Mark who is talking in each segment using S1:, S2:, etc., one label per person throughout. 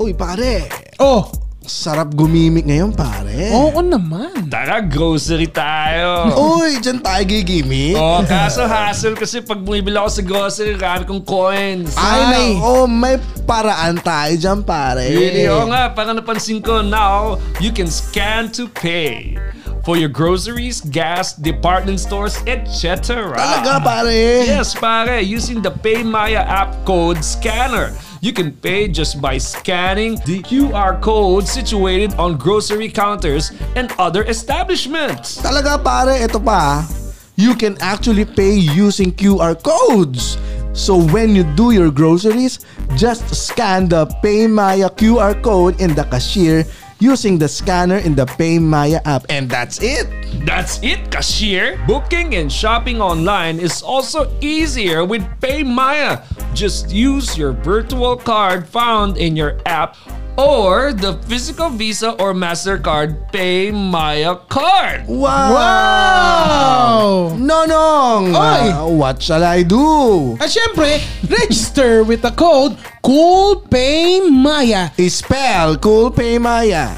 S1: Uy, pare.
S2: Oh!
S1: Sarap gumimik ngayon, pare.
S2: Oo naman.
S3: Tara, grocery tayo.
S1: Uy, dyan tayo gigimik.
S3: Oh, kaso hassle kasi pag bumibili ako sa grocery, rami kong coins.
S1: Ay,
S2: Ay.
S1: nako, may paraan tayo dyan, pare.
S3: Really? Oo nga, parang napansin ko, now you can scan to pay for your groceries, gas, department stores, etc.
S1: Talaga, pare.
S3: Yes, pare. Using the PayMaya app code scanner, you can pay just by scanning the QR code situated on grocery counters and other establishments.
S1: Talaga, pare. Ito pa. You can actually pay using QR codes. So when you do your groceries, just scan the PayMaya QR code in the cashier using the scanner in the PayMaya app. And that's it.
S3: That's it, cashier. Booking and shopping online is also easier with PayMaya. Just use your virtual card found in your app or the physical Visa or MasterCard PayMaya card.
S1: Wow!
S2: Wow!
S1: Nonong!
S2: Oy!
S1: ah, what shall I do?
S2: At syempre, register with the code COOLPAYMAYA.
S1: Spell Cool PayMaya.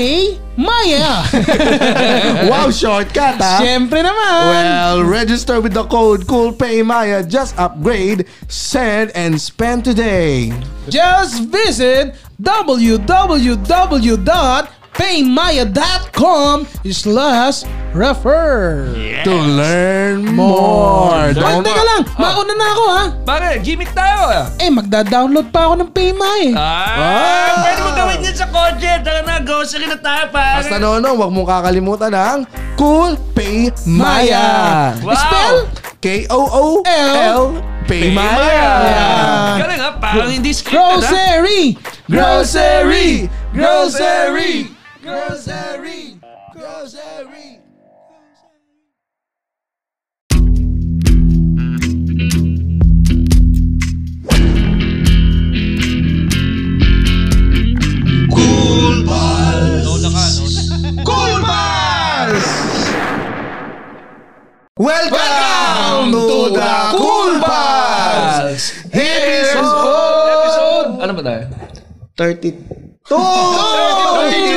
S2: K-O-O-L-PAYMAYA.
S1: Wow, shortcut ah!
S2: Siyempre naman.
S1: Well, register with the code CoolPayMaya. Just upgrade, send, and spend today.
S2: Just visit www.paymaya.com slash refer.
S1: To learn more.
S3: Don't-
S2: Ay, teka lang. Mauna na ako ha.
S3: Pare, gimmick tayo ah!
S2: Eh, magda-download pa ako ng Paymaya.
S3: Ah, pwede mo gawin yun sa kotse. Tara na, grocery na tayo, pare.
S1: Basta nono, huwag mong kakalimutan ang Cool Pay Maya.
S3: Wow.
S2: Spell?
S1: K-O-O-L Pay Maya.
S3: Kaya nga, ah. parang hindi scripted, ah. ha?
S2: Grocery!
S1: Grocery! Grocery! Grocery! Grocery! Cool Bars! Welcome to the Cool Bars! Episode
S3: Ano ba tayo?
S1: 32!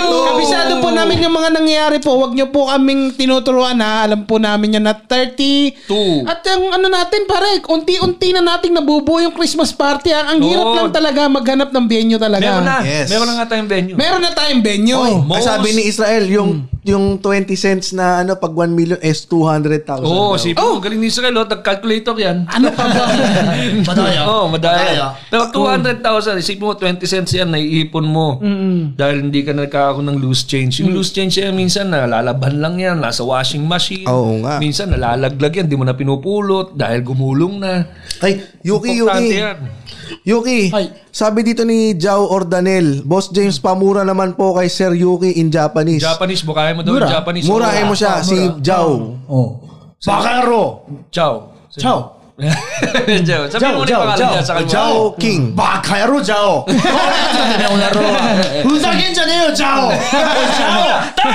S2: Kabisado po namin yung mga nangyayari po. Huwag niyo po kaming tinuturuan ha. Alam po namin yan na 30.
S3: Two.
S2: At yung ano natin pare, unti-unti na nating nabubuo yung Christmas party. Ang, ang hirap
S3: Oo.
S2: lang talaga maghanap ng venue talaga.
S3: Meron na. Oh,
S1: Yes.
S3: Meron na nga tayong venue.
S2: Meron na tayong venue.
S3: mo-
S1: Ay, sabi ni Israel, yung
S2: Hmm.
S1: yung 20 cents na ano pag 1 million is 200,000.
S3: Oo, oh, si
S2: Oh.
S3: oh. galing ni Israel, oh, tag-calculator yan.
S2: Ano ka ba?
S4: Madaya.
S3: Oo, oh,
S4: Madaya.
S3: madaya. Pero 200,000, isipin mo, 20 cents yan, naiipon mo. Dahil hindi ka nagkakaroon ng loose change. Yung loose change yan, minsan nalalaban lang yan, nasa washing machine.
S1: Oo nga.
S3: Minsan nalalaglag yan, di mo na pinupulot dahil gumulong na.
S1: Ay, Yuki,
S3: Importante
S1: Yuki.
S3: yan.
S1: Yuki,
S2: Ay.
S1: sabi dito ni Jao Ordanel, Boss James, pamura naman po kay Sir Yuki in Japanese.
S3: Japanese, bukayan mo daw
S2: Mura.
S3: yung Japanese.
S1: Murahin mo
S2: Ah,
S1: siya, si Jao.
S4: Bakaro.
S3: Ciao.
S4: Ciao.
S3: Ciao. Sabihin mo na
S4: Ciao,
S3: yung pangalan
S4: ciao,
S3: niya sa kanya.
S1: Jao King.
S2: Hmm.
S4: Bakaro Jao. Uzakin dyan eh, Jao. Jao.
S3: Tama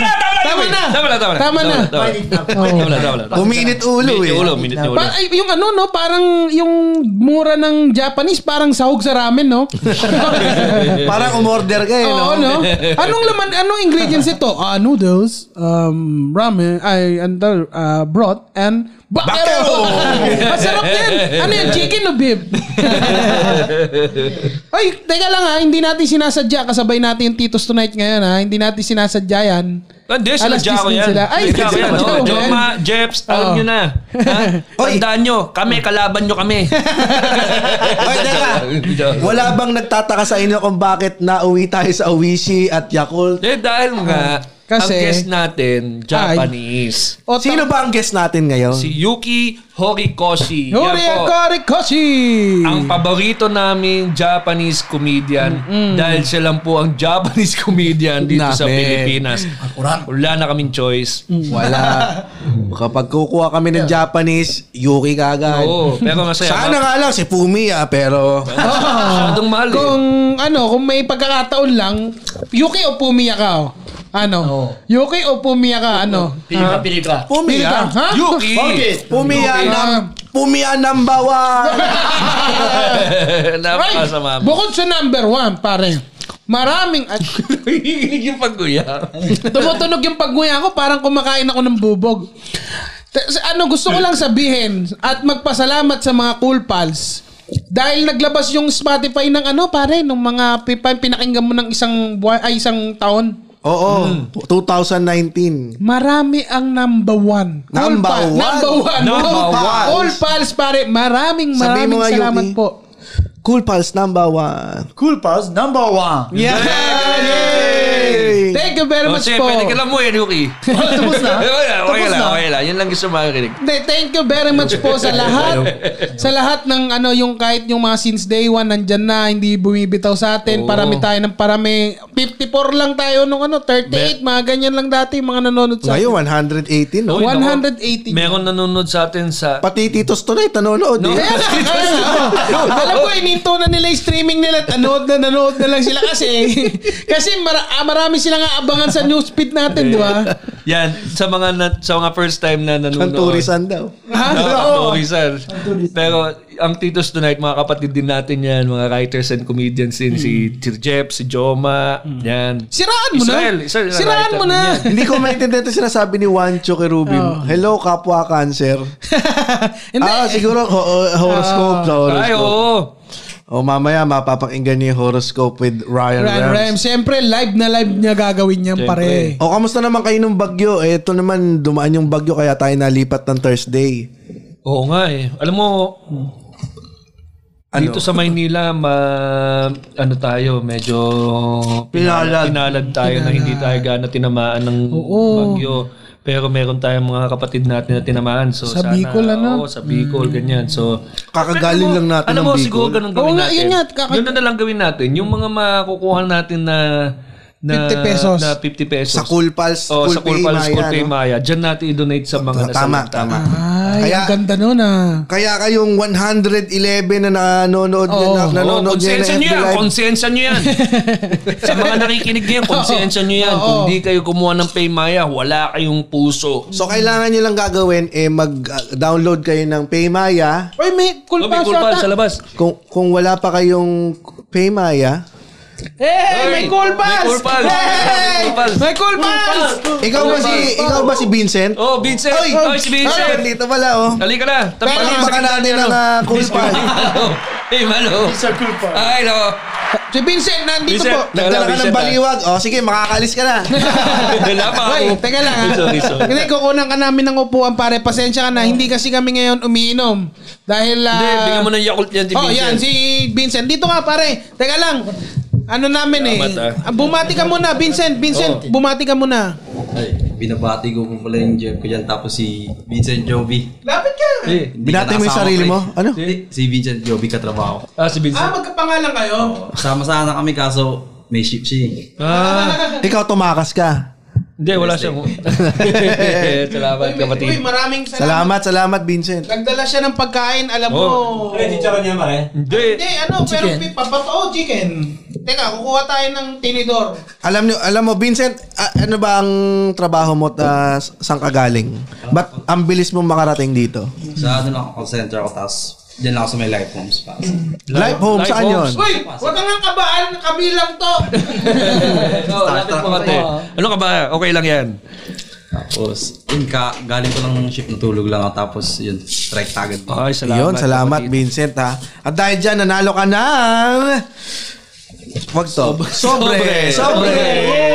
S3: na,
S2: Tama na.
S3: tama na. Tama na,
S2: Tama na.
S3: Tama na, tama na. Tama na, tama na.
S1: Uminit ulo
S3: Minute
S1: eh.
S3: niya ulo, minute niya ulo.
S2: Pa- ay, yung ano no, parang yung mura ng Japanese parang sahog sa ramen no.
S1: Parang umorder ka eh,
S2: Oo,
S1: no?
S2: no? Anong laman, anong ingredients ito? Ah, noodles, um, ramen, ay, and the, uh, broth, and bakero! Masarap yan! Ano yan, chicken o beef? ay, teka lang ha, hindi natin sinasadya. Kasabay natin yung Titos Tonight ngayon ha. Hindi natin sinasadya yan.
S3: Hindi, sila
S2: Alas
S3: Jaco
S2: 10
S3: yan.
S2: sila. Ay,
S3: Jaco
S2: sila
S3: yan.
S2: Jaco
S3: Oh,
S2: yan. Oh.
S3: Joma, Jeps, alam
S2: Oo.
S3: nyo na. Ha?
S1: Oy.
S3: Tandaan nyo, kami, kalaban nyo kami.
S1: Ay, teka. Wala bang nagtataka sa inyo kung bakit nauwi tayo sa Awishi at Yakult?
S3: Eh, dahil nga,
S2: Ah.
S3: ang
S2: Kasi-
S3: guest natin, Japanese.
S2: O,
S1: Sino ba ang guest natin ngayon?
S3: Si Yuki Horikoshi. Yan
S2: Yuri
S3: po.
S2: Akarikoshi!
S3: Ang paborito namin Japanese comedian dahil siya lang po ang Japanese comedian dito sa
S1: Namin.
S3: Pilipinas.
S4: Kuran.
S3: Wala na kaming choice.
S1: Wala. Kapag kukuha kami ng Japanese, Yuki kagad.
S3: Oo, pero masaya.
S1: Sana nga lang si Pumi ah, pero...
S3: Masyadong mahal eh.
S2: Kung ano, kung may pagkakataon lang, Yuki o Pumiya ka o? Ano? Yuki o Pumiya ka? Ano?
S4: Pili ka, pili ka.
S1: Pumi
S2: Pili ka,
S1: ah?
S2: ha?
S3: Yuki!
S4: Bakit?
S1: Pumi ah,
S3: Yuki.
S1: nam- Pumia number one!
S2: Right?
S3: Napakasama mo.
S2: Bukod sa number one, pare, maraming... Ay,
S3: Nanginginig yung pagguya.
S2: tumutunog yung pagmuya ko, parang kumakain ako ng bubog. Te- sa- Ano, gusto ko lang sabihin at magpasalamat sa mga cool pals dahil naglabas yung Spotify ng ano pare, nung mga pipa, pinakinggan mo ng isang buwan, ay isang taon.
S1: Oo,
S3: Hmm.
S1: 2019.
S2: Marami ang number one. All
S1: Number one?
S2: Number one.
S3: Number
S1: one.
S2: All pals. All pals, pare. Maraming
S1: Sabihin
S2: maraming
S1: mo nga,
S2: salamat
S1: Yuki.
S2: po.
S1: Cool Pals number one.
S4: Cool Pals, number one.
S2: Yeah.
S1: Yay!
S2: Thank you very much
S3: Kasi
S2: po.
S3: Oh, pwede ka lang mo yan, Yuki.
S4: Oh, Tapos na.
S3: Okay lang, okay
S4: Tapos
S3: lang,
S4: na.
S3: okay lang. Yun lang gusto makikinig.
S2: Hindi, thank you very much po sa lahat. sa lahat ng ano, yung kahit yung mga since day one, nandyan na, hindi bumibitaw sa atin.
S3: Oo.
S2: Parami tayo ng parami. 54 lang tayo nung ano, 38, mga ganyan lang dati, mga nanonood sa
S1: Ngayon, 118. No?
S3: Uy, naku.
S2: 180.
S3: Meron nanonood sa atin sa...
S1: Pati Titos tonight, nanonood.
S3: No.
S1: eh.
S2: Kaya nga, kaya nga. Alam ko, ininto na nila yung streaming nila at nanood na nanood na lang sila kasi kasi mara- ah, marami silang aabangan sa newsfeed natin, di ba?
S3: Yan, sa mga na- sa mga first time na
S1: Ang
S3: nanonood.
S1: turisan daw.
S3: Ah,
S2: Ha?
S3: No, Rizal. Pero ang Titos Tonight, mga kapatid din natin yan, mga writers and comedians din, si
S4: Hmm.
S3: Sir Jeff, si Joma, yan.
S2: Siraan mo
S3: Israel,
S2: na.
S3: Israel,
S2: Siraan mo na.
S3: writer
S1: Hindi ko maintindihan ito sinasabi ni Juancho kay Rubin.
S2: Oh.
S1: Hello, kapwa cancer.
S2: Hindi.
S1: Ah, siguro ho- horoscope na
S3: Ah. Ay,
S1: horoscope.
S3: oo.
S1: O mamaya mapapakinggan niyo yung horoscope with Ryan,
S2: Ryan
S1: Rams.
S2: Rem, siyempre live na live niya gagawin niyan pare.
S1: O kamusta naman kayo nung bagyo? Eh, ito naman dumaan yung bagyo kaya tayo nalipat ng Thursday.
S3: Oo nga eh. Alam mo,
S1: Ano?
S3: dito sa Maynila, ma, ano tayo, medyo
S1: Pinalad.
S3: pinalad tayo na hindi tayo gana tinamaan ng bagyo. Pero meron tayong mga kapatid natin na tinamaan. So,
S2: Sa
S3: sana,
S2: Bicol, ano?
S3: Oo, sa Bicol, ganyan. So,
S1: Kakagaling lang natin
S3: alam
S1: ng
S3: mo,
S1: Bicol.
S3: siguro ganun
S2: Oo
S3: gawin
S2: nga,
S3: natin.
S2: yun
S3: Yun,
S2: nga, kaka-
S3: na lang gawin natin. Yung mga makukuha natin na, na
S2: 50 pesos.
S3: Na 50 pesos.
S1: Sa Cool Pals,
S3: Oh,
S1: Cool
S3: sa Cool
S1: Pay
S3: Pals,
S1: Maya,
S3: Cool Pay
S1: no? Ah,
S3: Maya. Diyan natin i-donate sa mga nasa
S1: Tama,
S3: loob.
S1: tama.
S2: Ay,
S1: Kaya-
S2: ang ganda nun ah.
S1: Kaya kayong 111 na nanonood niya,
S2: Oo.
S1: na,
S3: Oo,
S1: nanonood niya
S3: konsensya
S1: ng
S3: nyo
S1: FB
S3: yan.
S1: Live.
S3: Konsensya nyo yan. sa mga nakikinig ngayon, konsensya nyo yan. Kung di kayo kumuha ng Paymaya, wala kayong puso.
S1: So kailangan niyo lang gagawin eh mag-download kayo ng Paymaya.
S2: Oy, may
S3: Cool
S2: cool
S3: Pals, Oh,
S2: pass
S3: Cool Pals, sa
S2: ata.
S3: labas.
S1: Kung kung wala pa kayong Paymaya,
S2: Hey, may cool pass.
S3: May Cool Pals!
S2: Hey,
S3: Cool Pals!
S2: may cool pass.
S1: ikaw ba si ikaw ba si Vincent?
S3: Oh, Vincent!
S1: Oy!
S3: Oh, si Vincent!
S1: Dito pala oh.
S3: Halika na! Tapos
S1: Palitan ka natin ng
S2: ah,
S1: uh, Cool Pals.
S3: Hey, Malo!
S4: Sa Cool Pals.
S3: Ay, no!
S2: Si Vincent, nandito
S3: Vincent.
S2: po.
S1: Nagdala ka ng baliwag. Oh, sige, makakalis ka na.
S3: Wala pa ako.
S2: Wait, teka lang ha.
S3: Sorry, sorry.
S2: Hindi, kukunan ka namin ng upuan pare. Pasensya ka na. Hindi kasi kami ngayon umiinom. Dahil... ah,
S3: Hindi, bigyan mo ng Yakult yan si
S2: Oh, yan,
S3: Vincent.
S2: si Vincent. Dito nga pare. Teka lang. Ano namin eh.
S3: Salamat, ah. Oh.
S2: Ah, Bumati ka muna, Vincent. Vincent, bumati ka muna.
S5: Ay, binabati ko po
S1: Hmm.
S5: pala yung Jeff ko dyan. Tapos si Vincent Joby.
S2: Lapit ka.
S3: Eh,
S5: Hindi ka
S1: Binati mo yung
S5: nakasama
S1: sarili
S5: ko eh.
S1: mo. Ano?
S5: Hindi, Si Vincent Joby katrabaho. ko.
S3: Ah, si
S2: Ah,
S3: Vincent.
S2: magkapangalan kayo.
S5: Sama sana kami kaso may shift siya eh.
S3: Ah,
S1: Ikaw tumakas ka.
S3: hindi, wala siya. Salamat,
S2: Uy, may-
S3: kapatid.
S2: uy, maraming salamat.
S1: Salamat, salamat Vincent.
S2: Nagdala siya ng pagkain, alam mo.
S3: Oh. Hindi.
S2: Hindi, ano, pero papatao chicken. Teka, kukuha tayo ng tinidor.
S1: Alam niyo, alam mo Vincent, a- ano ba ang trabaho mo at ah, saan ka galing? Ba't ang bilis mo makarating dito?
S5: Sa ano lang ako, call center ako. Tapos dyan lang ako sa may life homes. Pa.
S1: Life home,
S3: Life
S1: saan
S3: homes.
S1: yun?
S2: Uy, wag ka nga kabaan, kabilang to.
S3: Oh, lapit mo kate. Ano ka ba? Okay lang yan.
S5: Tapos, yun ka, galing ko lang ng shift natulog lang ako. Tapos yun, strike tagad.
S3: Ay, salamat.
S1: Yun, salamat
S3: kapatid.
S1: Vincent ha. At dahil dyan, nanalo ka ng... Wag to. Sobre. Sobre.
S3: Sobre.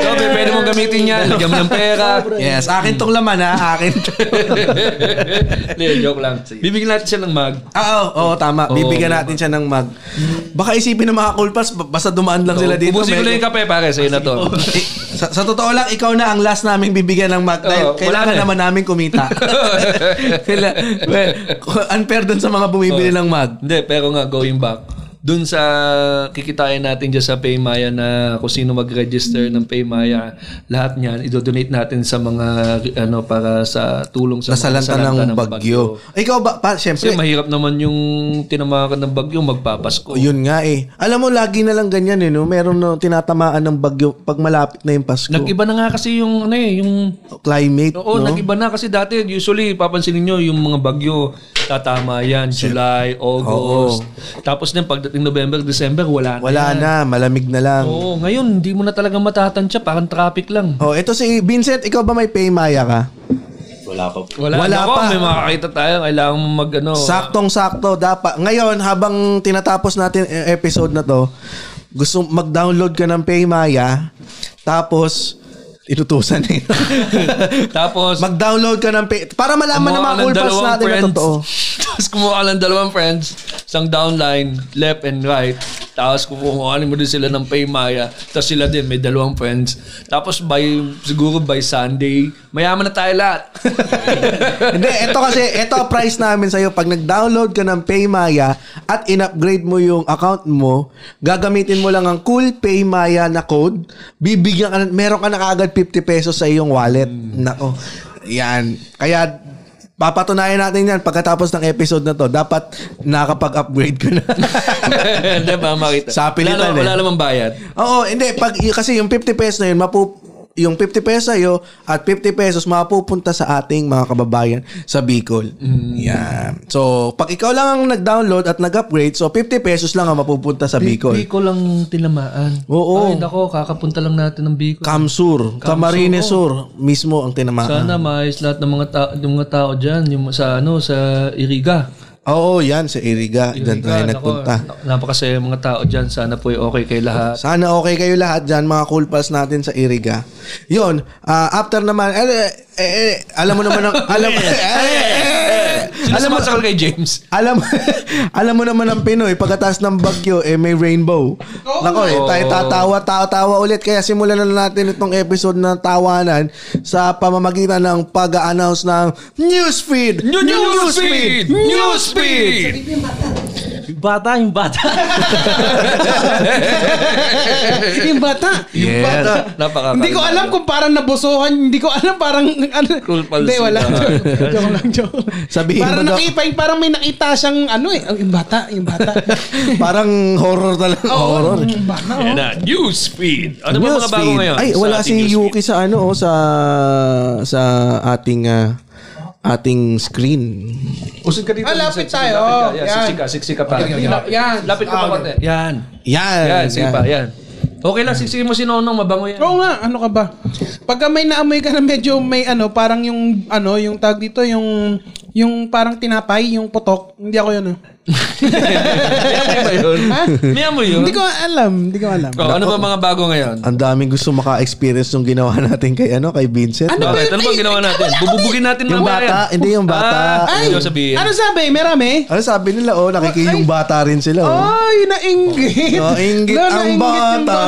S3: Sobre, pwede mong gamitin yan. Lagyan mo ng pera.
S1: Yes, akin tong laman ha. Akin.
S3: Hindi, joke lang. Bibigyan natin siya ng mag.
S1: Ah, Oo, oo, tama.
S3: Oo.
S1: Bibigyan natin siya ng mag. Baka isipin ng mga kulpas, basta dumaan lang sila dito.
S3: Ubusin ko lang yung kape, pare. Sa'yo na to.
S1: Eh, sa, sa totoo lang, ikaw na ang last naming bibigyan ng mag.
S3: Oo,
S1: Dahil
S3: wala
S1: kailangan
S3: na eh.
S1: naman namin kumita. Kaila- well, unfair dun sa mga bumibili ng mag.
S3: Hindi, pero nga, going back. dun sa kikitain natin dyan sa Paymaya na kung sino mag-register ng Paymaya, lahat niyan, idodonate natin sa mga, ano, para sa tulong sa mga
S1: Nasalanta ng bagyo. Ikaw ba, pa, syempre,
S3: Kasi mahirap naman yung tinamakan ng bagyo, magpapasko.
S1: yun nga eh. Alam mo, lagi na lang ganyan eh, no? Meron na tinatamaan ng bagyo pag malapit na yung Pasko.
S3: Nag-iba na nga kasi yung, ano eh, yung
S1: Climate,
S3: Oo,
S1: no?
S3: nag-iba na kasi dati usually papansin niyo yung mga bagyo tatama yan July, August. Tapos din pagdating November, December wala na.
S1: Wala na, malamig na lang.
S3: Oo, ngayon hindi mo na talaga matatantya, parang traffic lang.
S1: Oh, ito si Vincent, ikaw ba may paymaya ka?
S5: Wala pa po.
S3: Wala,
S1: Wala
S3: Nako,
S1: pa.
S3: May makakita tayo, kailangan mo mag ano.
S1: Saktong-sakto dapat. Ngayon, habang tinatapos natin yung episode na to, gusto mag-download ka ng Paymaya, tapos inutusan eh.
S3: Tapos
S1: mag-download ka ng Pay... Para malaman na mga
S3: kumuha ka ng
S1: cool pass
S3: dalawang
S1: natin na
S3: friends.
S1: totoo.
S3: Tapos kumuha ka ng dalawang friends, isang downline, left and right. Tapos kukuhaan mo din sila ng paymaya. Tapos sila din, may dalawang friends. Tapos by, siguro by Sunday, mayaman na tayo lahat.
S1: Hindi, ito kasi, ito ang price namin sa'yo. Pag nag-download ka ng Paymaya at in-upgrade mo yung account mo, gagamitin mo lang ang cool Paymaya na code, bibigyan ka, na- meron ka na kaagad 50 pesos sa iyong wallet. Nako. Yan. Kaya, papatunayan natin yan pagkatapos ng episode na to. Dapat nakapag-upgrade ka na.
S3: Hindi ba makita?
S1: Sa pilitan
S3: wala, naman-
S1: eh.
S3: Wala namang bayad.
S1: Oo, hindi. Pag, y- kasi yung 50 pesos na yun, mapu, yung 50 pesos sa'yo at 50 pesos mapupunta sa ating mga kababayan sa Bicol.
S3: Mm.
S1: Yan. So, pag ikaw lang ang nag-download at nag-upgrade, so 50 pesos lang ang mapupunta sa Bicol.
S3: Bicol lang tinamaan.
S1: Oo.
S3: Ay, nako, kakapunta lang natin ng Bicol.
S1: Kamsur, Camarines Sur, mismo ang tinamaan.
S3: Sana maayos lahat ng mga, ta- ng mga tao dyan. Yung sa, ano, sa Iriga.
S1: Oo, yan, sa Iriga. Diyan tayo
S3: Iriga, nako,
S1: nagpunta.
S3: na- Napakasaya yung mga tao dyan. Sana po ay okay kay lahat.
S1: Sana okay kayo lahat dyan, mga cool pals natin sa Iriga. Yun, ah, after naman, eh, eh, eh, alam mo naman ang, alam, eh, eh, eh,
S3: Sino
S1: alam mo,
S3: sumasakal kay James?
S1: Alam alam mo naman ang Pinoy, pagkatas ng bagyo, eh may rainbow. Nako, eh, tayo tatawa, tawa, tawa ulit. Kaya simulan na natin itong episode ng tawanan sa pamamagitan ng pag-announce ng Newsfeed!
S3: Newsfeed! Newsfeed!
S5: Bata, yung bata.
S2: yung bata.
S1: Yes.
S3: Napaka
S2: Hindi ko alam kung parang nabusuhan. Hindi ko alam parang... Ano,
S3: Cool pals
S2: Hindi, wala.
S3: sila.
S2: joke lang, joke.
S1: Sabihin mo
S2: parang
S1: daw-
S2: nakita, parang may nakita siyang ano eh. Yung bata, yung bata.
S1: Parang horror talaga. horror.
S2: Yung bata, oh.
S3: Yan na, newsfeed. Ano ba mga bago
S1: Newsfeed.
S3: ngayon?
S1: Ay,
S3: sa
S1: wala
S3: ating
S1: si
S3: newsfeed?
S1: Yuki sa ano, oh, sa sa ating ah, ating screen.
S3: Usin ka dito.
S2: Ah, lapit
S3: Sige,
S2: tayo.
S3: lapit ka. Yan,
S2: Yan.
S3: siksika, siksika pa.
S2: Yan. Ah,
S3: Lapit ka pa konti. Yan.
S1: Yan.
S3: Yan, sige pa, yan. Okay lang, siksikin mo si Nonong, mabango yan.
S2: Oo nga, ano ka ba? Pagka may naamoy ka na medyo may ano, parang yung ano, yung tag dito, yung yung parang tinapay, yung putok. Hindi ako yun. ah.
S3: May amoy ba yun?
S2: Ha?
S3: May amoy yun?
S2: Hindi ko alam, hindi ko alam.
S3: Oh, ano ba mga bago ngayon?
S1: Ang daming gusto maka-experience nung ginawa natin kay ano, kay Vincent.
S2: Ano ba
S3: Bakit?
S2: yun?
S3: Ano ba
S2: Ay,
S3: ginawa natin? Bububugin natin
S1: Yung
S3: mamaya
S1: bata,
S3: yan.
S1: hindi yung bata.
S3: Ah,
S2: Ay,
S3: hindi ko sabihin.
S2: ano sabi? Merami?
S1: Ano sabi nila? Oh, nakikiyong bata rin sila. Oh.
S2: Ay, nainggit.
S1: Oh, nainggit
S2: No,
S1: ang
S2: yung
S1: bata.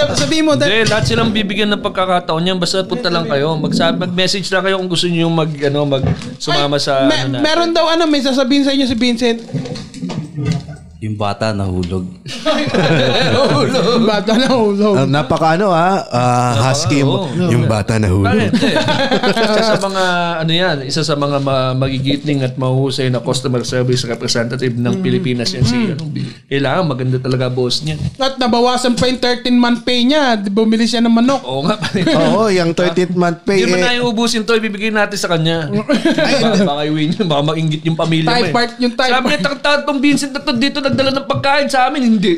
S2: Sab- sabihin mo,
S3: Hindi,
S2: that,
S3: lahat silang bibigyan ng pagkakataon yan. Basta punta lang kayo. Magsabi, mag-message lang kayo kung gusto niyo mag, ano, mag sumama sa,
S2: me-
S3: ano na.
S2: meron daw ano, may sasabihin sa inyo si Vincent.
S5: yung bata nahulog.
S2: bata na
S3: Oh.
S2: oh, hulog.
S1: napaka ano ha, Ah, husky mo.
S3: oo.
S1: Yung bata na hulog.
S3: Bakit? Hindi. isa sa mga ano yan, isa sa mga ma- magigiting at mahuhusay na customer service representative ng
S2: Mm.
S3: Pilipinas yan si ano, kailangan maganda talaga boss niya.
S2: At nabawasan pa yung 13-month pay niya. Bumili siya ng manok.
S3: Oo nga.
S1: Oo, yung 13th month pay.
S3: Hindi mo
S1: Eh,
S3: tayo ubusin to, ibibigay natin sa kanya. Ba- baka iwi niya, baka maingit yung pamilya mo
S2: Thai
S3: eh.
S2: part, yung Thai
S3: Sabi niya, taktat pang Vincent na to dito nagdala ng pagkain sa amin, hindi.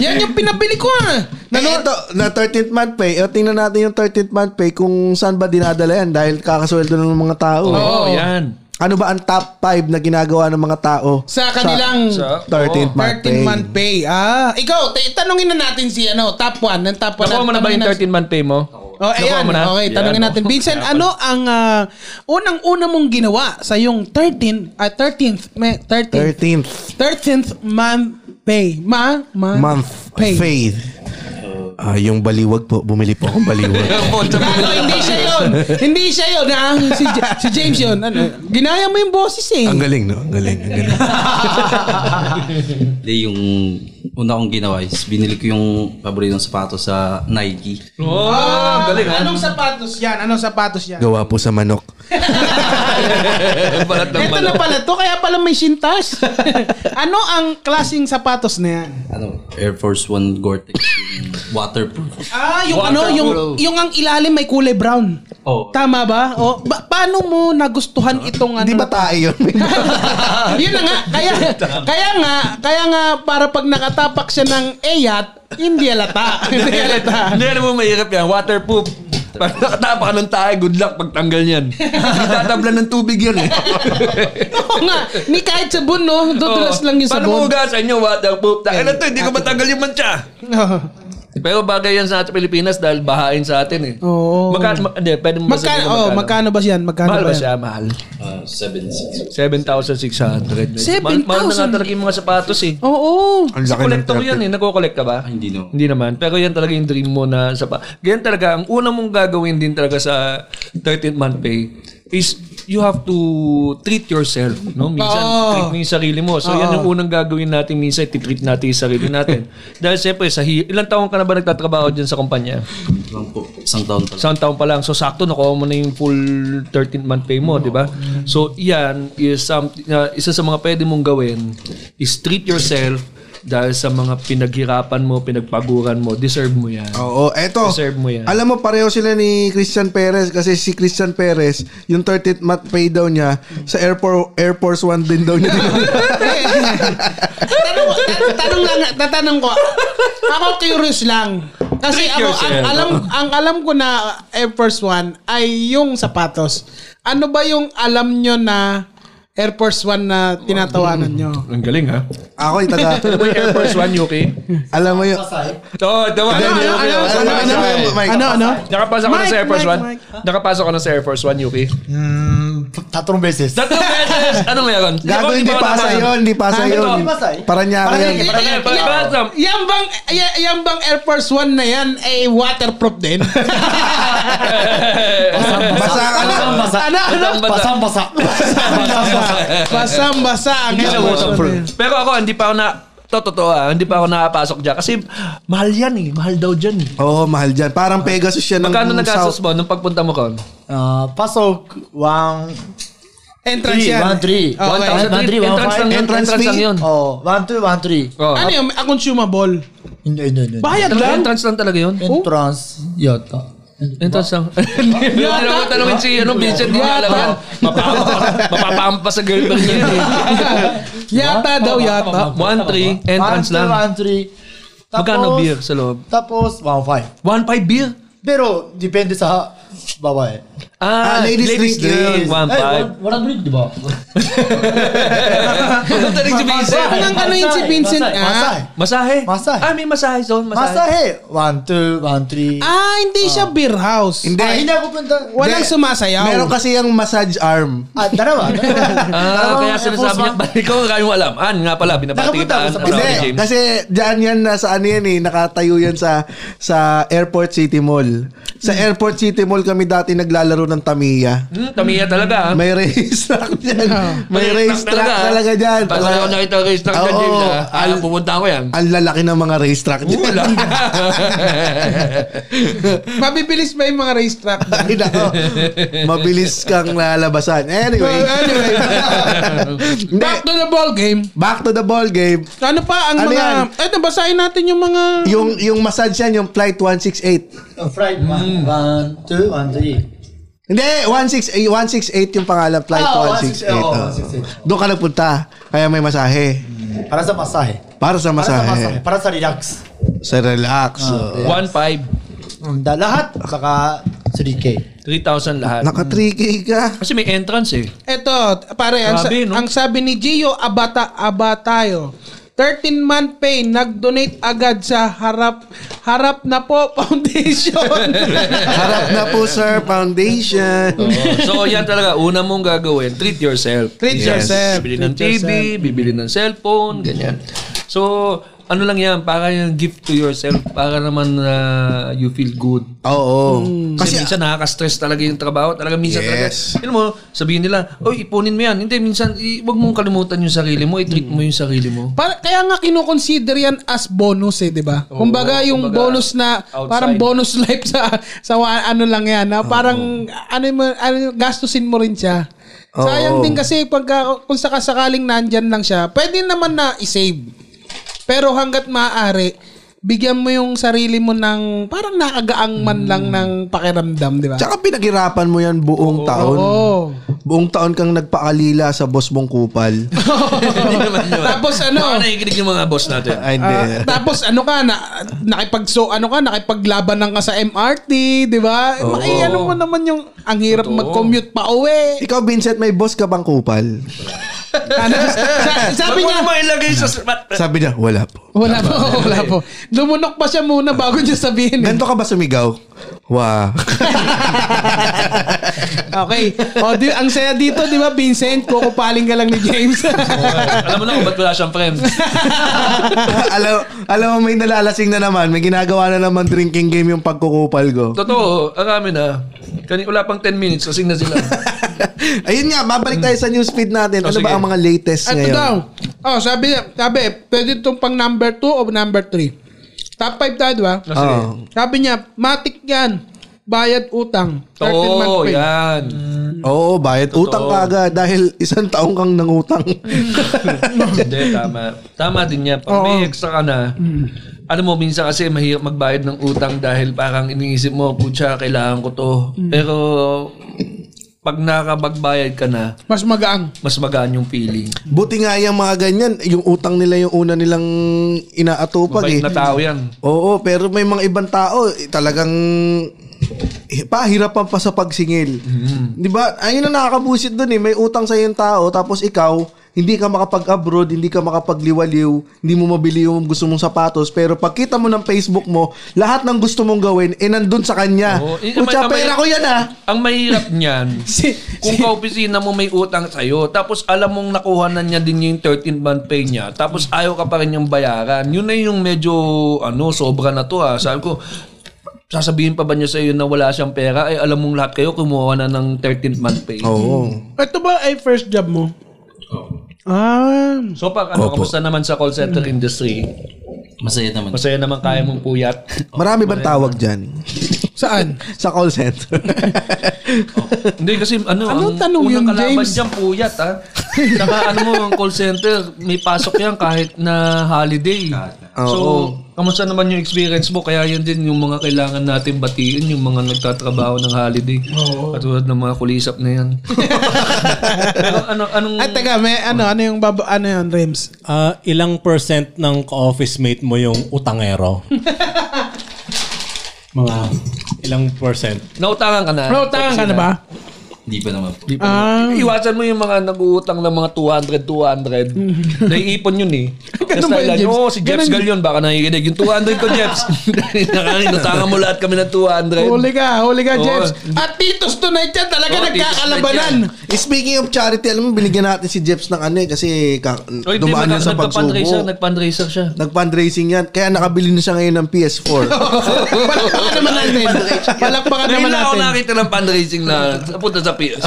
S2: Yan yung pinabili ko ah.
S1: eh, ito, na 13th month pay. O, tingnan natin yung 13th month pay kung saan ba dinadala yan dahil kakasweldo ng mga tao.
S3: Oo,
S1: eh.
S3: oh, yan.
S1: Ano ba ang top 5 na ginagawa ng mga tao?
S2: Sa kanilang
S3: Sa,
S1: 13th month pay.
S2: 13 month pay. Ah, ikaw, t- tanungin na natin si ano, top 1 ng top 1.
S3: Nakuha mo na ba yung 13 month pay mo?
S2: Oh, ayan.
S3: mo na?
S2: Okay,
S3: Yan,
S2: tanungin
S3: oh.
S2: natin. Vincent, ano ang ah, unang-una mong ginawa sa yung 13 at 13th, may 13th,
S1: 13th
S2: 13th month pay? Ma, ma,
S1: month pay.
S6: Ah, yung baliwag po, bumili po akong baliwag.
S2: Gago, ano, hindi siya yun. Hindi siya yun. Ah, si, J- si James yun. Ano, ginaya mo yung boses eh.
S6: ang galing, no? Ang galing, ang galing.
S5: Hindi, yung una kong ginawa is binili ko yung paboritong sapatos sa Nike.
S3: Oh, galing ha.
S2: Ah, Anong sapatos yan? Anong sapatos yan?
S6: Gawa po sa manok.
S3: Balat ng
S2: Ito na
S3: balat.
S2: pala to, kaya pala may sintas. ano ang klaseng sapatos na yan?
S5: Ano, Air Force One Gore-Tex. yung Waterproof.
S2: Ah, yung ano, yung yung ang ilalim may kulay brown.
S5: Oh.
S2: Tama ba? O ba- paano mo nagustuhan itong ano?
S1: Di ba tayo yun?
S2: Yun na nga. Kaya kaya nga, kaya nga para pag nakatapak siya ng eyat, hindi halata. hindi halata.
S3: Hindi alam mo mahirap yan. Waterproof. Pag nakatapa ka ng tayo, good luck pagtanggal niyan. Itatablan ng tubig yan eh.
S2: Oo nga, ni kahit sabon no, dudulas
S3: Oo.
S2: lang yung
S3: Oh. Paano mo
S2: sabon.
S3: hugasan yung waterproof? Takin na to, hindi ko matanggal yung mancha. Pero bagay yan sa ating Pilipinas dahil bahain sa atin eh.
S2: Oo.
S3: Magkano, ma- hindi, pwede mo ba
S2: Magkano,
S3: sabihin
S2: oh, magkano ba yan? Magkano
S3: Mahal ba
S2: ba yan?
S3: siya? Mahal.
S5: Uh, 7'6".
S3: 7,600. Mahal- Mahal na nga
S2: 7,000.
S3: talaga yung mga sapatos eh.
S2: Oo.
S6: Ang
S3: Kasi
S6: laki ng
S3: collector yan
S6: perte.
S3: eh. Nagko-collect ka ba?
S5: Ah, hindi no.
S3: Hindi naman. Pero yan talaga yung dream mo na sa... pa- Ganyan talaga. Ang una mong gagawin din talaga sa 13th month pay is you have to treat yourself. No? Minsan,
S2: Oo.
S3: treat mo yung sarili mo. So, yan yung unang gagawin natin. Minsan, titreat natin yung sarili natin. Dahil siyempre, sa hi- ilang taon ka na ba nagtatrabaho dyan sa kumpanya?
S5: Lang po, isang taon pa lang.
S3: Isang taon pa lang. So, sakto, nakuha mo na yung full 13th month pay mo, di ba? So, yan is something, na isa sa mga pwede mong gawin is treat yourself dahil sa mga pinaghirapan mo, pinagpaguran mo, deserve mo yan.
S1: Oo,
S2: Oh.
S1: eto.
S3: Deserve mo yan.
S1: Alam mo, pareho sila ni Christian Perez kasi si Christian Perez, yung 30th month pay daw niya, sa Airport, Air Force One din daw niya.
S2: tanong, tan- tanong lang, tatanong ko. Ako curious lang. Kasi
S3: Treat
S2: ako, ang
S3: yourself.
S2: alam, ang alam ko na Air Force One ay yung sapatos. Ano ba yung alam nyo na Air Force One na tinatawanan nyo?
S3: Ang galing, ha?
S1: Ako, yung taga,
S3: May Air Force One, Yuki.
S1: alam mo yun.
S3: Oo, tama.
S2: Ano, ano, ano, ano, ano, ano, ano?
S3: Nakapasok ka na sa
S2: Mike,
S3: Air Force
S2: Mike,
S3: One?
S2: Mike.
S3: Nakapasok ka na sa Air Force One, Yuki?
S4: Mm, tatlong beses.
S3: Tatlong beses! Ano meron?
S1: Gago, hindi pasa yun, hindi pasa
S3: Ah,
S1: yun.
S3: ito. Hindi
S4: pasay?
S1: Para niya ako
S4: Paranaque,
S1: yan.
S2: Eh,
S3: Parang-
S2: eh,
S3: parang-
S2: yan-
S3: parang-
S2: Yan bang, yan, yan bang Air Force One na yan ay waterproof din?
S1: Basa ka na.
S4: Basa.
S2: ano, ano?
S4: Basang basa.
S2: Basang-basa ang
S3: Hindi
S2: Air
S3: siya
S2: Force One na
S3: waterproof.
S2: yan.
S3: Pero ako, hindi pa ako na... To, totoo ah, hindi pa ako nakapasok dyan. Kasi mahal yan eh. Mahal daw dyan eh.
S1: Oo, mahal dyan. Parang Pegasus siya ng
S3: Ah, Magkano nagastos
S1: South.
S3: mo nung pagpunta mo ko?
S4: Ah, pasok. Wang.
S2: Entrance
S4: Three,
S2: yan.
S4: one, three.
S2: Oh,
S4: One
S2: okay.
S4: thousand. Madrid,
S3: entrance lang yun.
S1: entrance
S3: Entrance
S1: fee?
S3: lang yun.
S4: Oh, one, two, one, three.
S3: Oo.
S2: Ano yung ah, consumable?
S4: Hindi, hindi, hindi.
S2: Bayad
S3: Entrance-
S2: lang.
S3: Entrance lang talaga yun.
S4: Entrance. Yata.
S3: Entrance lang. Hindi naman tanongin si ano, Vincent. Hindi alam yan. Mapapampa, mapapampa sa girlfriend niya yun eh.
S2: Yata daw yata.
S3: 1-3, entrance
S4: One, two,
S3: lang.
S4: one, three.
S3: Magkano
S4: Tapos-
S3: beer sa loob?
S4: Tapos, one, five.
S3: 1-5 beer.
S4: Pero, depende sa babae. Eh,
S1: Ah,
S3: Ah,
S1: ladies
S3: ladies
S1: drink
S3: drink.
S1: yun.
S3: 1-5.
S4: walang drink, di ba?
S3: Pagkatanig si Vincent.
S2: Ang ano yun si Vincent, ah.
S4: Masay.
S3: Masahe.
S4: Masahe.
S3: Ah, may masahe zone. Masahe.
S4: Masahe. One, two, one, three.
S2: Ah, hindi siya beer house.
S1: Hindi.
S4: Ah, hindi ako punta.
S1: Hindi.
S2: Walang sumasayaw.
S1: Meron kasi yung massage arm.
S4: Ah, dalawa.
S3: Ah, kaya sinasabi niya,
S4: ba?
S3: ikaw kaya mo alam. Ah, nga pala, binabati
S4: Nakapunta
S3: kita.
S4: ako
S3: Ann.
S4: sa
S3: Ah,
S1: Hindi,
S3: sorry, James.
S1: kasi dyan yan na sa ano yan eh, nakatayo yan sa sa Airport City Mall. Sa Airport City Mall kami dati naglalaro ng Tamiya.
S3: Hmm, tamiya talaga. ah.
S1: May racetrack dyan. May racetrack
S3: ah.
S1: talaga dyan.
S3: Bago na ako nakita ang racetrack dyan,
S1: Oo.
S3: James. ah. Ah,
S1: Al-
S3: pupunta ako yan.
S1: Ang lalaki ng mga racetrack dyan.
S3: Wala.
S2: Mabibilis ba yung mga racetrack?
S1: Ay, nako. Mabilis kang lalabasan. Anyway.
S2: Well, anyway.
S1: Hindi.
S2: Back to the ball game.
S1: Back to the ball game.
S2: Ano pa ang
S1: Ano
S2: mga...
S1: yan?
S2: Eto, basahin natin yung mga...
S1: Yung yung massage yan, yung flight 168.
S4: Oh, Fried
S2: Mm.
S4: one. One, two, one, three.
S1: Hindi, 168, 168 yung pangalan, flight
S4: Ah, oo,
S1: 168.
S4: 168, oo,
S1: oo.
S4: 168.
S1: Doon ka nagpunta, kaya may masahe.
S4: Para sa masahe.
S1: Para sa
S4: Para sa masahe.
S1: masahe.
S4: Para sa relax.
S1: Sa relax. oo.
S3: Ah. 1.5.
S4: Mm, da- lahat. Saka 3K.
S3: 3,000 lahat.
S1: Naka 3K ka.
S3: Kasi may entrance eh.
S2: Eto, pare, ang, sa-
S3: Grabe, no?
S2: ang sabi ni Gio Abata, Abatayo, 13-month pay, nag-donate agad sa Harap Harap na po Foundation.
S1: Harap na po, sir. Foundation.
S3: Oh, So, yan talaga. Una mong gagawin, treat yourself.
S2: Treat
S1: Yes.
S2: yourself.
S3: Bibili ng
S2: Treat yourself.
S3: TV, bibili ng cellphone, ganyan. So, ano lang yan, para yung gift to yourself, para naman ah, you feel good.
S1: Oo.
S2: Hmm.
S3: Kasi, minsan nakaka-stress talaga yung trabaho. Talaga minsan
S1: Yes.
S3: talaga. Yun mo, sabihin nila, oy, ipunin mo yan. Hindi, minsan, i- wag mong kalimutan yung sarili mo. I-treat mo yung sarili mo.
S2: Para, kaya nga kinoconsider yan as bonus eh, di ba?
S3: Oo,
S2: kumbaga yung
S3: kumbaga,
S2: bonus na,
S3: outside.
S2: parang bonus life sa, sa wa- ano lang yan. Na parang, ano, mo- ano, gastusin mo rin siya. Sayang din kasi pagka, kung sakasakaling nandyan lang siya, pwede naman na isave. Pero hanggat maaari, bigyan mo yung sarili mo ng parang nakagaang man lang ng pakiramdam, di ba?
S1: Tsaka pinaghirapan mo yan buong taon.
S2: Oo.
S1: Buong taon kang nagpaakalila sa boss mong kupal.
S3: Hindi naman yun.
S2: Tapos ano?
S3: Baka nakikinig yung mga boss natin.
S1: Ay,
S2: Ah,
S1: hindi.
S2: tapos ano ka na nakipag so ano ka nakipaglabanan ka sa MRT, 'di ba? Eh, ma- eh, ano mo naman yung ang hirap mag-commute pa uwi.
S1: Ikaw, Vincent, may boss ka bang kupal?
S2: Ano, sa- sabi
S3: Wag mo
S2: niya,
S3: naman ilagay sa...
S1: Sabi niya, wala po.
S2: wala po, wala po. Lumunok pa siya muna bago niya sabihin. eh.
S1: Ganto ka ba sumigaw? Wah.
S2: Okay. O, di, ang saya dito, 'di ba, Vincent? Kukupaling ka lang ni James.
S3: Alam mo na kung ba't wala siyang friend.
S1: alam, alam mo, may nalalasing na naman. May ginagawa na naman drinking game yung pagkukupal ko.
S3: Totoo, arami na. Kani, wala pang 10 minutes, kasing na sila.
S1: Ayun nga, mabalik tayo sa newsfeed natin. Ano
S3: Oh, sige.
S1: ba ang mga latest
S2: Ito
S1: ngayon?
S2: daw. Oh, sabi niya, sabi, pwede itong pang number 2 o number 3. Top 5 tayo, 'di ba?
S1: Oo.
S2: Sabi niya, matik 'yan. Bayad utang. 13 month
S3: Oo,
S2: pay.
S3: yan.
S1: Oo, bayad utang ka agad dahil isang taong kang nangutang.
S3: Hindi, tama. Tama din niya. Pag may extra ka na,
S1: Mm.
S3: alam mo, minsan kasi mahirap magbayad ng utang dahil parang iniisip mo, putya, kailangan ko to.
S1: Mm.
S3: Pero, pag nakabagbayad ka na,
S2: Mas magaang.
S3: mas magaan yung feeling.
S1: Buti nga yung mga ganyan, yung utang nila yung una nilang inaatupag
S3: Mabait
S1: eh.
S3: na tao yan.
S1: Oo, pero may mga ibang tao eh, talagang eh, pahirapan pa sa pagsingil.
S3: Hmm. Mm.
S1: 'Di ba? Ayun ang nakakabusit doon eh, may utang sa yung tao tapos ikaw hindi ka makapag-abroad, hindi ka makapagliwaliw, hindi mo mabili yung gusto mong sapatos, pero pagkita mo ng Facebook mo, lahat ng gusto mong gawin, eh nandun sa kanya.
S3: Oo. Eh,
S1: Putya,
S3: may-
S1: pera ko yan ah!
S3: Ang mahirap niyan,
S2: Si,
S3: kung ka-opisina mo may utang sa'yo, tapos alam mong nakuha na niya din yung 13-month pay niya, tapos ayaw ka pa rin yung bayaran, yun na yung medyo, ano, sobra na to ha. Sabi ko, sasabihin pa ba niya sa'yo na wala siyang pera? Ay, alam mong lahat kayo, kumuha na ng 13-month pay.
S1: Oo.
S2: ito ba ay first job mo? Ah,
S3: So, pag ano,
S1: Opo.
S3: kamusta naman sa call center industry?
S5: Masaya naman.
S3: Masaya naman kaya mong puyat.
S1: Oh, Marami bang tawag dyan?
S2: saan?
S1: sa call center?
S3: Hindi kasi ano, ang
S2: Anong tanong
S3: unang
S2: yun,
S3: kalaban
S2: James?
S3: dyan, puyat ha. Saka ano mo, ang call center, may pasok yan kahit na holiday. so, kamusta naman yung experience mo? Kaya yan din yung mga kailangan natin batiin, yung mga nagtatrabaho ng holiday. Katulad ng mga kulisap na yan. Pero ano, anong...
S2: Ay, teka, may ano, ano yung baba, ano yun, Rims?
S7: Ah, ilang percent ng office mate mo yung utangero? Mga ilang percent?
S3: Nautangan ka na.
S2: Bro, tangan ka na ba?
S5: Hindi pa naman po.
S2: Ah,
S3: Mm. Iwasan mo yung mga nag-uutang ng mga 200, 200. Naiipon yun eh. Tapos
S2: Mm. ba yun,
S3: dahil,
S2: Jeps?
S3: Oo, si Jeps
S2: Ganun-
S3: Galion, baka nakikinig. Yung 200 ko, Jeps. Nakakinutangan mo lahat kami ng 200.
S2: huli ka, huli ka,
S3: Oo.
S2: James. At Titos tonight yan, talaga
S3: Oo, Titos
S2: nagkakalabanan.
S3: tonight
S1: Speaking of charity, alam mo, binigyan natin si Jeps ng ano eh, kasi ka-
S3: Oy, di,
S1: dumaan
S3: magka-
S1: yun sa
S3: nagpa-fundraiser,
S1: pagsubok.
S3: Nag-fundraiser siya.
S1: Nag-fundraising yan. Kaya nakabili na siya ngayon ng PS4.
S2: Palakpakan naman natin. Palakpakan
S3: Ngayon
S2: naman
S3: na ako
S2: natin. Oh.
S3: nakita ng fundraising na punta sa PS.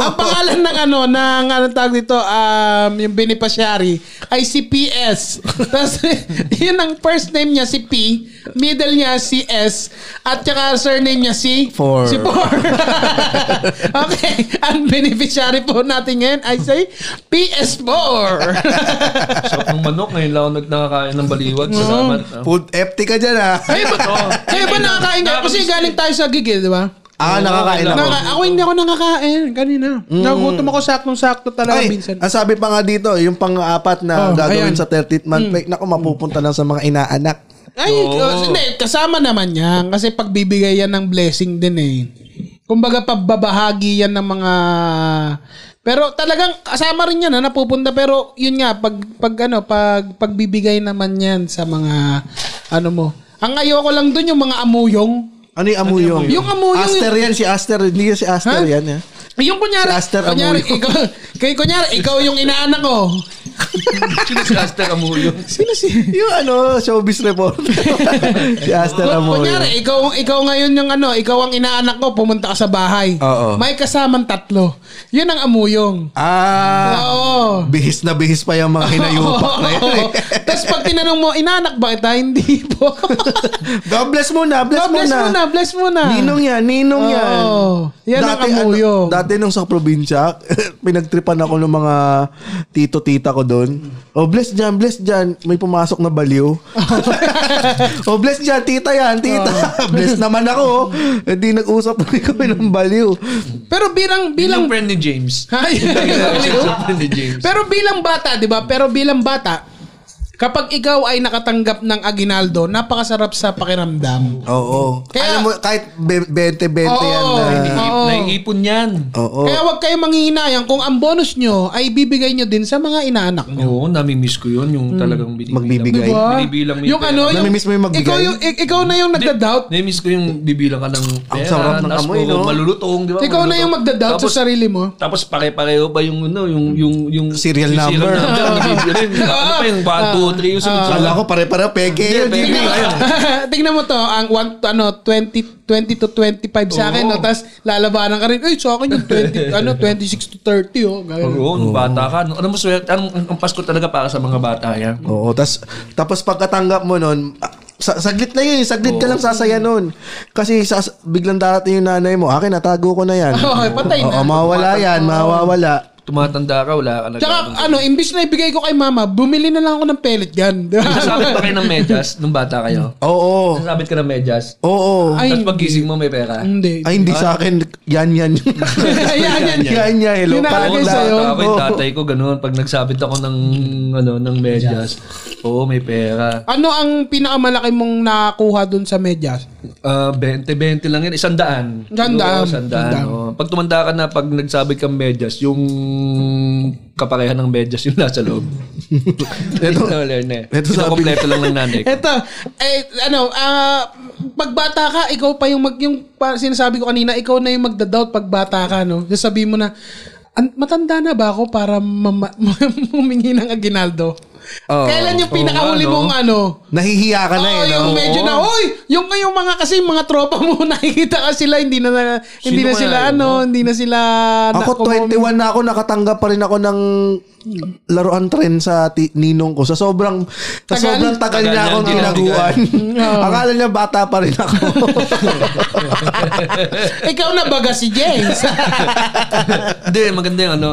S2: Ang pangalan ng ano, ng anong tawag dito, um, yung binipasyari, ay si PS. Tapos, yun ang first name niya, si P. Middle niya, si S. At saka surname niya, si?
S1: Four.
S2: Si Four. okay. Ang beneficiary po natin ngayon ay si PS4.
S3: Sarap ng manok. Ngayon lang ako nag- nakakain ng baliwag.
S2: Oh.
S3: Salamat. ah.
S1: Food FT ka dyan ah.
S2: Kayo ba, kayo ba nakakain kayo? Kasi galing tayo sa gigil, di ba?
S1: Ah, nakakain ako. Mm.
S2: Naka- ako hindi ako nakakain kanina. Nagutom ako saktong-sakto talaga
S1: Ay,
S2: minsan.
S1: ang sabi pa nga dito, yung pang-apat na
S2: Oh,
S1: gagawin
S2: ayan.
S1: sa 30th month break, naku, mapupunta lang sa mga inaanak.
S2: Ay, oh, hindi, kasama naman yan. Kasi pagbibigay yan ng blessing din eh. Kumbaga, pagbabahagi yan ng mga... Pero talagang kasama rin yan na napupunta pero yun nga pag pag ano pag pagbibigay naman yan sa mga ano mo. Ang ayoko lang doon yung mga amuyong.
S1: Ano yung amuyong?
S2: Yung amuyong-
S1: Aster yan, si Aster. Hindi yan si Aster
S2: Ha?
S1: yan. Eh.
S2: Yung kunyari,
S1: Si Aster
S2: kunyari
S1: Amuyong.
S2: ikaw, kay kunyari ikaw yung inaanak ko.
S3: Sino si Asta Kamuyo?
S1: Sino si... Yung ano, showbiz reporter. si Aster Amoyo.
S2: Kunyari, ikaw, ikaw ngayon yung ano, ikaw ang inaanak ko, pumunta ka sa bahay.
S1: Oo.
S2: May kasamang tatlo. Yun ang amuyong.
S1: Ah,
S2: Oo.
S1: bihis na bihis pa yung mga hinayupak na yan. eh.
S2: Tapos pag tinanong mo, inaanak ba kita? Hindi po. Ah,
S1: God bless muna, bless,
S2: bless
S1: muna.
S2: mo na, bless mo na.
S1: Ninong yan, ninong yan.
S2: Oo. Yan ang
S1: ano,
S2: amuyong.
S1: dati nung sa probinsya, pinagtripan ako ng mga tito-tita ko doon. Oh, bless dyan, bless dyan. May pumasok na baliw. oh, bless dyan, tita yan, tita. bless naman ako. Hindi nag-usap na kami ng baliw.
S2: Pero
S3: Bilang
S2: bilang, bilang,
S3: friend ni James. friend ni James.
S2: Pero bilang bata, 'di ba? Pero bilang bata, kapag ikaw ay nakatanggap ng aginaldo, napakasarap sa pakiramdam.
S1: Oo.
S2: Kaya-
S1: Alam mo, kahit be- 20-20 yan
S2: Oo,
S1: na.
S2: hindi- Oo.
S3: Naiipon yan.
S1: Oo.
S2: Kaya huwag kayong manghihinayang kung ang bonus nyo ay bibigay nyo din sa mga inaanak nyo.
S3: Oo, nami-miss ko yun. Yung talagang
S1: Ano?
S3: binibilang.
S1: Hmm. Magbibigay.
S2: Diba?
S3: Binibilang mo
S2: Yung ano, yung,
S1: Namimiss mo yung magbigay?
S2: ikaw, yung, ik- ikaw na yung nagda-doubt.
S3: Nami-miss ko yung bibilang ka ng pera.
S1: sarap ng
S3: tapos
S1: amoy,
S3: puro
S1: no?
S3: Malulutong, di ba?
S2: Ikaw na
S3: Malulutong.
S2: yung magda-doubt
S3: Tapos-
S2: sa sarili mo.
S3: Tapos pare-pareho ba yung ano, yung yung yung
S1: Serial
S3: yung
S1: number.
S3: Yung bibilang. Ano pa yung 1 2 3 yung sunod.
S1: Kala ko pare-pare peke yun.
S3: Hindi,
S1: Jimmy.
S3: peke.
S2: Tingnan mo to, ang one, ano, 20, 20 to 25 sa akin, no? tapos lalabanan ka rin, ay, sa akin yung 20, ano, 26 to 30, oh. Ganun.
S3: Oo, nung bata ka. Ano mo swerte? Ang, ang, ang Pasko talaga para sa mga bata yan.
S1: Oo, tas, tapos pagkatanggap mo nun, ah, sa, saglit na yun, saglit ka lang sasaya nun. Kasi sa, biglang darating yung nanay mo, akin natago ko na yan.
S2: Oo, patay na.
S1: Oo, mawawala yan, mawawala.
S3: Tumatanda ka, wala ka na.
S2: Tsaka ano, imbis na ibigay ko kay mama, bumili na lang ako ng pellet gun. Di ba?
S3: Sasabit pa kayo ng medyas nung bata kayo.
S1: Oo,
S3: Sasabit ka ng medyas.
S1: oo.
S2: Ay,
S3: Tapos pagising mo may pera.
S2: Hindi.
S1: Ay, hindi sa akin, yan, yan.
S2: Ayan, yan, yan.
S1: yan, yan, hello.
S2: Ginagagay
S3: Oo,
S1: pala.
S2: sa'yo.
S3: Ako yung tatay ko ganun. Pag nagsabit ako ng, ano, ng medyas. Oo, may pera.
S2: Ano ang pinakamalaki mong nakakuha dun sa medyas?
S3: Ah, 20-20 lang yun. Isang daan.
S2: Isang daan.
S3: Oo, isang daan,
S2: Isang daan.
S3: oo. Pag tumanda ka na, pag nagsabit kang medyas, yung kapareha ng medyas yung nasa loob. ito,
S1: ito
S3: ito,
S1: sabi-
S3: kompleto lang ng nanay ko.
S2: Eto, eh, ano, ah, pagbata ka, ikaw pa yung mag, yung pa, sinasabi ko kanina, ikaw na yung magda-doubt pagbata ka, no? Sasabihin mo na, "An- matanda na ba ako para mama, humingi ng aginaldo? Kailan yung pinakahuli
S3: Oo nga, no?
S2: mong ano?
S1: Nahihiya ka na
S2: Oo,
S1: eh, no?
S2: yung medyo na, "Oh, oy, yung yung mga kasi yung mga tropa mo nakikita ka sila hindi na, hindi na
S3: kaya
S2: sila
S3: yun,
S2: ano, hindi na sila
S1: Ako,
S2: nakukuha-
S1: 21 na ako, nakatanggap pa rin ako ng laruan trend sa ti- ninong ko. Sa sobrang, sa
S2: Tagal.
S1: sobrang tagal,
S3: Tagal
S1: niya
S3: niya,
S1: akong
S3: hindi na
S1: tinaguan. Akala niya bata pa rin ako.
S2: Ikaw na baga si James.
S3: Hindi, maganda yung ano.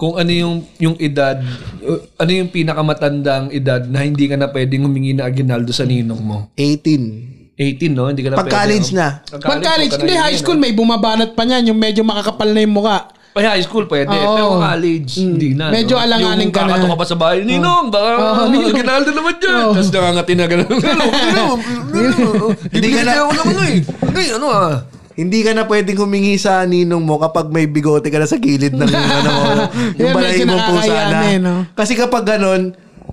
S3: Kung ano yung, yung edad, uh, ano yung pinakamatandang edad na hindi ka na pwedeng humingi na aginaldo sa ninong mo.
S1: 18.
S3: 18, no? Hindi ka na
S1: Pag college
S3: pwede, oh.
S1: na.
S3: no?
S2: Pag college,
S3: huwag ka na eh,
S2: hindi high
S3: humingi,
S2: school may bumabanat pa niyan yung medyo makakapal na yung mukha.
S3: no? Ay, high school pwede.
S2: Oo. Mm.
S3: Pero college, hindi na.
S2: Medyo alanganin
S3: Yung
S2: ka na.
S3: kakato ka pa sa bahay, Ninong, baka
S2: Oo, Ninong."
S3: aginaldo naman dyan.
S2: Oo.
S3: Tapos nangangati na gano'n. Ano, ano, ano,
S1: Hindi ka na-
S3: bibigyan ako ng ano eh. Ano eh, ano ah.
S1: Hindi ka na pwedeng humingi sa ninong mo kapag may bigote ka na sa gilid ng ano mo.
S2: Yan,
S1: yung balay
S2: medyo
S1: mong pusa na.
S2: nakakahiya na eh, no?
S1: Kasi kapag ganun,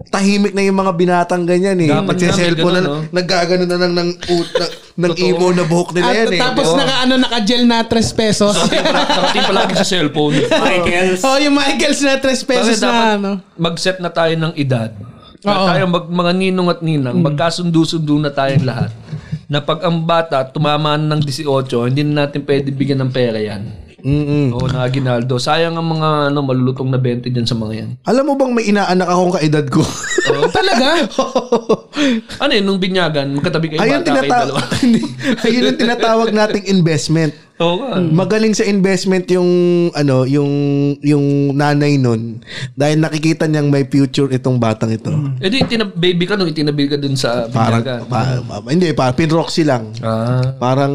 S1: tahimik na yung mga binatang ganyan eh.
S3: Dapat
S1: Dapat sa
S3: nga, may
S1: cellphone na,
S3: ganun, no?
S1: naggagano na ng, ng, ut- na- ng imo na buhok nila
S2: At
S1: yan eh.
S2: tapos
S1: Oo.
S2: naka ano naka gel na 3 pesos.
S3: Nakating palagi sa cellphone.
S8: Michaels.
S2: oh, yung Michaels na 3 pesos
S3: Bakit
S2: na
S3: dapat
S2: ano.
S3: mag-set na tayo ng edad.
S2: Oo. Mm.
S3: Na tayo mag, mga ninong at ninang, magkasundo-sundo na tayong lahat. Na pag ang bata tumama ng 18, hindi na natin pwede bigyan ng pera yan.
S1: Mm-mm.
S3: Oo, na aginaldo. Sayang ang mga ano, malulutong na 20 dyan sa mga yan.
S1: Alam mo bang may inaanak akong kaedad ko?
S2: Talaga?
S3: Ano yun, nung binyagan, magkatabi kayo
S1: Ayun,
S3: bata kayo
S1: tinata-
S3: dalawa.
S1: Ayun ang tinatawag nating investment.
S3: Oo nga.
S1: Magaling sa investment yung ano, yung yung nanay nun dahil nakikita niyang may future itong batang ito.
S3: Eh di, itinab- baby ka nung itinabil ka dun sa
S1: Parang
S3: binyagan.
S1: pa, pa- hindi parang pinroxy lang.
S3: Ah.
S1: Parang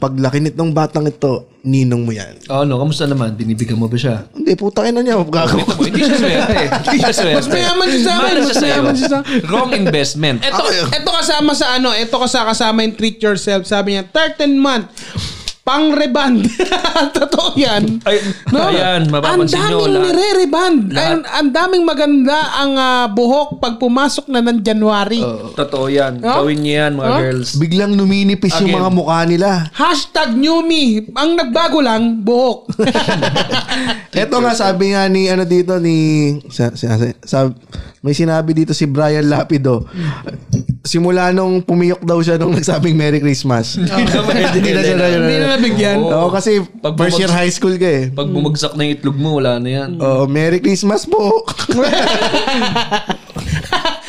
S1: paglaki nitong batang ito, ninong mo yan.
S3: Oh, ano, kamusta naman? Binibigyan mo ba siya?
S1: Hindi putang ina niya, gagawa.
S3: Oh, hindi siya swerte. Hindi siya swerte.
S2: Mas mayaman siya sa akin,
S3: Mayaman
S2: mas mayaman siya sa akin.
S3: Wrong investment.
S2: Ito, ito kasama sa ano, ito kasama kasama yung treat yourself. Sabi niya, 13 month. Pang-reband. Totoo yan.
S3: Ay, ayan, mapapansin
S2: Ang
S3: nyo
S2: daming
S3: lahat.
S2: nire-reband.
S3: Lahat.
S2: Ang, ang daming maganda ang ah, buhok pag pumasok na ng January.
S3: Totoo yan.
S2: Oh?
S3: Gawin niyo yan, mga
S2: Oh?
S3: girls.
S1: Biglang numinipis yung
S3: Again.
S1: mga mukha nila.
S2: Hashtag new me. Ang nagbago lang, buhok.
S1: Ito nga sabi nga ni ano dito ni sa, sa, sa- sab- may sinabi dito si Brian Lapido. Simula nung pumiyok daw siya nung nagsabing Merry Christmas. Hindi na siya
S2: Hindi na nabigyan.
S1: Oo, kasi
S3: Pag
S1: first year
S3: bumagsak-
S1: high school ka eh.
S3: Pag bumagsak na yung itlog mo, wala na yan.
S1: Oh, Merry Christmas po.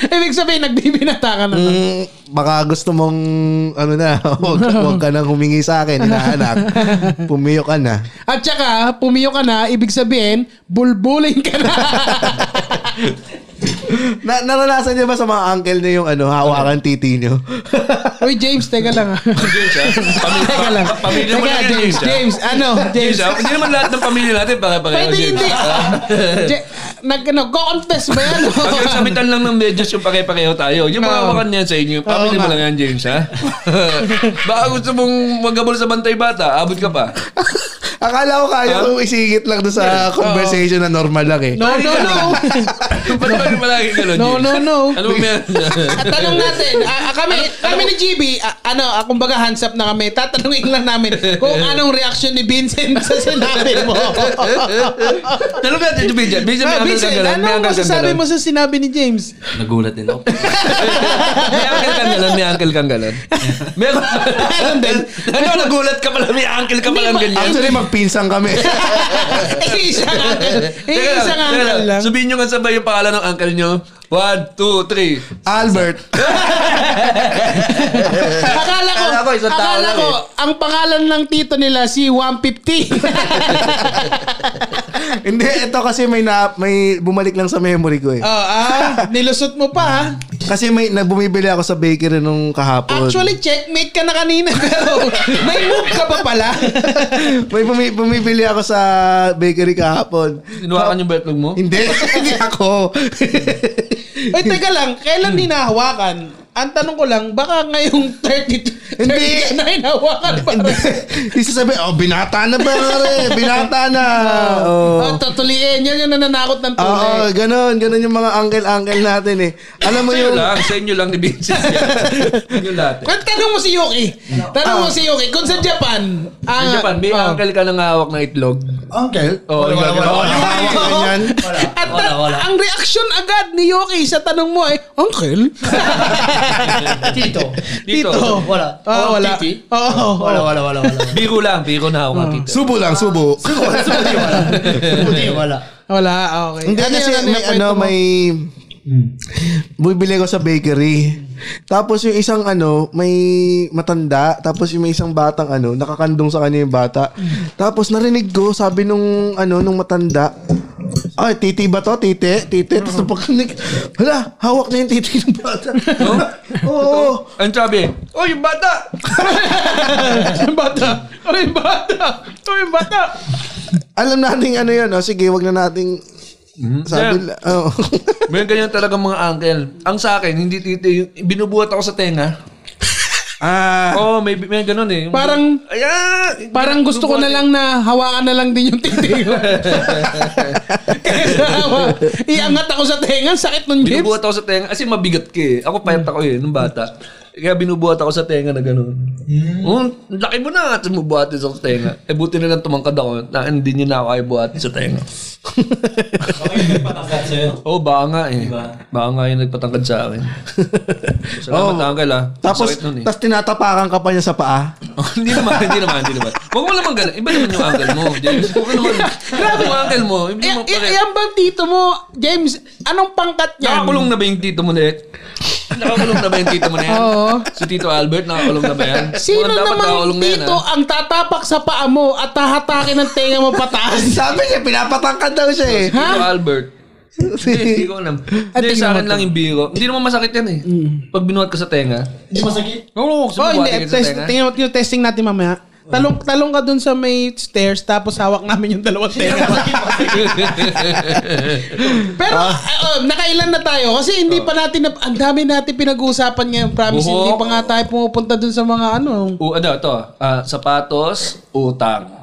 S2: Ibig sabihin, nagbibinata ka na.
S1: Mm, Baka gusto mong ano na, huwag, huwag ka nang humingi sa akin, inaanak. Pumiyok ka na.
S2: At saka, pumiyo ka na, ibig sabihin, bulbulin ka na.
S1: na naranasan niyo ba sa mga uncle na yung ano, hawakan titi niyo?
S2: Uy, James, teka lang. ah.
S3: James, ha? Pamilya,
S2: teka lang.
S3: pa- pamilya mo lang
S2: Teka,
S3: yan, James,
S2: James,
S3: ah. ha?
S2: James, ano,
S3: James, ah.
S2: James.
S3: ha? Hindi naman lahat ng pamilya natin, baka baka
S2: Pwede hindi. Ja- Nag, ano, confess ba yan?
S3: Ah, Pag nagsabitan lang ng medyas yung pare-pareho tayo, yung mga
S2: Oo.
S3: wakan niyan sa inyo, pamilya mo lang yan, James, ha? Baka gusto mong magabol sa bantay bata, abot ka pa.
S1: Akala ko kaya kong isingit lang doon sa conversation na normal lang eh.
S2: Ah? No, no, no.
S3: Ba't Ano ba palagi ka nun,
S2: No,
S3: James?
S2: no, no.
S3: Ano ba meron?
S2: At tanong natin, ah, ah, kami, kami ni GB, ah, ano, ah, kumbaga hands up na kami, tatanungin lang namin kung anong reaction ni Vincent sa sinabi mo.
S3: Tanong natin si Bijan. Bijan, may
S2: Ah,
S3: angkas
S2: Vincent,
S3: May
S2: ano ang
S3: angkas
S2: masasabi mo sa sinabi ni James?
S5: Nagulat din ako.
S3: May uncle kang galon, may uncle kang galon. Meron.
S2: Meron din.
S3: Ano, nagulat ka pala, may uncle ka pala
S2: Hindi ba-
S3: ganyan.
S1: Actually, magpinsang kami.
S2: Eh, isang uncle. Eh,
S3: Teka lang,
S2: isang
S3: teka
S2: uncle
S3: lang.
S2: lang.
S3: Sabihin nyo nga sabay yung pangalan ng uncle nyo. One, two, three.
S1: Albert.
S2: Akala ko,
S5: Akala ko, isang tao
S2: akala
S5: lang
S2: ko,
S5: eh.
S2: ang pangalan ng tito nila si 150.
S1: Hindi, ito kasi may na, may bumalik lang sa memory ko eh.
S2: oh, ah, nilusot mo pa. ah.
S1: Kasi may nabumibili ako sa bakery nung kahapon.
S2: Actually, checkmate ka na kanina pero may move ka pa pala.
S1: may bumi, bumibili ako sa bakery kahapon.
S2: Ah.
S3: Inuwakan yung betlog mo?
S1: Hindi, hindi ako.
S2: Ay, teka lang, kailan hinahawakan? Ang tanong ko lang, baka ngayong 30, 30
S1: Hindi.
S2: ka na hinahawakan pa rin.
S1: Isa sabi, oh, binata na ba? pare? Binata na.
S2: Oh.
S1: Oh.
S2: tutuliin. Yan yung nananakot
S1: Oo,
S2: ng tuloy.
S1: ganun. Ganun yung mga uncle-uncle natin eh. Alam mo
S3: Sa inyo
S1: yung...
S3: lang, sa inyo lang ni Vincent. yan. Sa inyo lahat.
S2: Kung tanong mo si Yuki,
S1: Ah.
S2: tanong mo si Yuki, kung sa Japan,
S3: Sa
S2: ang,
S3: Japan, may
S2: Ah.
S3: uncle ka nang hawak na itlog.
S4: Uncle?
S3: Oh,
S4: wala, wala, wala.
S1: Yung ganyan.
S2: At ta- ang reaksyon agad ni Yoki sa tanong mo ay, Uncle?
S4: Tito.
S3: Dito.
S4: Wala.
S2: Oh, wala. Oh.
S3: titi?
S2: Oo.
S4: Wala, wala, wala, wala.
S3: Biro lang, biro na hawak ng
S2: Ah.
S3: tito.
S1: Subo lang, subo.
S4: Subuti wala. Subuti wala.
S2: Wala, okay.
S1: Hindi
S2: Ano
S1: kasi
S2: yun,
S1: may
S2: ano yung
S1: ano,
S2: kwento mo?
S1: may... Hmm. Bibili ko sa bakery. Tapos yung isang ano, may matanda. Tapos yung may isang batang ano, nakakandong sa kanya yung bata. Tapos narinig ko, sabi nung ano, nung matanda. Ay, titi ba to? Titi? Titi? Tapos napakanig. Hala, hawak na yung titi ng bata. Oo.
S3: Ang sabi, Oh, yung bata!
S2: yung bata. Ano yung bata? Ano yung bata?
S1: Alam nating ano yun. Oh. Sige, wag na nating... Sabi
S3: Yeah.
S1: la- oh.
S3: May ganyan talaga mga uncle. Ang sa akin, hindi tito yung binubuhat ako sa tenga.
S1: ah,
S3: Oo, oh, may, may ganun eh. Yung-
S2: Parang-
S3: Ayan!
S2: Parang gusto ko na lang na hawakan na lang din yung titi ko. Kaya hawa- Iangat ako sa tenga, sakit nung James.
S3: Binubuhat ako sa tenga. Kasi mabigat ka eh. Ako payat ako eh, nung bata. Kaya binubuhat ako sa tenga na gano'n. Oh, ang laki mo na at bumubuhatin sa tenga. Eh buti na lang tumangkad ako na hindi niyo na ako ay buhatin sa tenga. Oo, oh, baka nga eh. Baka nga yung nagpatangkad sa akin. Salamat oh. uncle ah.
S1: tapos,
S3: Sakit nun eh.
S1: tapos tinatapakan ka pa niya sa paa.
S3: Oh, hindi naman, hindi naman, hindi naman. Huwag mo naman ganun. Iba naman yung uncle mo, James. Huwag mo naman. Grabe yung uncle mo. Iba
S2: Eh,
S3: naman
S2: eh,
S3: pare-
S2: ayan bang tito mo, James? Anong pangkat niyan?
S3: Nakakulong na ba yung tito mo na yan? Nakakulong na ba yung tito mo na yan?
S2: Oo.
S3: Si Tito Albert, nakakulong na ba yan?
S2: Sino
S3: Mukhang dapat
S2: namang
S3: nakakulong na yan,
S2: tito
S3: ah.
S2: ang tatapak sa paa mo at tahatakin ng tenga mo pataas?
S1: Sabi niya, pinapatangkad daw siya eh.
S2: Ha?
S3: Tito Albert. Hindi, hindi ko alam. Hindi,
S2: tingnan
S3: sa akin
S2: mo to.
S3: lang yung biro. Hindi naman masakit yan eh. Pag binuhat ka sa tenga.
S4: Hindi masakit.
S3: Oo, oh,
S2: Oh, hindi. Test, tingnan mo, tingnan- testing natin mamaya. Talong, talong ka dun sa may stairs tapos hawak namin yung dalawang stairs. Pero eh, oh, nakailan na tayo kasi hindi pa natin na- ang dami natin pinag-uusapan ngayon. Promise
S3: Ah. Buhok.
S2: hindi pa nga tayo pumupunta dun sa mga ano.
S3: U, ano to? Ah, sapatos, utang.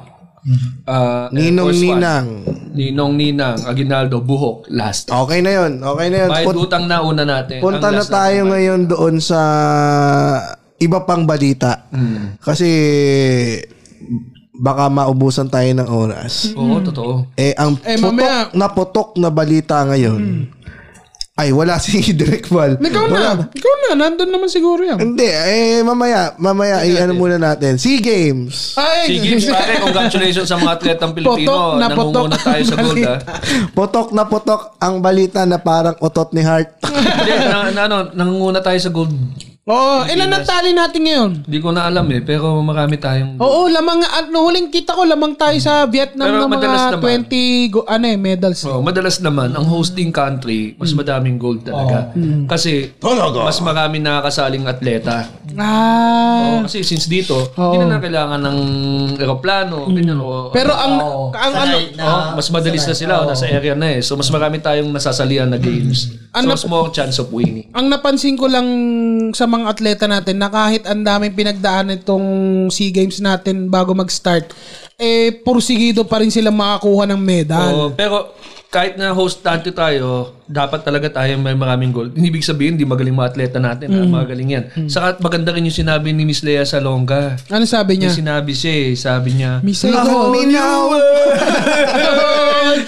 S3: Ah, Air
S1: Ninong
S3: Force One.
S1: Ninang.
S3: Ninong Ninang, Aguinaldo, Buhok, last.
S1: Okay na yun. Okay na yun.
S3: Bayad
S1: Pun-
S3: utang na una natin.
S1: punta
S3: Ang
S1: na
S3: last
S1: tayo
S3: natin.
S1: ngayon doon sa iba pang balita.
S2: Hmm.
S1: Kasi baka maubusan tayo ng oras.
S3: Oo, totoo.
S1: Eh, ang
S2: Eh,
S1: putok
S2: mamaya- Hmm.
S1: na putok na balita ngayon. Ay, wala si Direk Val.
S2: Ikaw na. Ikaw na. Nandun naman siguro yan.
S1: Hindi, eh, mamaya, mamaya, eh, ano muna natin. SEA Games.
S2: Ay,
S3: Sige, pare, congratulations sa mga atletang Pilipino.
S2: Potok na potok
S3: Nangunguna tayo sa
S2: ang
S3: gold, ah. ha?
S1: Potok na potok ang balita na parang otot ni Hart.
S3: Hindi, na, na, ano, nangunguna tayo sa gold.
S2: Oo. Ilan ang tali natin ngayon?
S3: Hindi ko na alam eh, pero marami tayong...
S2: Oo, lamang at no, huling kita ko lamang tayo sa Vietnam
S3: Pero
S2: ng
S3: madalas
S2: mga
S3: naman.
S2: 20 go, ano eh, medals.
S3: Oh, madalas naman, ang hosting country, mas madaming gold talaga.
S2: Oh. Hmm.
S3: Kasi, mas marami nakakasaling atleta.
S2: Ah.
S3: Oh, kasi since dito, hindi na, na kailangan ng eroplano, ganyan. Oh,
S2: Hmm. Pero ang ang ano,
S4: Sanay na-
S3: Oh, mas madalis na sila, oh, nasa area na eh. So, mas marami tayong nasasalian na games. So,
S2: Ano-
S3: mas more chance of winning.
S2: ang napansin ko lang sa mga atleta natin na kahit ang daming pinagdaan itong SEA Games natin bago mag-start, eh pursigido pa rin sila makakuha ng medal.
S3: Oo, pero kahit na host dati tayo, dapat talaga tayo may maraming gold. Hindi ibig sabihin, hindi magaling mga atleta natin. ah, Magaling yan. Saka maganda rin yung sinabi ni Miss Lea Salonga.
S2: Ano sabi
S3: May
S2: niya?
S3: sinabi siya eh. Sabi niya,
S2: Miss Saigo.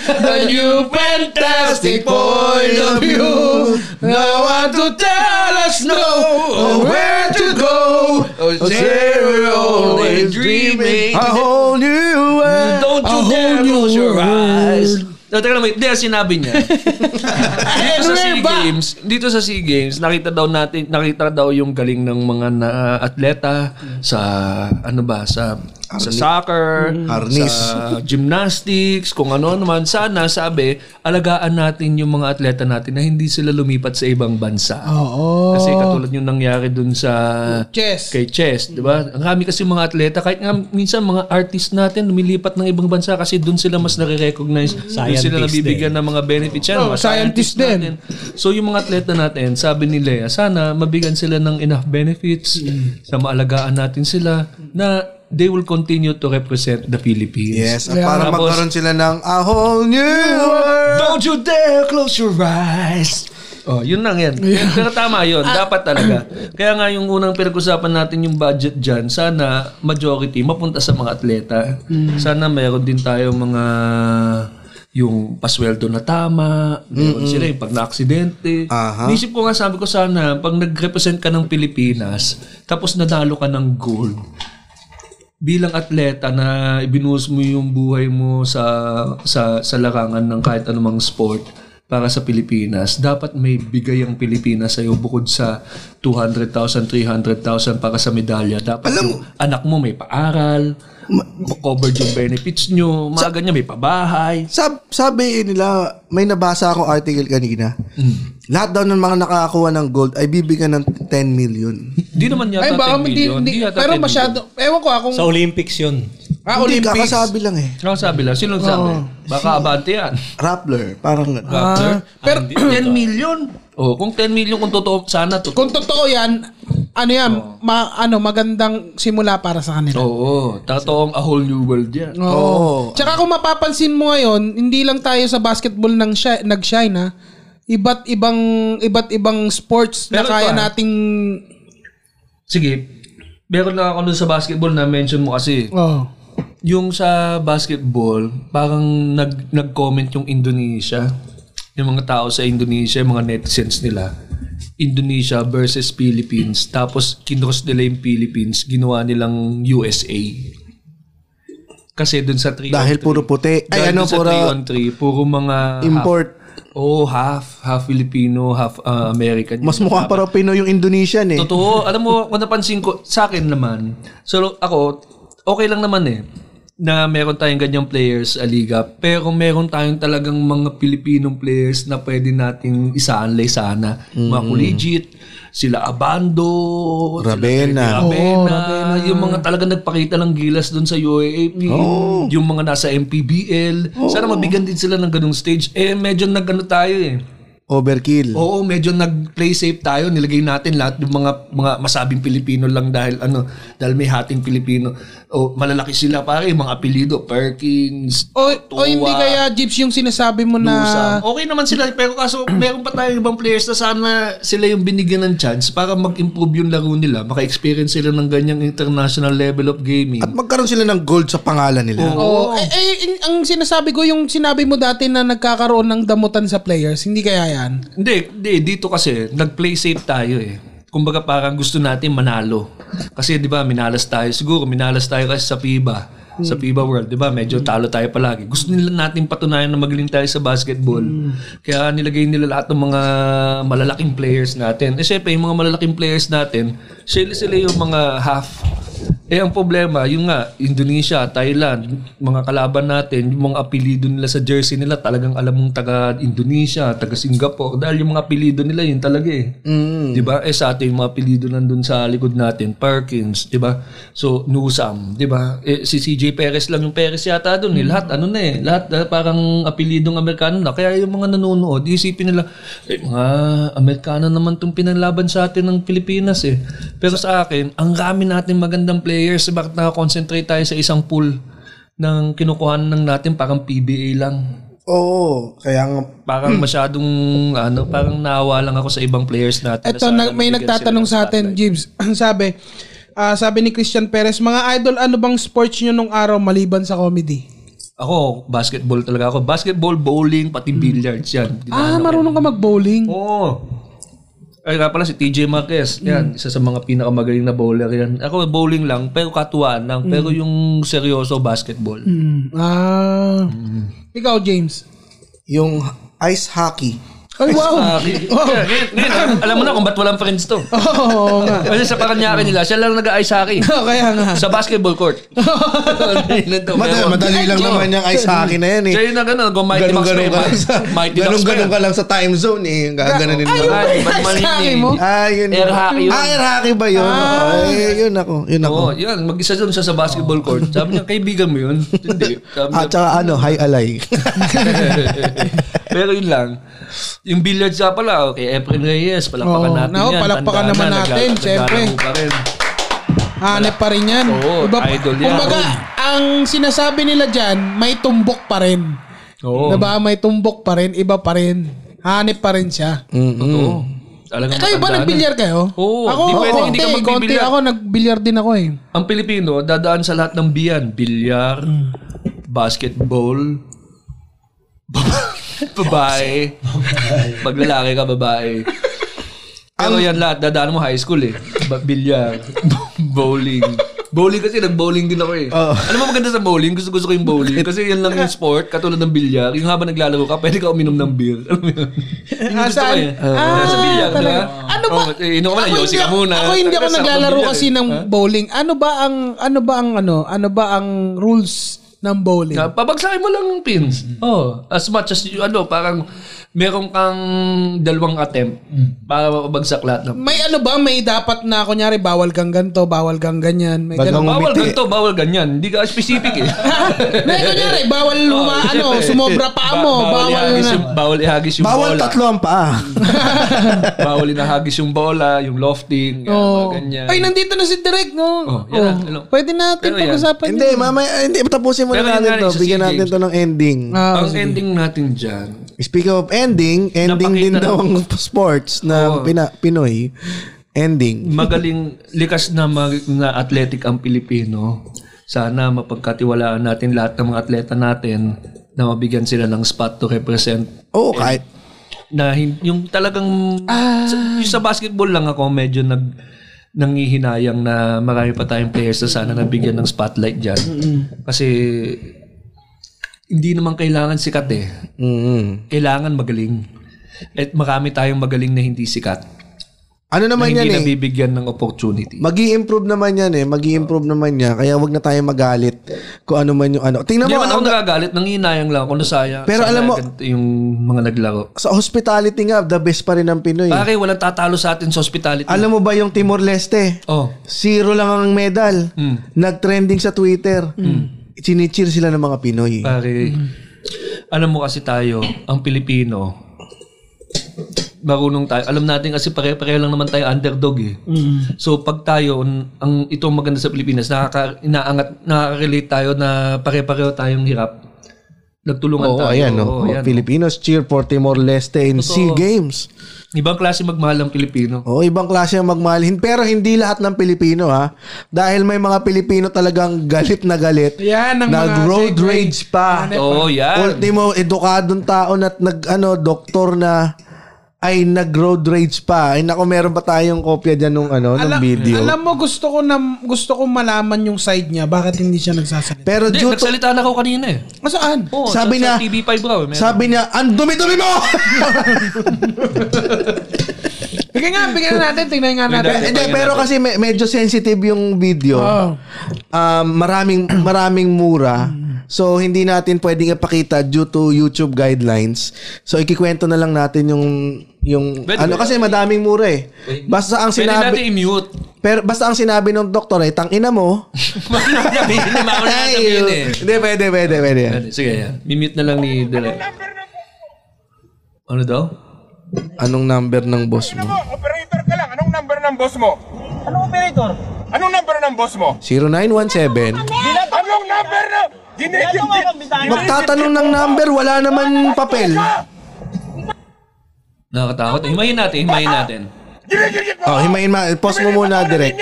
S3: The new fantastic point of view. No one to tell us no or where to go. Oh, they were only dreaming.
S1: A whole new world.
S3: Don't you dare close your eyes. No, teka lang, wait. Hindi, sinabi niya. dito sa SEA Games, dito sa SEA Games, nakita daw natin, nakita daw yung galing ng mga na, atleta sa, ano ba, sa, sa soccer,
S1: Arnis.
S3: sa gymnastics, kung ano naman. Sana, sabi, alagaan natin yung mga atleta natin na hindi sila lumipat sa ibang bansa.
S2: Oo.
S3: Kasi katulad yung nangyari dun sa
S2: Chess. Mm.
S3: kay Chess, 'di ba? Ang kami kasi mga atleta, kahit nga minsan mga artist natin lumilipat ng ibang bansa kasi doon sila mas nare-recognize, doon sila
S7: Scientist
S3: nabibigyan ng mga benefits yan,
S2: Mm. Oh,
S3: mga
S2: scientist din.
S3: natin. So yung mga atleta natin, sabi ni Lea, sana mabigyan sila ng enough benefits
S2: Mm.
S3: sa maalagaan natin sila na they will continue to represent the Philippines.
S1: Yes, at para
S3: Tapos-
S1: magkaroon sila ng a whole new world.
S3: Don't you dare close your eyes. Oh, yun lang yan. Pero tama yun. Dapat talaga. Kaya nga yung unang pinag-usapan natin yung budget dyan, sana majority mapunta sa mga atleta. Sana meron din tayo mga yung pasweldo na tama, meron sila yung pag na-aksidente.
S1: Aha.
S3: Isip ko nga, sabi ko sana, pag nag-represent ka ng Pilipinas, tapos nadalo ka ng gold, bilang atleta na ibinuhos mo yung buhay mo sa sa sa larangan ng kahit anumang sport para sa Pilipinas, dapat may bigay ang Pilipinas sa iyo bukod sa 200,000, 300,000 para sa medalya. Dapat yung anak mo may paaral, covered yung benefits nyo, mga ganyan, may pabahay.
S1: Sab sabi nila, may nabasa akong article kanina.
S3: Hmm.
S1: Lahat daw ng mga nakakakuha ng gold ay bibigyan ng 10 million.
S3: Di naman yata
S2: Ay,
S3: 10
S2: baka hindi,
S3: million.
S2: hindi,
S3: Di yata
S2: pero
S3: 10
S2: masyado, ewan ko akong,
S7: Sa Olympics yun.
S2: ah,
S1: Hindi,
S2: Olympics.
S1: kakasabi lang eh.
S3: million. Ano sabi lang? Sino sabi? Baka abante yan.
S1: Rappler, parang ganun.
S3: Raptor?
S2: Ah, Pero
S3: 10 million? Oh, kung 10 million kung totoo, sana totoo.
S2: kung totoo yan, ano yan, ma, ano, magandang simula para sa kanila.
S3: Oo, totoong a whole new world yan.
S2: Oo. Tsaka kung mapapansin mo ngayon, hindi lang tayo sa basketball nang shi- nag-shine ha. Iba't ibang iba't ibang sports na
S3: Pero ito,
S2: kaya
S3: ah.
S2: nating
S3: Sige, meron lang ako nun sa basketball na mention mo kasi.
S2: oh.
S3: Yung sa basketball, parang nag, nag-comment yung Indonesia. Yung mga tao sa Indonesia, yung mga netizens nila. Indonesia versus Philippines. Tapos kinross nila yung Philippines, ginawa nilang USA. Kasi dun sa 3
S1: Dahil puro puti. Ay ano,
S3: sa 3
S1: puro
S3: on 3, puro mga
S1: import.
S3: Half, oh, half. Half Filipino, half uh, American.
S1: Mas mukha parang Pinoy yung Indonesian eh.
S3: Totoo. Alam mo, kung napansin ko, sa akin naman, so ako, okay lang naman eh. na meron tayong ganyang players sa liga, pero meron tayong talagang mga Pilipinong players na pwede nating isaanlay sana. Mga collegiate, sila Abando,
S9: Ravena.
S3: Sila Ravena, Yung mga talaga nagpakita ng gilas doon sa UAAP. Yung mga nasa MPBL. Sana mabigyan din sila ng ganung stage. Eh, medyo nagano tayo eh.
S9: Overkill.
S3: Oo, medyo nag-play safe tayo. Nilagay natin lahat ng mga mga masabing Pilipino lang dahil ano, dahil may hating Pilipino. O malalaki sila pare, mga apelyido, Perkins.
S2: O, o hindi
S3: Tua.
S2: kaya Jeeps yung sinasabi mo na
S3: Lusang. Okay naman sila, pero kaso meron pa tayong ibang players na sana sila yung binigyan ng chance para mag-improve yung laro nila, maka-experience sila ng ganyang international level of gaming.
S9: At magkaroon sila ng gold sa pangalan nila.
S2: Oo. Eh, eh, in- ang sinasabi ko, yung sinabi mo dati na nagkakaroon ng damutan sa players, hindi kaya yan?
S3: Hindi, hindi, dito kasi nag-play safe tayo eh. Kumbaga parang gusto natin manalo. Kasi 'di ba, minalas tayo siguro, minalas tayo kasi sa FIBA. Sa FIBA World, 'di ba? Medyo talo tayo palagi. Gusto nila natin patunayan na magaling tayo sa basketball. Kaya nilagay nila lahat ng mga malalaking players natin. Eh syempre, yung mga malalaking players natin, sila sila yung mga half eh, ang problema, yun nga, Indonesia, Thailand, mga kalaban natin, yung mga apelido nila sa jersey nila, talagang alam mong taga Indonesia, taga Singapore, dahil yung mga apelido nila, yun talaga eh. Di ba? Eh, sa atin, yung mga apelido nandun sa likod natin, Perkins, di ba? So, Nusam, di ba? Eh, si CJ Perez lang yung Perez yata dun eh. Lahat, ano na eh, lahat ah, parang apelidong Amerikano na. Kaya yung mga nanonood, isipin nila, eh, mga Amerikano naman itong pinanlaban sa atin ng Pilipinas eh. Pero sa akin, ang rami natin magandang players, bakit nakakonsentrate tayo sa isang pool ng kinukuhan ng natin parang PBA lang.
S9: Oo, kaya nga
S2: Hmm.
S3: Parang masyadong, ano, parang naawa lang ako sa ibang players natin.
S2: Eto,
S3: Ano Sana
S2: na, may
S3: mabigyan
S2: nagtatanong
S3: sila ng
S2: sa atin, Jeeps. Ang sabi, ah, sabi ni Christian Perez, mga idol, ano bang sports nyo nung araw maliban sa comedy?
S3: Ako, basketball talaga ako. Basketball, bowling, pati
S2: Hmm.
S3: billiards yan.
S2: Ah, marunong ka mag-bowling.
S3: Oo. Ay, nga pala si TJ Marquez. Yan,
S9: Mm.
S3: isa sa mga pinakamagaling na bowler yan. Ako, bowling lang, pero katuwaan lang. Pero
S9: Mm.
S3: yung seryoso, basketball.
S2: Hmm. Ah.
S3: Mm.
S2: Ikaw, James.
S9: yung ice hockey.
S2: Ay, wow.
S3: Ah, yeah, ngayon- ngayon, alam- alam mo na kung ba't walang friends to.
S2: Oo nga. Oh,
S3: Kasi sa Paranaque nila, siya lang nag-ice hockey.
S2: Kaya nga.
S3: sa basketball court.
S9: Madali, madali lang naman yung ice hockey na yan eh.
S3: Siya yung nag- ano, nag- Mighty Max
S9: Ganun-ganun ka
S3: Payman.
S9: lang sa,
S3: Mighty Max
S9: ganun-ganun ka
S3: Payman.
S9: lang sa time zone eh. Gaganunin
S2: Ay,
S9: mo.
S2: ba
S3: Ay,
S2: yung
S3: ba't mali
S2: ice
S3: yun?
S2: mo?
S9: Ah, yun.
S3: Air hockey yun. Ah.
S9: Ah, air hockey ba yun? Ay, yun ako. Yun ako.
S3: Oo, yun. Mag-isa doon siya sa basketball court. Sabi niya, kaibigan mo yun. Hindi. Sabi niya,
S9: At saka ano, high alay.
S3: Pero yun lang. Yung billiards nga pala, okay, Efren Reyes, palakpakan
S2: Oo,
S3: natin
S2: nako,
S3: yan.
S2: palakpakan
S3: Tandaan
S2: naman
S3: na,
S2: natin,
S3: nagla-
S2: syempre.
S3: naglalaro pa rin.
S2: Hanep pa rin yan. Diba,
S3: Oo, idol yan.
S2: Kumbaga, ang sinasabi nila dyan, may tumbok pa rin.
S3: Oo.
S2: Diba? May tumbok pa rin, iba pa rin. Hanep pa rin siya.
S3: Totoo. Talagang
S2: Mm. Kayo ba
S3: matanda na.
S2: nagbilyar kayo?
S3: Oo,
S2: Ako,
S3: di pwede,
S2: konti,
S3: hindi ka magbibilyar.
S2: konti ako, nagbilyar din ako eh.
S3: Ang Pilipino, dadaan sa lahat ng biyan. Bilyar,
S2: Mm.
S3: basketball, babae. Pag lalaki ka, babae. Pero yan lahat, dadaan mo high school eh. Ba- Bilyar, bowling. Bowling kasi, nag-bowling din ako eh.
S2: Oh.
S3: Alam mo maganda sa bowling? Gusto gusto ko yung bowling. Kasi yan lang yung sport, katulad ng bilyar. Yung habang naglalaro ka, pwede ka uminom ng beer. Alam mo yun? Yung gusto ko
S2: Ah,
S3: eh.
S2: saan? Ah,
S3: Nasa bilyar, di
S2: talaga.
S3: ba?
S2: Ano ba?
S3: Oh, eh, inom ka na, yosi ka
S2: hindi-
S3: muna.
S2: Ako hindi ako
S3: Sarap ng
S2: naglalaro
S3: bilyar
S2: kasi
S3: eh.
S2: ng bowling. Ano ba ang ano ba ang ano? Ano ba ang rules ng bowling?
S3: Na, pabagsakin mo lang yung pins. Oh, as much as you, ano, parang meron kang dalawang attempt
S2: Mm.
S3: para mabagsak lahat ng
S2: May ano ba? May dapat na kunyari bawal kang ganto, bawal kang ganyan. May
S9: Ba't
S2: ganun.
S9: ang-
S3: Bawal
S9: Umiti.
S3: ganito, bawal ganyan. Hindi ka specific eh.
S2: May kunyari bawal luma,
S3: Oh,
S2: ano,
S3: syempre.
S2: sumobra pa
S3: Ba-
S2: mo, bawal
S3: ihagis
S2: na.
S3: Yung, bawal ihagis yung
S9: Bawal
S3: bola.
S9: tatlo ang paa.
S3: bawal inahagis yung bola, yung lofting, yan, mga
S2: Oh.
S3: ganyan.
S2: Ay, nandito na si Direk, no?
S3: Oh, yan, ano.
S2: Pwede natin
S3: Pero yan.
S2: pag-usapan
S9: hindi, mamaya, hindi, tapusin muna
S3: Pero yun
S9: natin
S3: nga rin
S9: to.
S3: sa
S9: Bigyan
S3: CJ.
S9: natin to ng ending.
S2: Ah,
S3: Ang ending natin dyan,
S9: Speaking of ending, ending
S3: Napakita
S9: din
S3: na-
S9: daw ang sports na pina, Pinoy. Ending.
S3: magaling, likas na, mag- na athletic ang Pilipino. Sana mapagkatiwalaan natin lahat ng mga atleta natin na mabigyan sila ng spot to represent
S9: Oo, kahit.
S3: na hin- yung talagang sa,
S1: Ah.
S3: yung sa basketball lang ako medyo nag nangihinayang na marami pa tayong players na sana nabigyan ng spotlight diyan. Kasi hindi naman kailangan sikat eh.
S9: Mm-mm.
S3: Kailangan magaling. At marami tayong magaling na hindi sikat.
S1: Ano
S3: na
S1: naman yan
S3: hindi
S1: eh.
S3: nabibigyan ng opportunity.
S1: mag improve naman yan eh. mag improve naman niya. Kaya wag na tayo magalit kung ano man yung ano. Tingnan
S3: Hindi
S1: mo,
S3: man ako
S1: ang-
S3: nagagalit, nanginayang lang ako nasaya.
S1: Pero
S3: sana
S1: alam mo-
S3: agad yung mga naglaro.
S1: sa hospitality nga, the best pa rin ng Pinoy.
S3: Pare, walang tatalo sa atin sa hospitality.
S1: Alam mo ba yung Timor-Leste?
S3: oh.
S1: Zero lang ang medal.
S3: Hmm.
S1: Nag-trending sa Twitter. Chinichir sila ng mga Pinoy.
S3: Pare, alam mo kasi tayo, ang Pilipino, marunong tayo. Alam natin kasi pare-pareho lang naman tayo underdog eh.
S1: Mm.
S3: So pag tayo, n- ang itong maganda sa Pilipinas, nakaka, inaangat, nakaka-relate tayo na pare-pareho tayong hirap. Nagtulungan
S1: Oo,
S3: tayo.
S1: ayan no.
S3: Oo, ayan, oh.
S1: Filipinos cheer for Timor-Leste in SEA Games.
S3: Ibang klase magmahal ang Pilipino.
S1: Oo, ibang klase ang magmahalin. Pero hindi lahat ng Pilipino ha. Dahil may mga Pilipino talagang galit na galit.
S2: Yan ang mga
S1: Nag-road
S2: segue.
S1: rage pa.
S3: Oo, oh, yan.
S1: Ultimo, edukadong tao na nag, ano, doktor na ay nag-road rage pa. Ay nako, meron pa tayong kopya dyan nung, ano, nung
S2: Alam,
S1: video.
S2: alam mo gusto ko na gusto ko malaman yung side niya bakit hindi siya nagsasalita.
S1: Pero
S3: Hindi,
S1: due to-
S3: nagsalita na ako kanina eh.
S2: Ah, Saan?
S1: Oh,
S3: Oo,
S1: Sabi na-
S3: sa, sa TV5 raw. eh, meron.
S1: sabi niya, ang dumi-dumi mo!
S2: Bigyan nga, bigyan na natin, tingnan nga
S1: Pe-
S2: natin.
S1: Hindi, pero kasi me- medyo sensitive yung video.
S2: Oo.
S1: Um, maraming maraming mura. So hindi natin pwedeng ipakita due to YouTube guidelines. So ikikwento na lang natin yung yung
S3: Pwede
S1: ano
S3: ba?
S1: kasi madaming mura eh. Basta ang
S3: Pwede natin
S1: sinabi
S3: i-mute.
S1: pero basta ang sinabi ng doktor ay tangina mo.
S3: Hindi ba ako nakasabihin eh.
S1: Hindi pwede pwede pwede. yan.
S3: Pwede, Sige, yan. mimute na lang ni Direk. Ano daw?
S1: Anong number ng boss mo?
S10: Operator ka lang. Anong number ng boss mo? Anong operator? Anong number ng boss mo?
S1: 0917.
S10: Anong number na... Dinidip,
S1: Magtatanong ng number, wala naman papel.
S3: Nakakatakot. Himayin natin, himayin natin.
S10: dinidip
S1: Oh,
S10: mo!
S1: himayin ma, pause mo muna direct.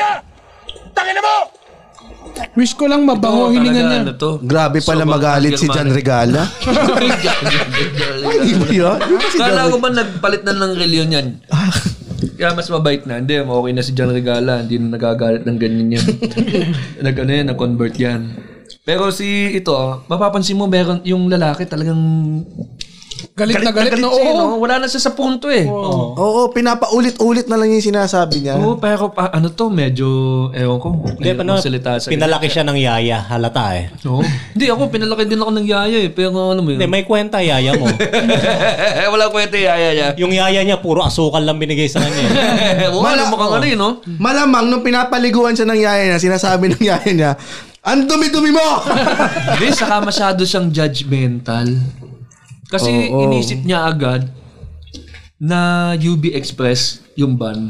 S10: Tangin na mo!
S2: Wish ko lang mabango
S3: Ito,
S2: hilingan
S3: talaga,
S2: niya.
S3: ano to?
S1: Grabe pala
S3: Sobrang
S1: magalit si John
S3: Germanic.
S1: Regala. Hindi ba yun? Di ba si John Ah.
S3: Kala
S1: Regala?
S3: ko ba nagpalit na ng reliyon yan? Kaya mas mabait na. Hindi, okay na si John Regala. Hindi na nagagalit ng ganyan yan. nag ano yan, nag-convert yan. Pero si ito, mapapansin mo meron yung lalaki talagang
S2: Galit na galit, no.
S3: siya,
S2: Oo.
S3: no? Wala na siya sa punto eh.
S1: Oo, pinapaulit-ulit na lang yung sinasabi niya.
S3: Oo, pero pa, ano to, medyo, ewan ko,
S7: Hindi,
S3: mahirap
S7: paano,
S3: magsalita sa
S7: pinalaki siya ng yaya. Halata eh.
S3: Oo. Hindi, ako, pinalaki din ako ng yaya eh. Pero ano mo
S7: Hindi,
S3: yun?
S7: may kwenta yaya mo.
S3: Eh, Wala kwenta yung yaya niya.
S7: Yung yaya niya, puro asukal lang binigay sa kanya. eh.
S3: Oo,
S1: Mala-
S3: alam mo kang ano yun, no?
S1: Malamang nung pinapaliguan siya ng yaya niya, sinasabi ng yaya niya, ang dumi-dumi mo!
S3: Hindi, saka masyado siyang judgmental. Kasi
S1: Oo.
S3: inisip niya agad na UB Express yung ban.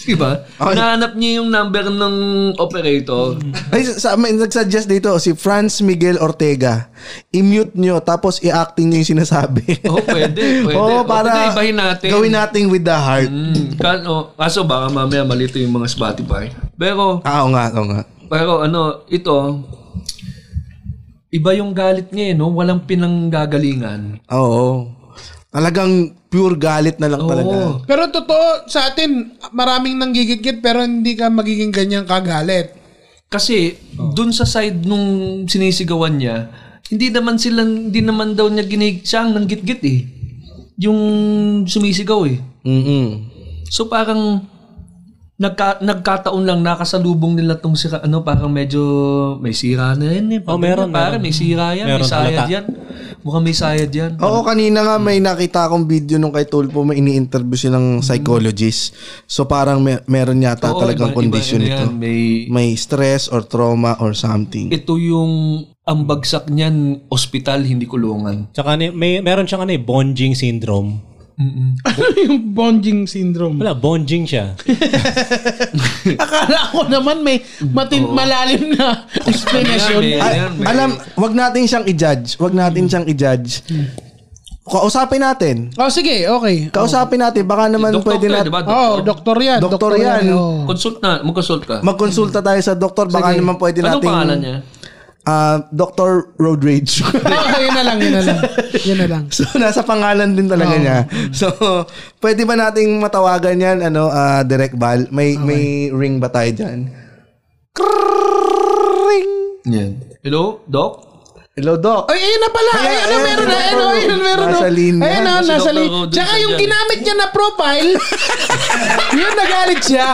S3: Diba?
S1: Ay. Mm.
S3: Nahanap niya yung number ng operator.
S1: Ay, sa, may nagsuggest dito, si Franz Miguel Ortega. I-mute nyo, tapos i-acting nyo yung sinasabi.
S3: Oo, pwede, pwede.
S1: Oo,
S3: O,
S1: para
S3: pwede, ibahin natin.
S1: gawin natin with the heart.
S3: Mm, kan, oh, kaso baka mamaya malito yung mga Spotify. Pero,
S1: Ah, oo nga, oo nga.
S3: Pero ano, ito, iba yung galit niya eh, no? Walang pinanggagalingan.
S1: Oo. Talagang pure galit na lang talaga.
S3: Oo.
S2: Pero totoo sa atin, maraming nanggigigit pero hindi ka magiging ganyan kagalit.
S3: Kasi,
S1: Oh.
S3: dun sa side nung sinisigawan niya, hindi naman silang, hindi naman daw niya ginig, siya ang nanggit-git eh. Yung sumisigaw eh.
S1: Mm-mm.
S3: So parang, nagka, nagkataon lang nakasalubong nila tong sira, ano, parang medyo may sira na yan eh.
S7: Oh, meron,
S3: Parang may sira yan, may
S7: Meron,
S3: sayad
S7: halata.
S3: yan. Mukhang may sayad yan.
S1: Oo, kanina nga may nakita akong video nung kay Tulpo, may ini-interview silang psychologist. So parang may, meron yata
S3: Mm. Oo,
S1: talagang
S3: iba- iba
S1: condition
S3: ano
S1: ito.
S3: yan, May,
S1: May stress or trauma or something.
S3: ito yung ang bagsak niyan, ospital, hindi kulungan.
S7: Tsaka ni- may, meron siyang ano eh, bonding syndrome.
S2: Ano yung bonding syndrome?
S7: Wala, bonding siya.
S2: Akala ko naman may matin malalim na explanation.
S1: Ay, alam, wag natin siyang i-judge. Wag natin siyang i-judge. Kausapin natin.
S2: Oh, sige, okay.
S1: Kausapin natin. Baka naman
S3: Doktor
S1: pwede
S3: ka,
S1: natin.
S3: diba? Doktor?
S2: Oh, doktor yan.
S1: Doktor yan.
S2: oh.
S3: Consult na, mag-consult ka.
S1: Magkonsulta tayo sa doktor. Baka naman pwede
S3: Anong
S1: natin.
S3: pangalan niya?
S1: Dr. Road Rage.
S2: Oh, yun na lang, yun na lang. Yun na lang.
S1: So nasa pangalan din talaga niya. So pwede ba nating matawagan 'yan ano ah, direct bal? May may ring ba tayo diyan?
S3: Hello, Doc?
S1: Hello, Doc.
S2: Ay, ayun na pala. Ay,
S1: Ayan,
S2: ano
S1: ayan,
S2: meron na.
S1: ayan,
S2: Ayun,
S1: ayan,
S2: ayun, meron na.
S1: nasa linya.
S2: Ayun na,
S3: Si Dr.
S2: nasa linya.
S3: Rodriguez
S2: Tsaka yung
S3: yan.
S2: ginamit niya na profile, yun nagalit siya.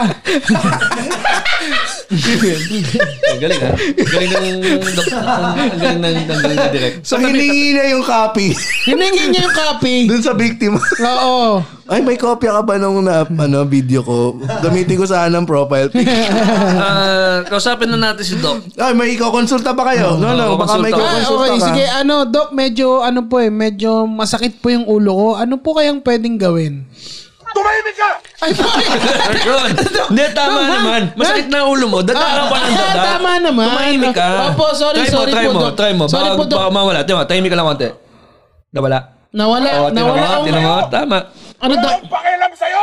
S5: Ang galing ha? Ang galing ng doktor. Ang galing ng, ng, ng direct.
S1: So, hiningi niya yung copy
S2: Hiningi niya yung copy.
S1: dun sa biktima.
S2: Oo.
S1: Ay, may kopya ka ba nung na, ano, video ko? Gamitin ko sana ng profile pic.
S3: Ah, kausapin na natin si Doc.
S1: Ay, may ikokonsulta ba kayo? No, no, baka may
S3: Ikaw,
S2: Ah,
S1: ikokonsulta
S2: okay,
S1: ka.
S2: sige. Ano, Doc, medyo, ano po eh, medyo masakit po yung ulo ko. Ano po kayang pwedeng gawin?
S10: Tumahimik ka!
S2: Ay, bakit?
S3: Good. Hindi, tama
S2: Tama.
S3: naman. Masakit na ang ulo mo. Dadaan
S2: Ah,
S3: pa ng
S2: ah,
S3: dada.
S2: tama naman.
S3: Tumahimik ka.
S2: Opo, sorry,
S3: try
S2: sorry
S3: mo, try
S2: po,
S3: mo,
S2: Doc.
S3: Try mo,
S2: Sorry
S3: baka,
S2: po, Doc.
S3: baka mawala. Tama, tahimik ka lang konti. Nawala.
S2: nawala,
S3: Oo, tinan
S2: nawala.
S3: mo,
S2: ang-
S3: tinan mo. Tama.
S2: Ano, Doc?
S10: Wala akong pakialam sa'yo!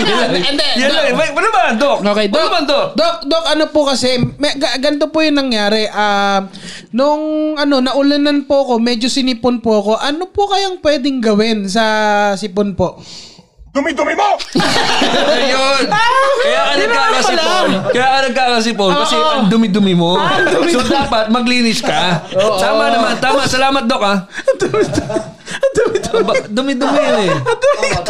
S2: Hindi, hindi,
S3: Yan
S2: Doc.
S3: lang. Wait, Ano ba, Doc?
S2: Okay, Doc.
S3: Ano ba, Doc?
S2: Doc, Doc, ano po kasi, may, ga- ganito po yung nangyari. Ah, nung ano, naulanan po ko, medyo sinipon po ako. Ano po kayang pwedeng gawin sa sipon po?
S10: Dumi-dumi mo!
S3: Ayun. Kaya ka nagkakasipon. Kaya ka nagkakasipon. Kasi
S2: Oo.
S3: Ah, ang dumi-dumi mo. So dapat maglinis ka. Tama naman. Tama. Salamat, Doc, ha? Aba, Dumi-dumi yun eh.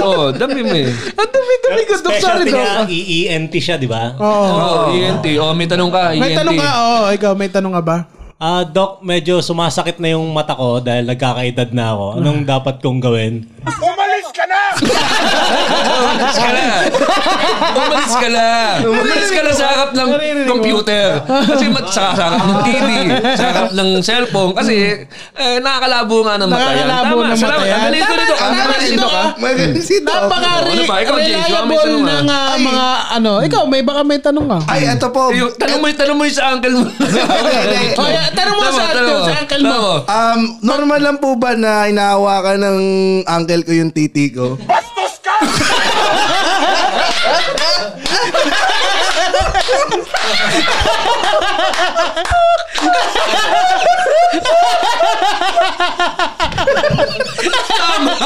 S3: Oo, dami mo eh.
S2: Ang dumi-dumi ko, Doc. Sorry,
S7: Specialty
S2: Doc.
S7: niya, E EENT siya, di ba?
S2: Oo.
S3: Oo, ENT. Oo, Oh, may tanong ka. E
S2: May
S3: ENT.
S2: tanong ka, oo, ikaw, may tanong ka ba?
S7: Ah, Doc, medyo sumasakit na yung mata ko dahil nagkakaedad na ako. Anong dapat kong gawin?
S10: Umalis ka na!
S3: Umalis ka na. Umalis ka na. Umalis ka na sa harap ng computer. Kasi mat- sa sa harap ng TV. Sa harap ng cellphone. Kasi eh, nakakalabo nga ng mata yan.
S2: Nakakalabo
S3: Tama,
S2: ng mata
S3: salamat.
S2: yan.
S3: Ang galing ko
S1: Ah,
S3: nito. Ang
S2: Tama,
S3: galing
S2: tama,
S3: nito ka.
S2: Doc. ah.
S1: Magaling si Doc.
S3: Ano ba? Ikaw, James, baka may
S2: Napaka-reliable
S3: tanong ka.
S2: ng ah, mga ano. Ikaw, may baka may tanong ka.
S1: Ay, eto po.
S3: Ayun, Tanong mo, tanong mo yung sa uncle mo.
S2: O, yeah, tanong mo
S3: Tama,
S2: sa,
S3: tanong
S2: sa uncle mo.
S3: Tama.
S1: Um, normal lang po ba na inaawakan ng uncle ko yung titi ko?
S10: Bastos ka!
S3: Tama.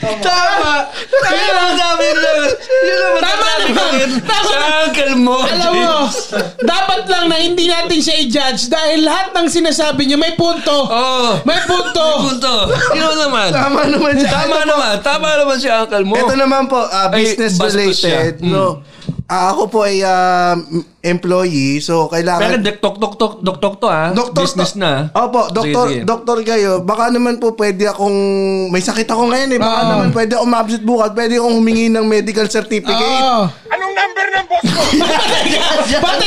S3: Yun ang sabi na. Yun ang
S2: Tama
S3: masasabi ko
S2: naman.
S3: rin Sa uncle mo.
S2: Alam mo, dapat lang na hindi natin siya i-judge dahil lahat ng sinasabi niya may punto.
S3: Oo.
S2: May punto.
S3: Oh. Punto. Yun naman.
S1: Tama naman siya.
S3: Tama naman. Tama naman si uncle mo.
S1: Ito naman po, ah,
S3: Ay,
S1: business
S3: bastos
S1: related.
S3: siya. Mm.
S1: No. Ah, ako po ay ah, employee, so
S3: Pero
S1: kailangan...
S3: dek, tok, tok, tok, tok, tok to ha.
S1: Doktor
S3: Business
S1: to-
S3: na.
S1: Opo, doktor,
S3: Sige, sige.
S1: doktor kayo. Baka naman po pwede akong may sakit ako ngayon eh. Baka
S3: Ah.
S2: Oo.
S1: naman pwede akong ma-absent bukas. Pwede akong humingi ng medical
S3: Ah.
S1: certificate.
S2: Oo.
S10: Anong number ng boss mo?
S2: Patay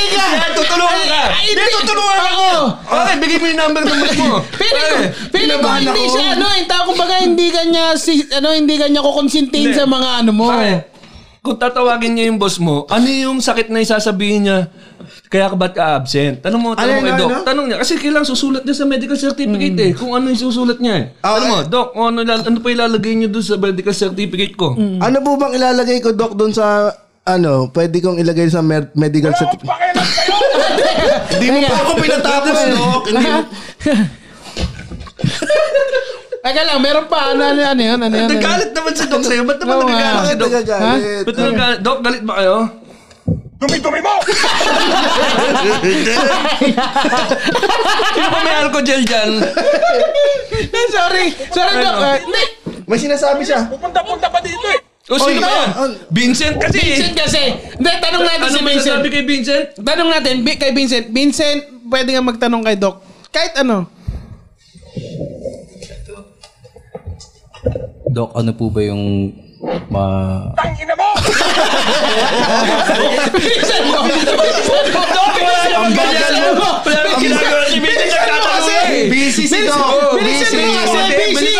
S2: ka!
S3: Yan, tutulungan ka.
S2: Ay, hindi.
S3: Yan, tutulungan ako.
S2: Oo.
S3: Okay, bigay mo yung number ng boss mo.
S2: Feeling ko,
S3: Okay.
S2: feeling ko
S1: Kinabahan
S2: hindi
S1: ako.
S2: siya ano, eh, tao kumbaga hindi kanya si ano, hindi kanya kukonsintihin
S3: Hindi.
S2: sa mga ano mo.
S3: Okay. Kung tatawagin niya yung boss mo, ano yung sakit na isasabihin niya? Kaya ka ba't ka absent? Tanong mo, tanong mo
S1: Ano,
S3: kay
S1: ano,
S3: Doc.
S1: ano?
S3: Tanong niya. Kasi kailangan susulat niya sa medical certificate eh. Kung ano yung susulat niya eh. Tanong mo, Doc, kung ano, ilal- ano pa ilalagay niyo doon sa medical certificate ko?
S1: Ano po bang ilalagay ko, Doc, doon sa... Ano, pwede kong ilagay sa med- medical
S10: Wala akong
S1: certificate.
S10: pakialam sa'yo!
S1: Hindi mo pa ako pinatapos, Doc. Hindi mo
S2: Teka lang, meron pa ano ano ano yun, ano yun. ano yun.
S3: Naggalit naman si Doc sa'yo. Ba't naman
S2: Oo nga.
S3: nagagalit si
S1: Bakit
S3: Doc?
S1: nagagalit?
S3: Ba't nagagalit? Doc, galit ba kayo?
S10: Dumi-dumi mo!
S3: Sino pa may alcohol dyan?
S2: Eh, Sorry. Sorry, Doc. Eh, Hindi.
S1: May sinasabi siya.
S10: Pupunta-punta pa dito eh!
S3: O sino ba yan? Vincent kasi.
S2: Vincent kasi. Hindi, tanong natin
S3: Ano ba
S2: si
S3: yung
S2: Vincent.
S3: sabi kay Vincent?
S2: Tanong natin Bi- kay Vincent. Vincent, pwede nga magtanong kay Doc. Kahit ano.
S5: Doc, ano po ba yung ma...
S10: Tangina mo!
S2: Bilisan mo! Bilisan mo! Bilisan mo!
S3: Wala nang ginagawa si Vincent. Nagtatanong eh.
S1: Busy si Doc.
S2: Bilisan
S1: Busy.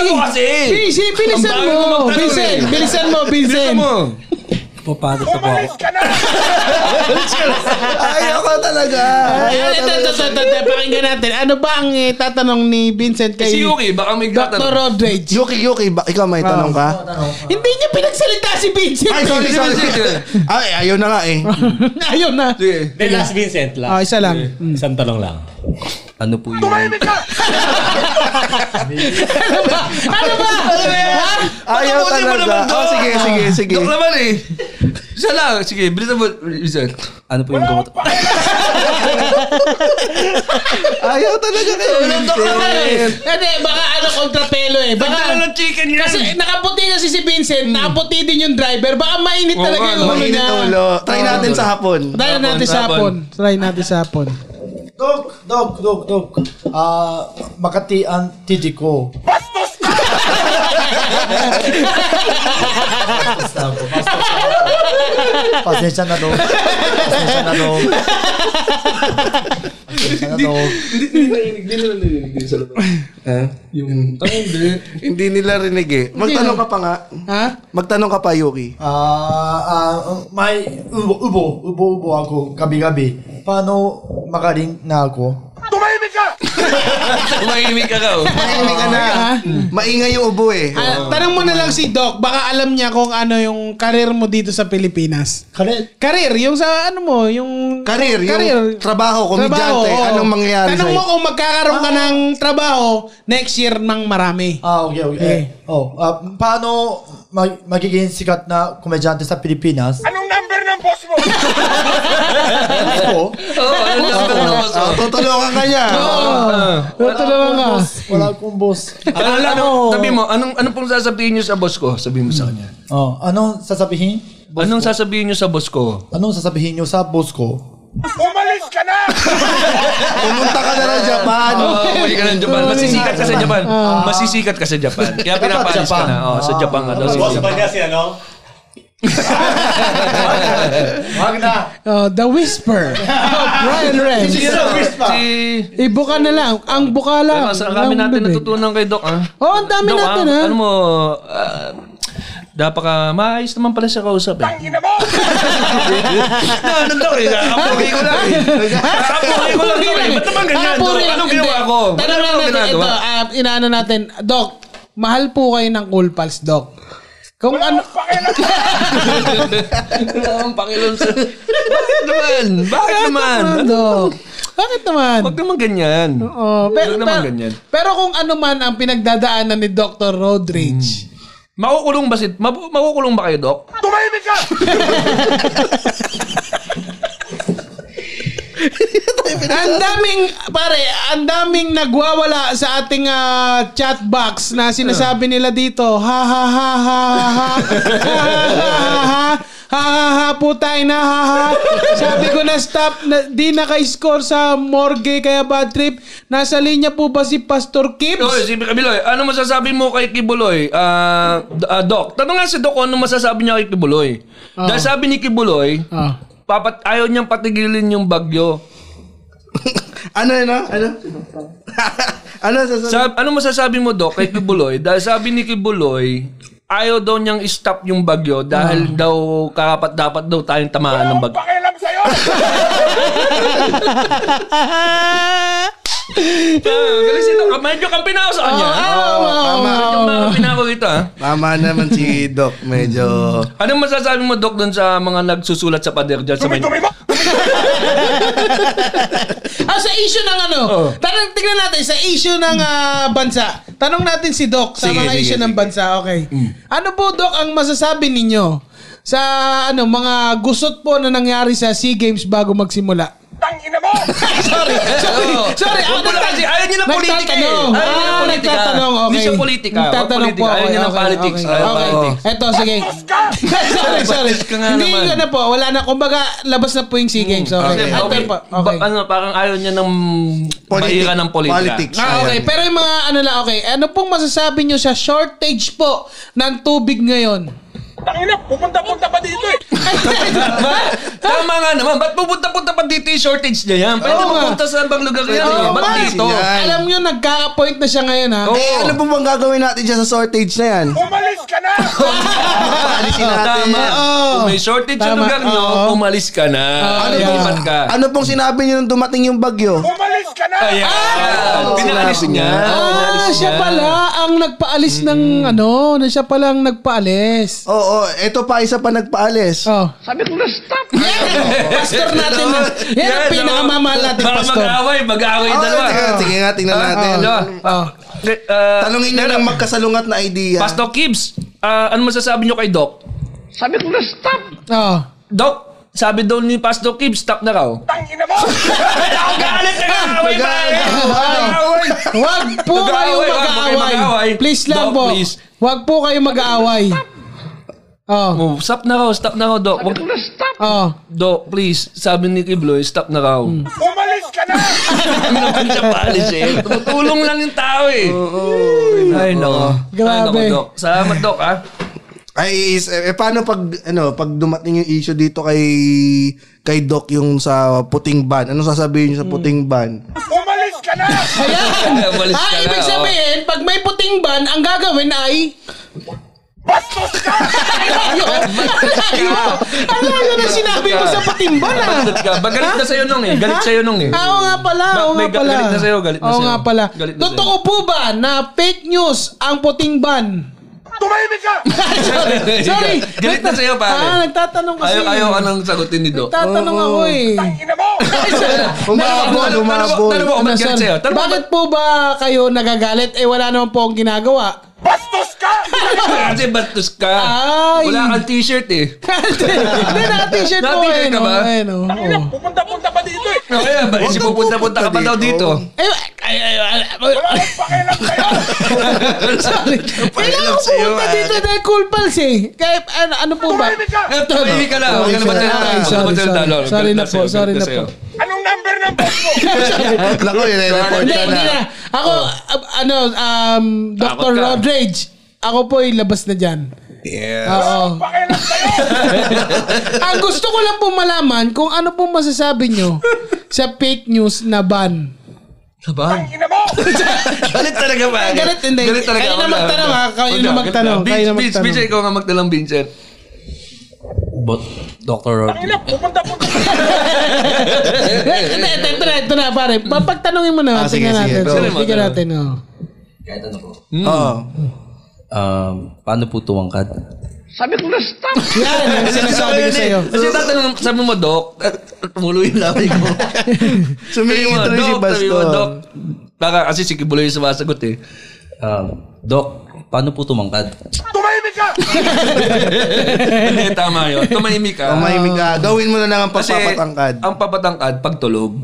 S2: mo kasi!
S3: Busy. Bilisan mo kasi. Ang
S2: Busy! Bilisan mo!
S3: bago mo magtanong
S2: Vincent!
S3: eh.
S2: Bilisan mo,
S3: Bilisan
S2: Vincent!
S3: mo.
S5: Papagod na po ako.
S10: Umalis ka na!
S1: Ayoko talaga. Ayoko
S2: Ay, Ito, ito,
S1: talaga.
S2: ito, ito, ito. Pakinggan natin. Ano ba ang eh, tatanong ni Vincent
S3: Si
S2: kay
S3: Yuki, baka may
S2: Dr.
S3: tatanong.
S2: Rodriguez?
S1: Yuki, Yuki, ba, ikaw may tanong ka?
S2: Hindi niya pinagsalita si Vincent!
S1: Ay, sorry,
S3: Sige,
S1: sorry.
S3: sige.
S1: Ay, ayaw na nga eh.
S2: Ayun na!
S3: Sige.
S7: The last Vincent, last.
S2: Ah, isa lang.
S7: Isang tanong lang.
S5: Ano po yung...
S10: Tumahimik ka!
S2: Ano ba? Ano ba? Ha?
S1: Ayaw
S3: Patapusin mo
S1: talaga.
S3: naman, Doc.
S1: Oh, sige, sige, sige.
S3: Dok naman eh. Isa lang. Sige, bilisan mo. Vincent.
S5: Ano po yung
S10: Wala
S5: gamot?
S10: akong pakialam!
S1: Ayaw talaga kayo. Vincent.
S2: Hindi, baka ano kontrapelo eh. Baka,
S3: Pagdala ng chicken yan.
S2: kasi nakaputi kasi si Vincent, nakaputi din yung driver. Baka mainit
S3: Oo
S2: talaga
S3: nga,
S2: yung ulo
S1: Mainit
S2: niya.
S1: ang ulo. Try natin sa hapon.
S2: Try natin sa hapon. Try natin sa hapon.
S4: Dok, dok, dok, dok. Ah, Makati ang titi ko. Bastos na ako, bastos na ako. Pasensya na dok. Pasensya na dok. Pasensya na dok.
S1: Hindi nila rinig eh. Magtanong ka pa nga.
S2: Ha?
S1: Magtanong ka pa, Yuki.
S4: Ah, ah, may ubo, ubo, ubo, ubo ako gabi-gabi. Paano magaling na ako?
S10: Tumahimik ka!
S3: Tumahimik ka
S5: oh.
S3: raw.
S1: Maingay ka na. Maingay yung ubo eh.
S2: Ah, tanong mo na lang si Doc, baka alam niya kung ano yung karir mo dito sa Pilipinas.
S4: Kare,
S2: Karir, yung sa ano mo, yung...
S1: Karir, yung trabaho, komedyante,
S2: oo.
S1: anong mangyayari
S2: Tanong
S1: sa'yo?
S2: mo kung magkakaroon
S3: Ah.
S2: ka ng trabaho next year ng marami.
S4: Ah, okay, okay.
S2: Eh.
S4: Oh, ah, paano mag- magiging sikat na komedyante sa Pilipinas?
S10: Anong number ng boss mo?
S4: Ako?
S3: Oo, ano lang ba ng boss
S1: Ah, Oh,
S3: mo?
S1: Tutulungan ka niya.
S2: Tutulungan ka.
S4: Wala akong boss.
S3: Ano, ano, ano, sabi mo, anong, anong pong sasabihin niyo sa boss ko? Sabihin mo sa kanya.
S4: Oh, anong sasabihin?
S3: anong sasabihin niyo sa boss ko?
S4: Anong sasabihin niyo sa boss ko?
S10: Umalis ka na!
S1: Pumunta ka na ng Japan.
S3: Oo, mali ka ng Japan. Masisikat ka sa Japan.
S2: Ah.
S3: Masisikat ka sa Japan. Kaya pinapalis ka
S4: Japan.
S3: na. Oo, sa Japan ka daw.
S7: Boss ba niya si ano?
S4: Wag na!
S2: Oh, the Whisper. oh, Brian Renz.
S3: Si, si,
S2: Ibuka na lang. Ang buka lang.
S3: Mas ang kami
S2: ng
S3: natin
S2: Ah, bibig.
S3: natutunan kay Doc, ah.
S2: Oh, ang dami
S3: Doc,
S2: natin,
S3: ah,
S2: ha?
S3: Ano mo, ah, dapat ka, maayos naman pala siya kausap, eh.
S10: Tangina mo!
S3: Na, ano daw, eh, kakapuhay ko lang, eh. Kakapuhay ko lang, daw, eh. Ba't naman ganyan, Doc? Anong ginawa ko? Ba't
S2: Ah, Tanong
S3: naman
S2: lang natin ito.
S3: ginagawa?
S2: ah, inaano natin. Doc, mahal po kayo ng Cool Pals, Doc. Kung ano...
S10: Pakialam ka!
S3: Wala akong pakilom sa... Bakit naman? Bakit naman?
S2: Ano, Doc? Bakit naman?
S3: Huwag naman ganyan.
S2: Oh, pero,
S3: Huwag naman
S2: pero,
S3: ganyan.
S2: pero kung ano man ang pinagdadaanan ni Dr. Rodridge.
S3: Makukulong ba si... Mabu- Makukulong ba kayo, Doc?
S10: Tumahimik ka!
S2: ang daming, pare, ang daming nagwawala sa ating ah, chat box na sinasabi nila dito, ha ha ha ha ha ha ha ha ha ha ha ha putay na ha ha sabi ko na stop na, di naka-score sa morgue kaya bad trip nasa linya po ba si
S3: Oy,
S2: Pastor Kibbs
S3: si Kabiloy, ano masasabi mo kay Kibuloy? Ah, d- ah, Doc, tanong nga si Doc kung ano masasabi niya kay Kibuloy. Dahil sabi ni Kibuloy,
S2: Ah.
S3: papat ayaw niyang patigilin yung bagyo.
S1: Ano yun ah? Ano? ano sasabihin?
S3: Sab- ano masasabi mo, Doc, kay Kibuloy? Dahil sabi ni Kibuloy, ayaw daw niyang stop yung bagyo dahil daw karapat dapat daw tayong tamaan ng bagyo.
S10: Pakialam sa'yo!
S3: Ah, Galing si Doc. Ah, Medyo kampi na ako sa kanya.
S1: Tama.
S3: Medyo kampi na ako dito, ah.
S1: Tama naman si Doc. Medyo...
S3: Anong masasabi mo, Doc, dun sa mga nagsusulat sa pader dyan sa
S10: Dumi-dumi
S3: Maynila?
S10: mo!
S2: ah sa issue ng ano
S3: Oo.
S2: tanong tingnan natin sa issue ng ah, bansa tanong natin si Doc sa
S3: Sige,
S2: mga
S3: sige,
S2: issue ng
S3: sige. Mm.
S2: bansa okay ano po Doc ang masasabi ninyo sa ano mga gusot po na nangyari sa SEA Games bago magsimula
S10: Tangina mo!
S3: Sorry,
S2: sorry, sorry. ah,
S3: Huwag
S2: Ako
S3: mo na kasi. Ayaw niya ng politika eh.
S2: Nagtatanong.
S3: Ayaw niya ng politika.
S2: Ah, nagtatanong. Okay.
S3: Hindi siya politika. Huwag
S2: Nagtatanong po.
S3: politika. Ayaw
S2: okay,
S3: niya ng
S2: okay,
S3: politics.
S2: Okay.
S3: Ayaw
S2: okay.
S3: politics.
S2: Eto, sige. sorry, sorry.
S3: Bastos ka nga
S2: Hindi
S3: naman.
S2: ka na po. Wala na. Kumbaga, labas na po yung SEA Games. Okay.
S3: Kasi,
S2: Eto
S3: okay.
S2: po. Okay.
S3: Ba- ano, parang ayaw niya ng
S1: Politi-
S3: bahira ng politika.
S1: Politics.
S2: Ah, okay. Pero yung mga ano lang, okay. Ano pong masasabi nyo sa shortage po ng tubig ngayon?
S10: Tangina, pupunta-punta pa dito eh!
S3: Ba? Tama nga naman. Ba't pupunta-punta pa dito yung shortage niya yan? Pwede
S2: Oo nga.
S3: pupunta sa ibang lugar yan. eh.
S2: Oo,
S3: Ba't
S2: man.
S3: dito?
S1: Yan.
S2: Alam nyo, nagkaka-point na siya ngayon, ha?
S3: Oo.
S1: Eh, ano po bang gagawin natin dyan sa shortage na yan?
S10: Umalis ka na!
S1: Alisin natin.
S3: Tama.
S2: Oo.
S3: Kung may shortage sa
S2: Tama.
S3: lugar niyo,
S2: Oo.
S3: umalis ka na.
S1: Ano,
S2: yeah.
S1: pong,
S3: Lumipat ka.
S1: ano pong sinabi niyo nung dumating yung bagyo?
S10: Umalis ka na!
S3: Ayan. Pinaalis
S1: Sinabi
S3: niya.
S1: niya.
S2: Ah,
S3: Pinaalis
S2: siya
S3: niya.
S2: pala ang nagpaalis ng ano, na siya pala ang nagpaalis.
S1: Oo, eto pa isa pa nagpaalis.
S2: Oh. Sabi ko na stop. pastor natin. na, yan ang pinakamamahal natin,
S3: Baka
S2: pastor.
S3: mag-away, mag-away
S1: Oh,
S3: dalawa. Ah,
S1: tingnan, tingnan nga, tingnan natin.
S3: Dalawa.
S2: Oh.
S3: Ah,
S1: Tanungin niyo ng magkasalungat na idea.
S3: Pastor Kibbs, ah, ano masasabi niyo kay Doc?
S2: Oh.
S3: Doc, Sabi daw ni Pastor Kim, stop na raw.
S10: Tangina mo!
S3: Ang galit na kaaway pa
S2: ah, Huwag po
S3: Mag-aaway, wag po
S2: kayo
S3: kayo mag-aaway.
S2: mag-aaway. Please lang
S3: Doc,
S2: po.
S3: please.
S2: Huwag po kayo mag-aaway. Oh,
S3: Oh, stop na raw, stop na raw, Dok. Wag,
S2: oh.
S3: Dok, please. Sabi ni Kibloy, stop na raw.
S10: Umalis ka na!
S3: Ano Hmm. naman siya palis eh. Tumutulong lang yung tao eh. Ay, nako. Ay, nako,
S2: Grabe.
S3: Dok. Salamat, Dok, ah.
S1: Ay, is, eh, paano pag, ano, pag dumating yung issue dito kay, kay Doc yung sa puting ban? Ano sasabihin
S3: Hmm.
S1: niyo sa puting ban?
S10: Umalis ka na!
S2: Ayan.
S3: Walis
S2: ah,
S3: ka na, oh.
S2: ibig sabihin, pag may puting ban, ang gagawin ay...
S10: Bastos ka!
S2: Alayo! Alayo na sinabi ko sa puting ban, ah.
S3: Ba't ka? Ba, galit na sa'yo nung eh. Galit sa'yo nung eh.
S2: Ah, Oo nga pala,
S3: Ba-
S2: oo
S3: may
S2: nga
S3: ga-
S2: pala.
S3: galit na sa'yo, galit na
S2: Oo
S3: sa'yo.
S2: nga pala.
S3: Galit na
S2: Totoo po ba na fake news ang puting ban?
S10: Tumahimik ka!
S2: Sorry.
S3: Galit na sa'yo, pare.
S2: Ah, nagtatanong kasi.
S3: Ayaw, ayaw ka nang sagutin ni Dok.
S2: Tatanong ako eh.
S10: Tangina mo!
S1: Humabol,
S3: Tanong-
S1: humabol.
S3: tanong mo, ba't galit
S2: Sorry.
S3: Oh, sa'yo? Tanong mo,
S2: Ano, Bakit po ba kayo nagagalit? Eh wala naman po akong ginagawa.
S10: Bastos ka!
S3: Kasi bastos ka.
S2: Ay.
S3: Wala kang t-shirt eh.
S2: Hindi, naka-t-shirt po
S3: Naka-t-shirt
S2: eh.
S3: ka
S2: no?
S3: ba?
S2: Eh, no?
S10: Tangina, pupunta-punta pa dito eh!
S3: Kaya ba, isip pupunta-punta ka pa daw dito.
S2: Eh, ay, ay, ay, ay,
S10: Wala akong pakialam sa'yo!
S2: sorry. Kailangan ko
S3: sa'yo,
S2: pumunta
S3: ah.
S2: dito dahil cool pals eh. Kaya ano, ano po ba?
S10: Tumahimik ka!
S3: Tumahimik ka na. Huwag ka na
S2: Sorry,
S3: magsalita. Huwag
S2: sorry,
S3: ka na magsalita, Lolo.
S2: sorry, sorry. Sorry
S3: Galit
S2: na po,
S3: sa'yo,
S2: sorry
S3: galit
S2: na
S3: sa'yo.
S2: po.
S10: Anong number ng boss mo?
S1: Lako, nire-report
S2: Hindi,
S1: ka
S2: hindi
S1: na.
S2: na. Ako, ab- ano, um, Dr.
S3: ka.
S2: Rodrige. Ako po ay labas na dyan.
S1: Yeah.
S2: Oo.
S10: Pakialam sa'yo!
S2: Ang gusto ko lang po malaman kung ano po masasabi nyo sa fake news na ban.
S10: Tangina mo!
S3: Galit talaga ba?
S2: Ano Galit, hindi.
S3: Galit talaga.
S2: Kayo na
S3: Wala,
S2: magtanong,
S3: wala.
S2: ha? Kayo
S3: Wala,
S2: na
S3: galit
S2: magtanong,
S3: na.
S2: kayo na
S3: Vince, Vince,
S2: magtanong.
S3: Vince, ikaw nga magtanong, Vincent.
S5: But, Dr.
S10: Tangina, pupunta-punta pa dito!
S2: Eh, Ito, ito, ito na, ito na, pare. Papagtanungin mo na.
S1: Ah, sige,
S2: tingnan
S1: sige.
S2: natin.
S3: Sige,
S2: Sige,
S3: magtanong.
S2: natin. oh.
S5: Kahit ano po.
S1: Oo.
S5: Um, paano po tuwangkad?
S2: Yan, ang sinasabi ko eh. sa'yo.
S3: Kasi tatanong, sabi mo, Dok, tumuloy yung labi ko. Sabi mo,
S1: Sumingit tuloy si
S3: Dok, sabi mo, Dok.
S1: Baston.
S3: Baka kasi si Kibuloy yung sumasagot eh.
S5: Um, Doc, paano po tumangkad?
S10: Tumahimik ka!
S3: Hindi, Eh, tama yun. Tumahimik ka.
S1: Tumahimik ka. Gawin mo na lang ang
S3: ah, Kasi
S1: pagpapatangkad.
S3: ang papatangkad, pagtulog.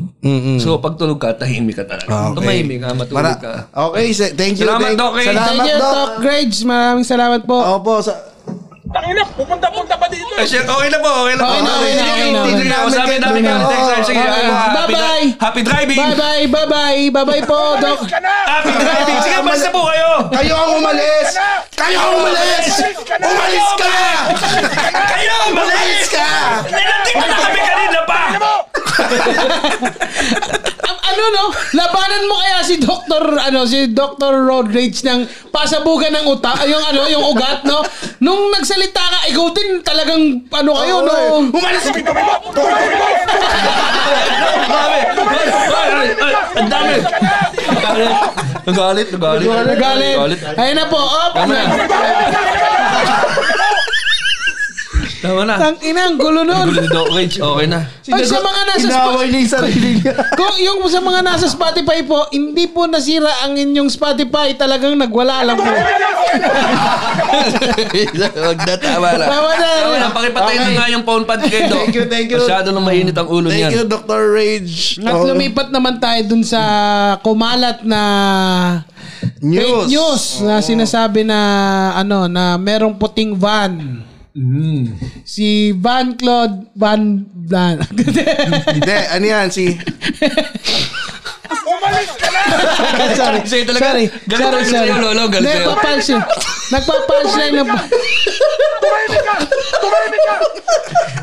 S3: So, pagtulog ka, tahimik ka talaga.
S2: Ah,
S1: Okay.
S3: Tumahimik ka, matulog
S1: Para-
S3: ka.
S1: Okay, se- thank you.
S3: Salamat,
S1: thank-
S3: Doc, eh.
S2: Thank
S1: Salamat,
S2: you,
S1: Doc.
S2: Doc Grades. Maraming salamat po.
S1: Opo, sa...
S10: Tangina, pupunta-punta pa dito
S3: Ay,
S10: eh!
S3: shit, okay na po, okay na po.
S2: Okay na, okay na, okay na, okay na.
S3: Sige, ako sabi namin kami next time. Sige,
S2: Okay.
S3: ah, happy-
S2: Bye-bye.
S3: Happy driving!
S2: Bye-bye, bye-bye, bye-bye po, Doc.
S10: Umalis ka na!
S3: Happy driving! Sige, basta po kayo!
S1: Kayo ang umalis!
S10: ka na!
S1: Kayo ang umalis!
S10: Umalis ka na!
S1: Umalis ka!
S3: Kayo!
S1: Umalis ka!
S3: Nilating na kami kanina pa!
S2: Am- ano no? Labanan mo kaya si Dr. ano si Dr. Road Rage ng pasabugan ng utak, yung ano, yung ugat no. Nung nagsalita ka, ikaw din talagang ano kayo no.
S1: Umalis ka!
S3: Grabe! Ay, ay, ay, ay, Ang dami! Ang galit, ang galit.
S2: Wala galit. Ayun na po. Op.
S3: Tama na. Tama na.
S2: Tang ina, ang gulo
S3: Gulo
S2: noon.
S3: ni Doc Rage, okay na.
S2: Ay, sa mga nasa
S1: Inaway niya yung sarili niya.
S2: Kung yung sa mga nasa Spotify po, hindi po nasira ang inyong Spotify, talagang nagwala lang po.
S3: Huwag na, tama na.
S2: Tama na.
S3: Tama na, pakipatay na nga yung phone pad kay Doc.
S1: Thank you, thank you.
S3: Masyado na mainit ang ulo
S1: Thank you,
S3: niyan.
S1: Dr. Rage. Oh.
S2: At
S1: Oo.
S2: lumipat naman tayo dun sa kumalat na fake
S1: News.
S2: news na sinasabi na ano na merong puting van.
S3: Mm.
S2: Si Van Claude Van Blan.
S1: Hindi, ano yan? Si...
S10: Umalis ka na!
S2: sorry.
S3: Sa'yo talaga.
S2: Sorry.
S3: Galit
S2: sorry,
S3: talaga
S2: sorry.
S3: sa'yo, Lolo. Galit sa'yo.
S2: Nagpa-punchline. Nagpa-punchline na
S10: Tumahimik ka! Tumahimik ka!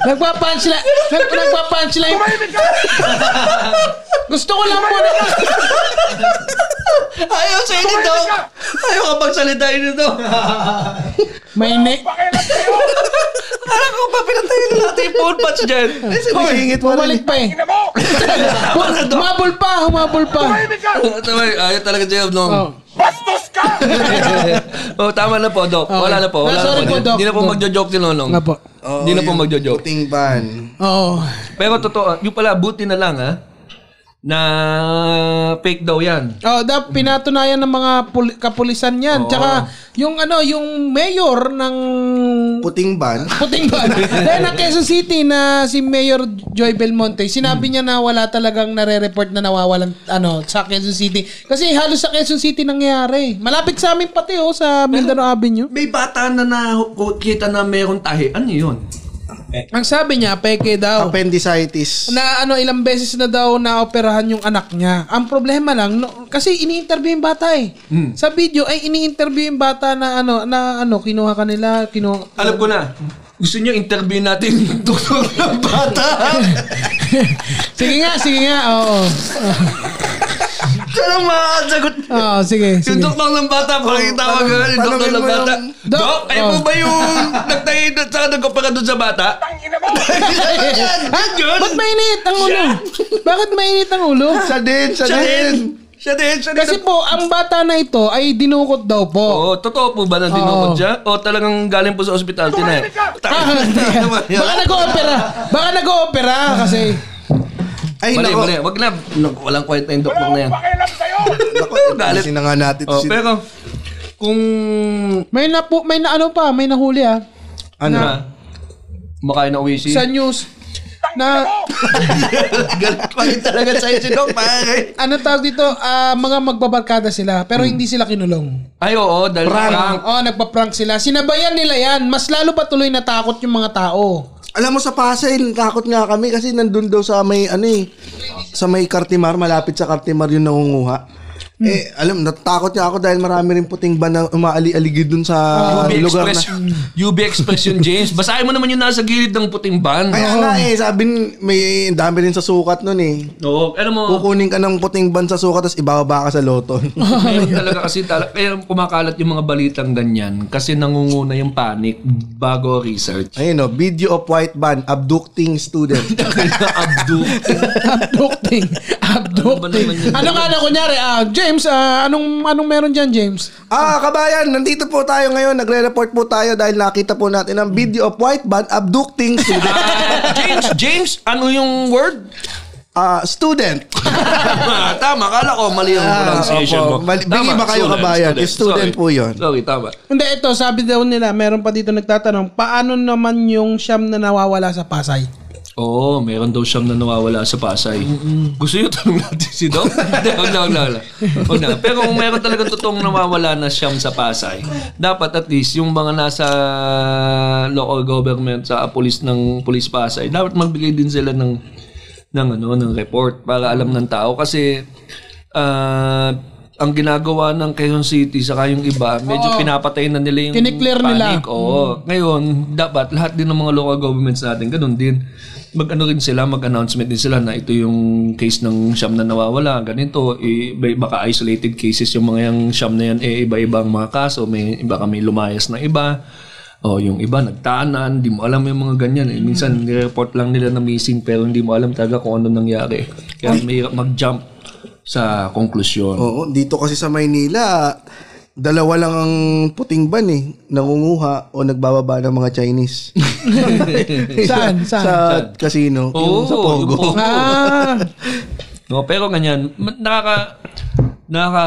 S2: Nagpa-punchline. Nag, nagpa-punchline.
S10: Tumahimik ka!
S2: Gusto ko lang po na.
S3: Ayaw sa'yo ni Doc. Ayaw ka pagsalitain ni Doc.
S2: May ne-
S10: Pakialam sa'yo!
S3: Alam ko ba, pinatay na natin yung phone pads dyan.
S1: Sumingit mo rin.
S2: Bumalik pa eh.
S10: Tangina mo!
S2: Humabol pa, humabol pa.
S10: Tumahimik ka!
S3: Tama, ayaw talaga sa'yo, Doc.
S2: Oh.
S10: Bastos ka!
S3: oh, tama na po, Doc.
S2: Okay.
S3: Wala na po. Wala
S2: Ah, sorry
S3: na po.
S2: po, Doc.
S3: Hindi na po
S2: Doc.
S3: magjo-joke si Nonong.
S2: Nga po. Oh.
S3: Hindi na po magjo-joke.
S1: Puting Oh, ban.
S2: Oo.
S3: Pero totoo, yung pala, buti na lang ha. na fake daw yan.
S2: Oh, da, pinatunayan ng mga puli- kapulisan yan. Tsaka yung ano, yung mayor ng
S1: Puting ban.
S2: Puting Ban. Dahil ng Quezon City na si Mayor Joy Belmonte, sinabi niya na wala talagang nare-report na nawawalan ano, sa Quezon City. Kasi halos sa Quezon City nangyayari. Malapit sa amin pati oh, sa Mindanao Avenue.
S3: May bata na na kita na merong tahi. Ano yun?
S2: Ang sabi niya, peke daw.
S1: Appendicitis.
S2: na ano ilang beses na daw naoperahan yung anak niya. Ang problema lang no, kasi ini-interview yung bata eh. Sa video ay ini-interview yung bata na ano na ano kinuha kanila, kinuha
S3: Alam ko na. Gusto niyo interview natin yung doktor ng bata.
S2: Sige nga, sige nga. Oo.
S3: Siya lang makakasagot.
S2: Oo, sige,
S3: Yung
S2: sige.
S3: doktor ng bata, parang yung tawag
S1: tanong-
S3: yung doktor
S1: tanongin
S3: ng
S1: mo
S3: bata.
S1: yung-
S2: Doc,
S3: Doc, kayo
S2: oh.
S3: po ba yung nagtahi na sa nagkapara doon sa bata?
S10: Tangina mo!
S2: Ha?
S3: Yun.
S2: Ba't mainit ang ulo? Bakit mainit ang ulo?
S1: Siya din, siya
S3: Siya
S1: din.
S3: din. Siya din. Siya din.
S2: Kasi po, ang bata na ito ay dinukot daw po.
S3: Oo, totoo po ba na
S2: Oo.
S3: dinukot siya? O talagang galing po sa ospital, tinay?
S2: Ah, hindi. Baka nag-oopera. Baka nag-oopera kasi.
S1: Ay,
S3: Mali,
S1: nako.
S3: mali. Wag na. Naku, Walang kwenta yung doktor na yan.
S10: Pakialam sa'yo!
S1: Nako,
S3: Galit.
S1: Galit. na nga natin.
S3: Oh,
S1: si-
S3: pero kung
S2: May na po, may na ano pa, may nahuli ah.
S3: ano na, kumakain na uwi si
S2: Sa news na
S3: Galit pa rin talaga sa si Doc, pare.
S2: ano tawag dito, ah, mga magbabarkada sila pero hindi sila kinulong.
S3: Ay, oo, dahil Hmm. prank.
S2: Oh, nagpa-prank sila. Sinabayan nila 'yan. Mas lalo pa tuloy natakot yung mga tao.
S1: Alam mo sa Pasay, takot nga kami kasi nandun daw sa may ano eh, sa may Kartimar, malapit sa Kartimar yung nangunguha. Eh, alam, natakot nga ako dahil marami rin puting ban na umaali-aligid dun sa Ah,
S3: UB
S1: lugar
S3: Express,
S1: na.
S3: UB Express yun, James. Basahin mo naman yung nasa gilid ng puting van.
S1: Kaya nga eh, sabi n- may dami rin sa sukat nun eh.
S3: Oo, alam mo,
S1: Kukunin ka ng puting ban sa sukat tapos ibababa ka sa loton.
S3: meron talaga kasi talaga, kaya kumakalat yung mga balitang ganyan kasi nangunguna yung panic bago research.
S1: Ayun oh, video of white ban abducting student.
S3: Abducting.
S2: Abducting. Abducting.
S3: naman yun?
S2: Ano ka na kunyari? ah, James, ah, anong anong meron diyan, James?
S1: ah, kabayan, nandito po tayo ngayon. Nagre-report po tayo dahil nakita po natin ang video of white ban abducting student.
S3: Ah, James, James, ano yung word?
S1: Ah, student.
S3: Ah, tama, kala ko mali yung pronunciation
S1: Ah, opo.
S3: mo.
S1: Mali- bigay ba kayo, kabayan? Student po yun.
S3: Sorry, tama.
S2: Hindi, ito, sabi daw nila, meron pa dito nagtatanong, paano naman yung siyam na nawawala sa Pasay?
S3: Oo, oh, meron daw siyam na nawawala sa Pasay. Gusto niyo tanong natin si Doc? Hindi, wag na, wag na, wag na. Wag na. Pero kung meron talaga totoong nawawala na siyam sa Pasay, dapat at least yung mga nasa local government sa police ng police Pasay, dapat magbigay din sila ng ng ano ng report para alam ng tao kasi ah, ang ginagawa ng Quezon City saka yung iba, medyo pinapatay na nila yung
S2: Kiniklear nila.
S3: panic. Oo. Ngayon, dapat lahat din ng mga local governments natin, ganun din. Mag-ano rin sila, mag-announcement din sila na ito yung case ng siyam na nawawala, ganito. Iba, baka isolated cases yung mga yung siyam na yan, eh, iba-iba ang mga kaso. May, iba kami lumayas na iba. O yung iba nagtanan, di mo alam yung mga ganyan. Eh. Minsan report lang nila na missing pero hindi mo alam talaga kung ano nangyari. Kaya mahirap mag-jump sa konklusyon.
S1: Oo, dito kasi sa Maynila, dalawa lang ang puting ban eh. Nangunguha o nagbababa ng mga Chinese.
S2: Saan? Saan?
S1: sa casino.
S3: Oo,
S1: yung sa Pogo.
S3: yung Pogo.
S2: Ah,
S3: No, pero ganyan, ma- nakaka naka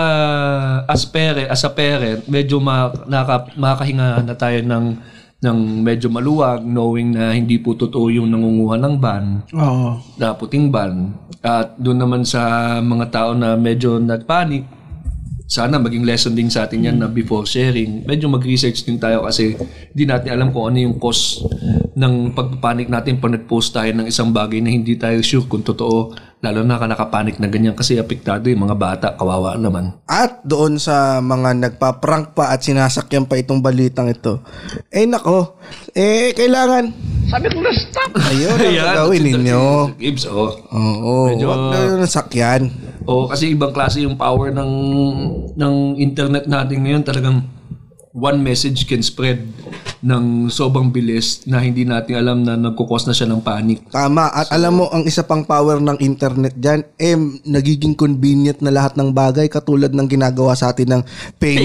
S3: as parent, as a parent, medyo ma, naka, makahinga na tayo ng ng medyo maluwag knowing na hindi po totoo yung nangunguha ng ban,
S2: oo.
S3: na puting ban. At doon naman sa mga tao na medyo nagpanic, sana maging lesson din sa atin yan na before sharing, medyo mag-research din tayo kasi hindi natin alam kung ano yung cause ng pagpapanik natin pag nag-post tayo ng isang bagay na hindi tayo sure kung totoo, lalo na ka nakapanik na ganyan kasi apektado yung mga bata, kawawa naman.
S1: At doon sa mga nagpa-prank pa at sinasakyan pa itong balitang ito. Eh nako, eh kailangan. Sabi ko na stop. Ayun, ang Ano gagawin ninyo.
S3: Gibbs, oo.
S1: Oo,
S3: Medyo-
S1: wag na yun nasakyan.
S3: Oo, kasi ibang klase yung power ng ng internet natin ngayon. Talagang one message can spread ng sobrang bilis na hindi natin alam na nagkukos na siya ng panic.
S1: Tama. At alam mo, ang isa pang power ng internet dyan, eh, nagiging convenient na lahat ng bagay katulad ng ginagawa sa atin ng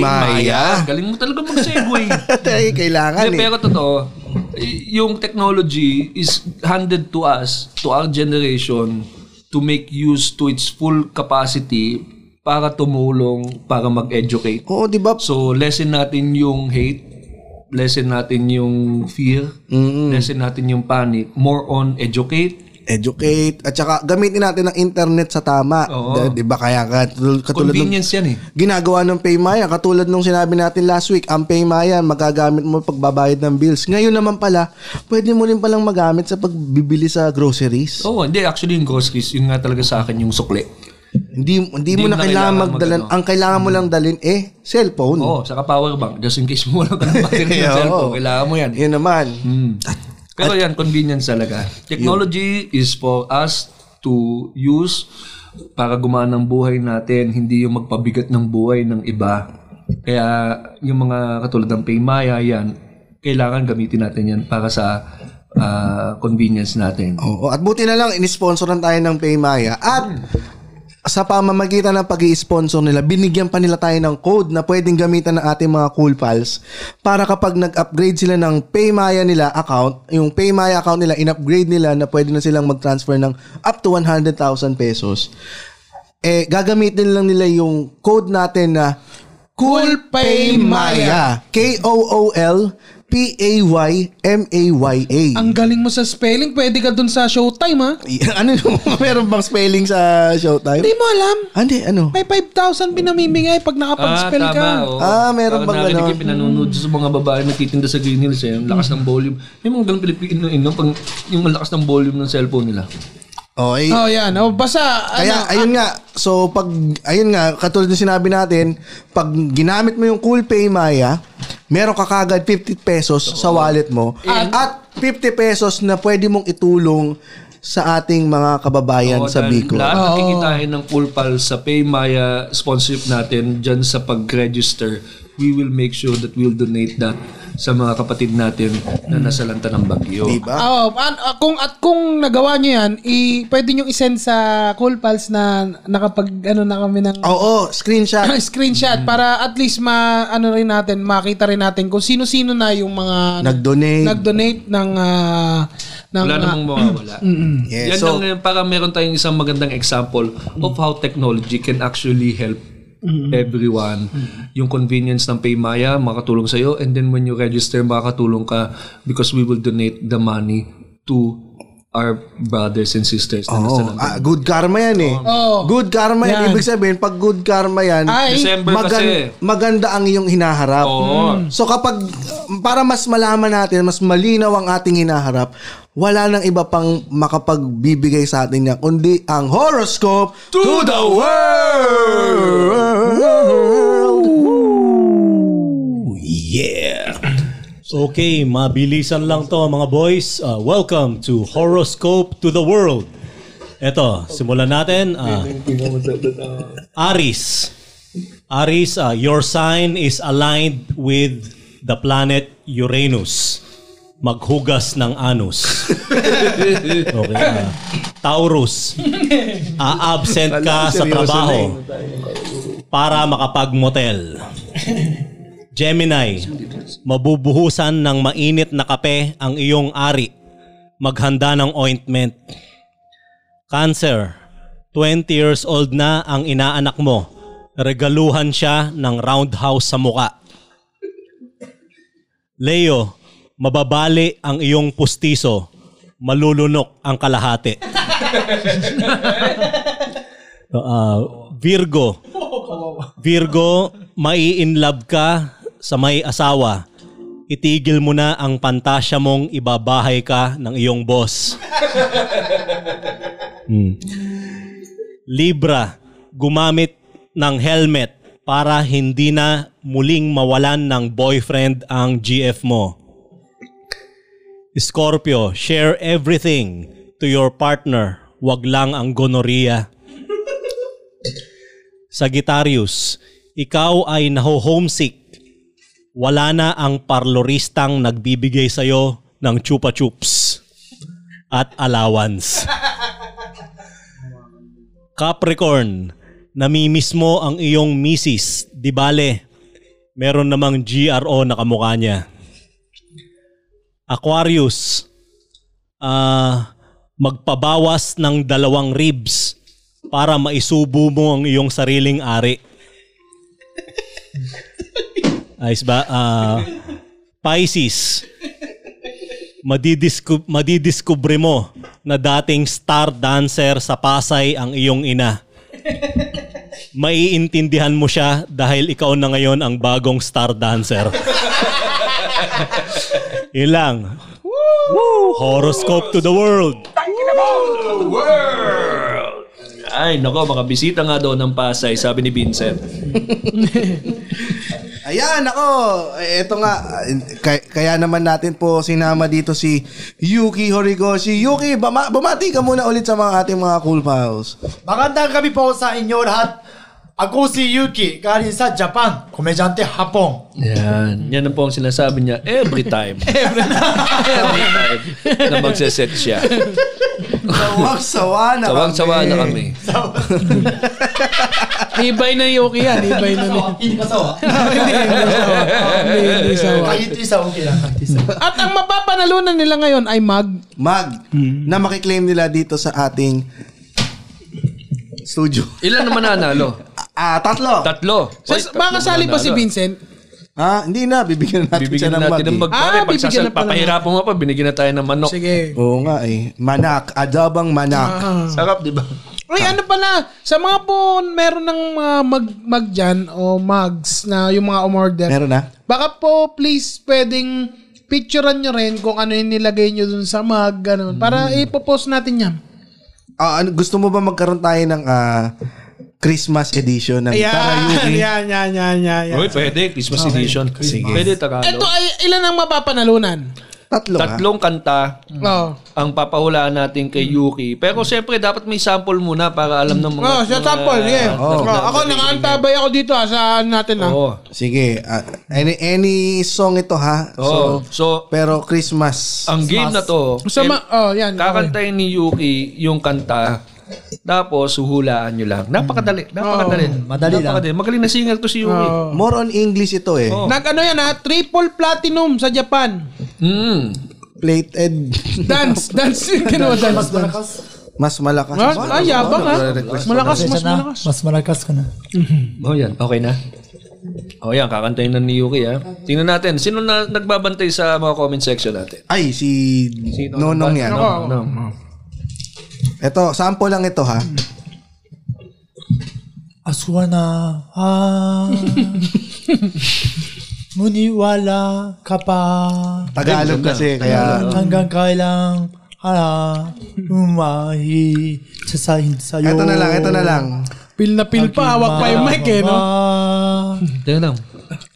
S1: Paymaya.
S3: Galing mo talaga mag-segue.
S1: Tay, kailangan
S3: Hindi,
S1: eh.
S3: pero totoo, y- yung technology is handed to us, to our generation, to to make use to its full capacity para tumulong, para mag-educate.
S1: Oo, di ba?
S3: So, lessen natin yung hate, lessen natin yung fear,
S1: Mm.
S3: lessen natin yung panic, more on educate,
S1: Educate. At saka gamitin natin ang internet sa tama.
S3: Oo.
S1: Di ba? Kaya katul- katulad ng
S3: convenience yan eh.
S1: ginagawa ng Paymaya. Katulad nung sinabi natin last week, ang Paymaya, magagamit mo pagbabayad ng bills. Ngayon naman pala, pwede mo rin palang magamit sa pagbibili sa groceries.
S3: Oo, hindi. Actually, yung groceries, yun nga talaga sa akin yung sukli.
S1: Hindi, hindi, mo
S3: mo
S1: na kailangan
S3: na kailangan
S1: magdalan.
S3: mag- ano.
S1: Ang kailangan mo lang dalin eh, cellphone.
S3: Oo, saka power bank. Just in case mo wala ka ng battery ng
S1: Oo.
S3: cellphone, kailangan mo yan.
S1: Yun naman.
S3: Mm. Pero yan, convenience talaga. Technology is for us to use para gumaan ang buhay natin, hindi yung magpabigat ng buhay ng iba. Kaya yung mga katulad ng Paymaya, yan, kailangan gamitin natin yan para sa ah, convenience natin.
S1: Oo, at buti na lang, inisponsoran tayo ng Paymaya. At sa pamamagitan ng pag sponsor nila, binigyan pa nila tayo ng code na pwedeng gamitan ng ating mga cool pals para kapag nag-upgrade sila ng Paymaya nila account, yung Paymaya account nila, in-upgrade nila na pwede na silang mag-transfer ng up to 100,000 pesos. Eh, gagamitin lang nila yung code natin na
S2: Cool Paymaya.
S1: K-O-O-L P-A-Y-M-A-Y-A.
S2: Ang galing mo sa spelling. Pwede ka dun sa showtime, ha?
S1: ano yung meron bang spelling sa
S2: Hindi
S1: Showtime?
S2: mo alam.
S1: Ah, Hindi, ano?
S2: May 5,000 pinamimigay pag nakapag-spell ka.
S3: oo.
S1: Ah, meron
S3: Parang
S1: bang
S3: narinig
S1: ganon?
S3: yung pinanonood sa mga babae nagtitinda sa Green Hills, eh, yung lakas ng volume. May mga ganun Pilipino, eh, no? Pag, yung lakas ng volume ng cellphone nila.
S1: Okay.
S2: Oh, yan. Oh, basta,
S1: Kaya,
S2: ano,
S1: ayun nga. So, pag, ayun nga, katulad ng sinabi natin, pag ginamit mo yung Cool Pay Maya, meron ka kagad 50 pesos sa wallet mo at, 50 pesos na pwede mong itulong sa ating mga kababayan
S3: Oo,
S1: sa
S3: dahil
S1: Bicol.
S3: Lahat ng kikitain ng Cool Pals sa Paymaya sponsorship natin dyan sa pag-register, we will make sure that we'll donate that sa mga kapatid natin na nasa lanta ng bagyo.
S1: Diba?
S2: Oh, an- ah, kung at kung nagawa niyo 'yan, i pwede niyo i-send sa Cool Pals na nakapag ano na kami ng
S1: Oo, screenshot.
S2: screenshot
S1: Mm.
S2: para at least ma ano rin natin, makita rin natin kung sino-sino na yung mga
S1: Nag-donate.
S2: nag-donate ng ah, ng
S3: Wala
S2: ah,
S3: namang mawawala.
S1: Yeah,
S3: Yan
S1: so-
S3: ang, para meron tayong isang magandang example of how technology can actually help everyone. Yung convenience ng Paymaya, makatulong sa'yo. And then when you register, makakatulong ka because we will donate the money to our brothers and sisters na nasa
S1: Oo,
S3: lanta
S1: ah, good karma yan eh.
S2: Oo.
S1: Good karma yan. Ibig sabihin, pag good karma yan,
S2: ay
S3: December kasi.
S1: magan- maganda ang iyong hinaharap. Hmm.
S3: Oo.
S1: So kapag para mas malaman natin, mas malinaw ang ating hinaharap, wala nang iba pang makapagbibigay sa atin niya kundi ang horoscope to, the world. Yeah.
S7: Okay, mabilisan lang to mga boys. Ah, welcome to Horoscope to the World. Eto, simulan natin. Ah, Aris. Aris, ah, your sign is aligned with the planet Uranus. Maghugas ng anus. Okay. ah, Taurus. A-absent ka sa trabaho para makapag-motel. Gemini, mabubuhusan ng mainit na kape ang iyong ari. Maghanda ng ointment. Cancer, 20 years old na ang inaanak mo. Regaluhan siya ng roundhouse sa muka. Leo, mababali ang iyong pustiso. Malulunok ang kalahati. Uh, Virgo, Virgo, mai in love ka sa may asawa. Itigil mo na ang pantasya mong ibabahay ka ng iyong boss. Hmm. Libra, gumamit ng helmet para hindi na muling mawalan ng boyfriend ang GF mo. Scorpio, share everything to your partner. Wag lang ang gonorrhea. Sagittarius, ikaw ay naho-homesick. Wala na ang parloristang nagbibigay sa'yo ng chupa chups at allowance. Capricorn, namimiss mo ang iyong misis. Di bale, meron namang GRO na kamukha niya. Aquarius, ah, magpabawas ng dalawang ribs para maisubo mo ang iyong sariling ari. Ayos ba? Ah, Pisces, madidisku- madidiskubre mo na dating star dancer sa Pasay ang iyong ina. Maiintindihan mo siya dahil ikaw na ngayon ang bagong star dancer. Yun lang. Horoscope to the world.
S3: World! Ay, nako, makabisita nga daw ng Pasay, sabi ni Vincent.
S1: Ayan, ako. Ito nga. Kaya, kaya naman natin po sinama dito si Yuki Horikoshi. Yuki, bama, bumati ka muna ulit sa mga ating mga cool pals.
S4: Magandang gabi po sa inyo lahat. Ako si Yuki, galing sa Japan. Komedyante Hapon.
S3: Yan. Yan ang po ang sinasabi niya every time. every time. na magseset siya.
S1: Tawag-sawa na
S3: Tawang-sawa na kami.
S2: Ibay na Yuki yan. Ibay na ni.
S4: Hindi Ano, ka sawa.
S2: Hindi, hindi sawa. Hindi, hindi sawa.
S4: Kahit isa, okay lang. Kahit isa.
S2: At ang mapapanalunan nila ngayon ay mag.
S1: Mag na makiklaim nila dito sa ating studio.
S3: Ilan naman nanalo?
S1: Ah, tatlo.
S3: Tatlo.
S2: Sa, baka sali pa si Vincent.
S1: ah, hindi na. Bibigyan na natin siya
S3: Bibigyan
S1: ng
S3: na natin ng
S1: mag.
S2: Ah,
S3: magpare. Ah,
S2: bibigyan
S3: Pagsasal,
S2: na pala.
S3: papahirapan mo pa, binigyan na tayo ng manok.
S2: Sige.
S1: Oo nga eh. Manak. Adabang manak.
S4: Sarap, di ba?
S2: Uy, ano pala, sa mga po meron ng mga mag, mag dyan o mags na yung mga umorder.
S1: Meron na?
S2: Baka po please pwedeng picturean nyo rin kung ano yung nilagay nyo dun sa mag, ganun. Para
S3: Mm.
S2: ipopost natin yan.
S1: Ah, ano, gusto mo ba magkaroon tayo ng ah, Christmas edition ng Tara Yuki?
S2: yan, yan, yan, yan, yan.
S3: Uy, pwede. Christmas edition. Sige. Pwede
S2: Ito
S3: Tagalog.
S2: ay ilan ang mapapanalunan? Oh.
S1: Tatlo, ah.
S3: Tatlong kanta
S2: Oo.
S3: ang papahulaan natin kay Yuki. Pero siyempre, dapat may sample muna para alam ng mga... ah,
S2: Oh, sa sample, yeah.
S1: Oo.
S2: Oh, ako nakaantabay ako dito ah, sa ano natin ah.
S3: Oo.
S1: Sige. ah, any, any song ito ha.
S4: Oh.
S3: Oo.
S1: So,
S3: So,
S1: pero Christmas.
S3: ang game na to,
S2: Sa ma- oh, yan. okay.
S3: kakantayin ni Yuki yung kanta, tapos huhulaan nyo lang. Napakadali. Napakadali.
S4: Oh, madali lang.
S3: napakadali. Magaling na singer to si Yuki.
S2: Oo.
S1: More on English ito eh.
S3: Oo.
S2: Nag ano Oh. yan ha, triple platinum sa Japan.
S3: Mm.
S1: Plated.
S2: Dance, dance, ginawa dance. dance.
S1: Mas malakas.
S2: Mas, ah, yabang ha. Malakas, mas
S4: na,
S2: malakas.
S4: mas malakas ka na.
S3: Oh, yan. Okay na. Oh, yan. Kakantayin na ni Yuki, ha? Tingnan natin. Sino na nagbabantay sa mga comment section natin? Ano?
S1: Ay, si, Nonong yan.
S3: Nonong. Nonong.
S1: Um, Ito, sample lang ito ha.
S4: Aswana, ah, muniwala ka pa.
S1: Tagalog kasi. Kaya,
S4: Hanggang kailang hala umahi sasahin sa'yo.
S1: ito na lang, ito na lang.
S2: Pil na pil pa, hawak pa yung mic eh, no?
S4: Ah,
S3: Tingnan lang.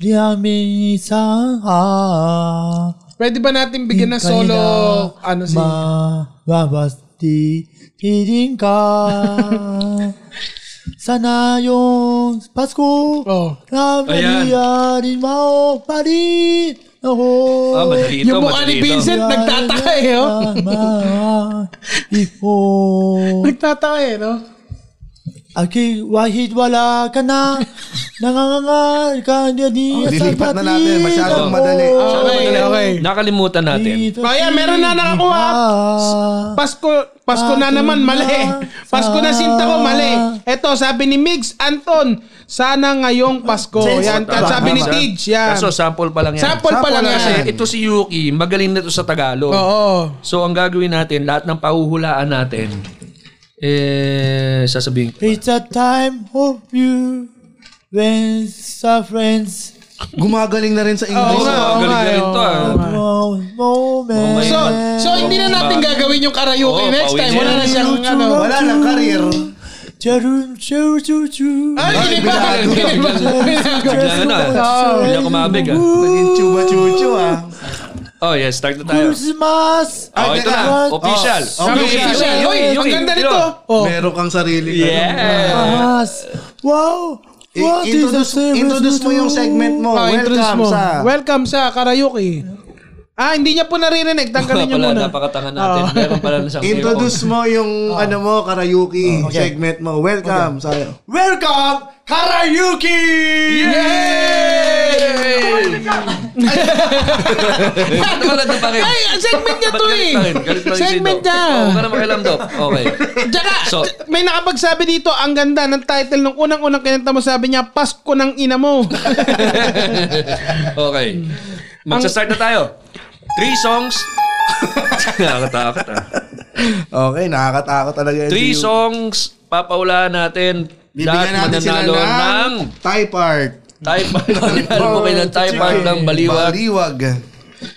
S4: Di amin isang ah.
S2: Pwede ba natin bigyan ng
S4: Di
S2: solo,
S4: kaila
S2: ano si...
S4: Mababasti Hiling ka Sana yung Pasko
S2: Oh.
S4: Na
S3: Ayan.
S4: maliyarin mo Parin ako
S3: Ah, madali ito.
S2: Yung mukha
S3: madali
S2: ni
S3: ito.
S2: Vincent, nagtataka eh, oh.
S4: Iko
S2: Nagtataka eh, no?
S4: Aki wahid wala ka na Nangangangal ka na di
S1: Oh, dilipat na natin. Masyadong madali.
S3: Sana
S2: Okay,
S3: madali.
S2: okay.
S3: Nakalimutan natin.
S2: Oh, yeah, meron na nakakuha. Pasko, Ah. Pasko na naman, mali. Pasko na sinta ko, mali. Eto, sabi ni Migs, Anton, sana ngayong Pasko. Yan, at sabi ni Tej, yan.
S3: Kaso sample pa lang yan.
S2: Sample pa lang
S3: Kasi
S2: yan.
S3: ito si Yuki, magaling na to sa Tagalog.
S2: Oo.
S3: So ang gagawin natin, lahat ng pahuhulaan natin, eh, sasabihin ko.
S4: It's a time of you when our friends
S1: Gumagaling na rin sa
S2: Oo
S1: English.
S2: nga, oo
S3: Magaling
S2: nga,
S3: na rin to,
S2: oo
S3: ah.
S2: nga.
S4: are moment.
S2: So, so hindi na natin gagawin yung karaoke
S3: Oo,
S2: next
S3: pauwi
S2: time.
S3: na
S2: Wala
S3: yan.
S2: na siyang ano.
S1: Wala nang career.
S4: Charun, chur, chur, chur.
S2: Ay, hindi ba? Hindi ba?
S3: Biglang ano,
S2: Oo.
S3: biglang kumabig ah.
S1: Naging chuba-chuchu ah.
S3: Oh yes, start na tayo.
S4: Christmas.
S3: Oh, ito na.
S4: Christmas. Oh,
S3: Official. Yuki,
S2: Sabi ni Michelle,
S3: Yuki,
S2: "Uy,
S3: Yuki,
S2: ang ganda
S3: Yuki."
S2: nito. Oh.
S1: Meron kang sarili ka.
S3: Yeah.
S4: Wow.
S1: I-
S4: What is the
S1: introduce,
S4: service
S1: introduce
S4: we
S1: mo
S4: do?
S1: yung segment mo.
S2: Ah, introduce
S1: Welcome
S2: mo.
S1: sa...
S2: Welcome sa karaoke. Ah, hindi niya po naririnig. Tanggalin niyo
S3: Wala,
S2: muna. Ah.
S3: napakatanga natin.
S2: Oo.
S3: Meron pala na siyang
S1: Introduce mo yung ano mo, karaoke segment mo. Welcome sa...
S4: Welcome, Karayuki!
S3: Yay! Ano ba nagpapakit?
S2: Ay, segment niya to eh. Segment niya.
S3: Oo, ka na makialam, Dok. Okay.
S2: Tsaka,
S3: So-
S2: t- may nakapagsabi dito, ang ganda ng title ng unang-unang kinanta mo, sabi niya, Pasko ng ina mo.
S3: Okay. Magsa-start na tayo. Three songs. Nakakatakot ah.
S1: Okay, nakakatakot talaga. yung
S3: Three
S1: view.
S3: songs papaulaan natin.
S1: Bibigyan
S3: Lahat
S1: natin sila
S3: mananalo
S1: ng
S3: ng
S1: type art.
S3: Type Mark. Alam mo kayo ng Type Mark ng Baliwag.
S1: Baliwag.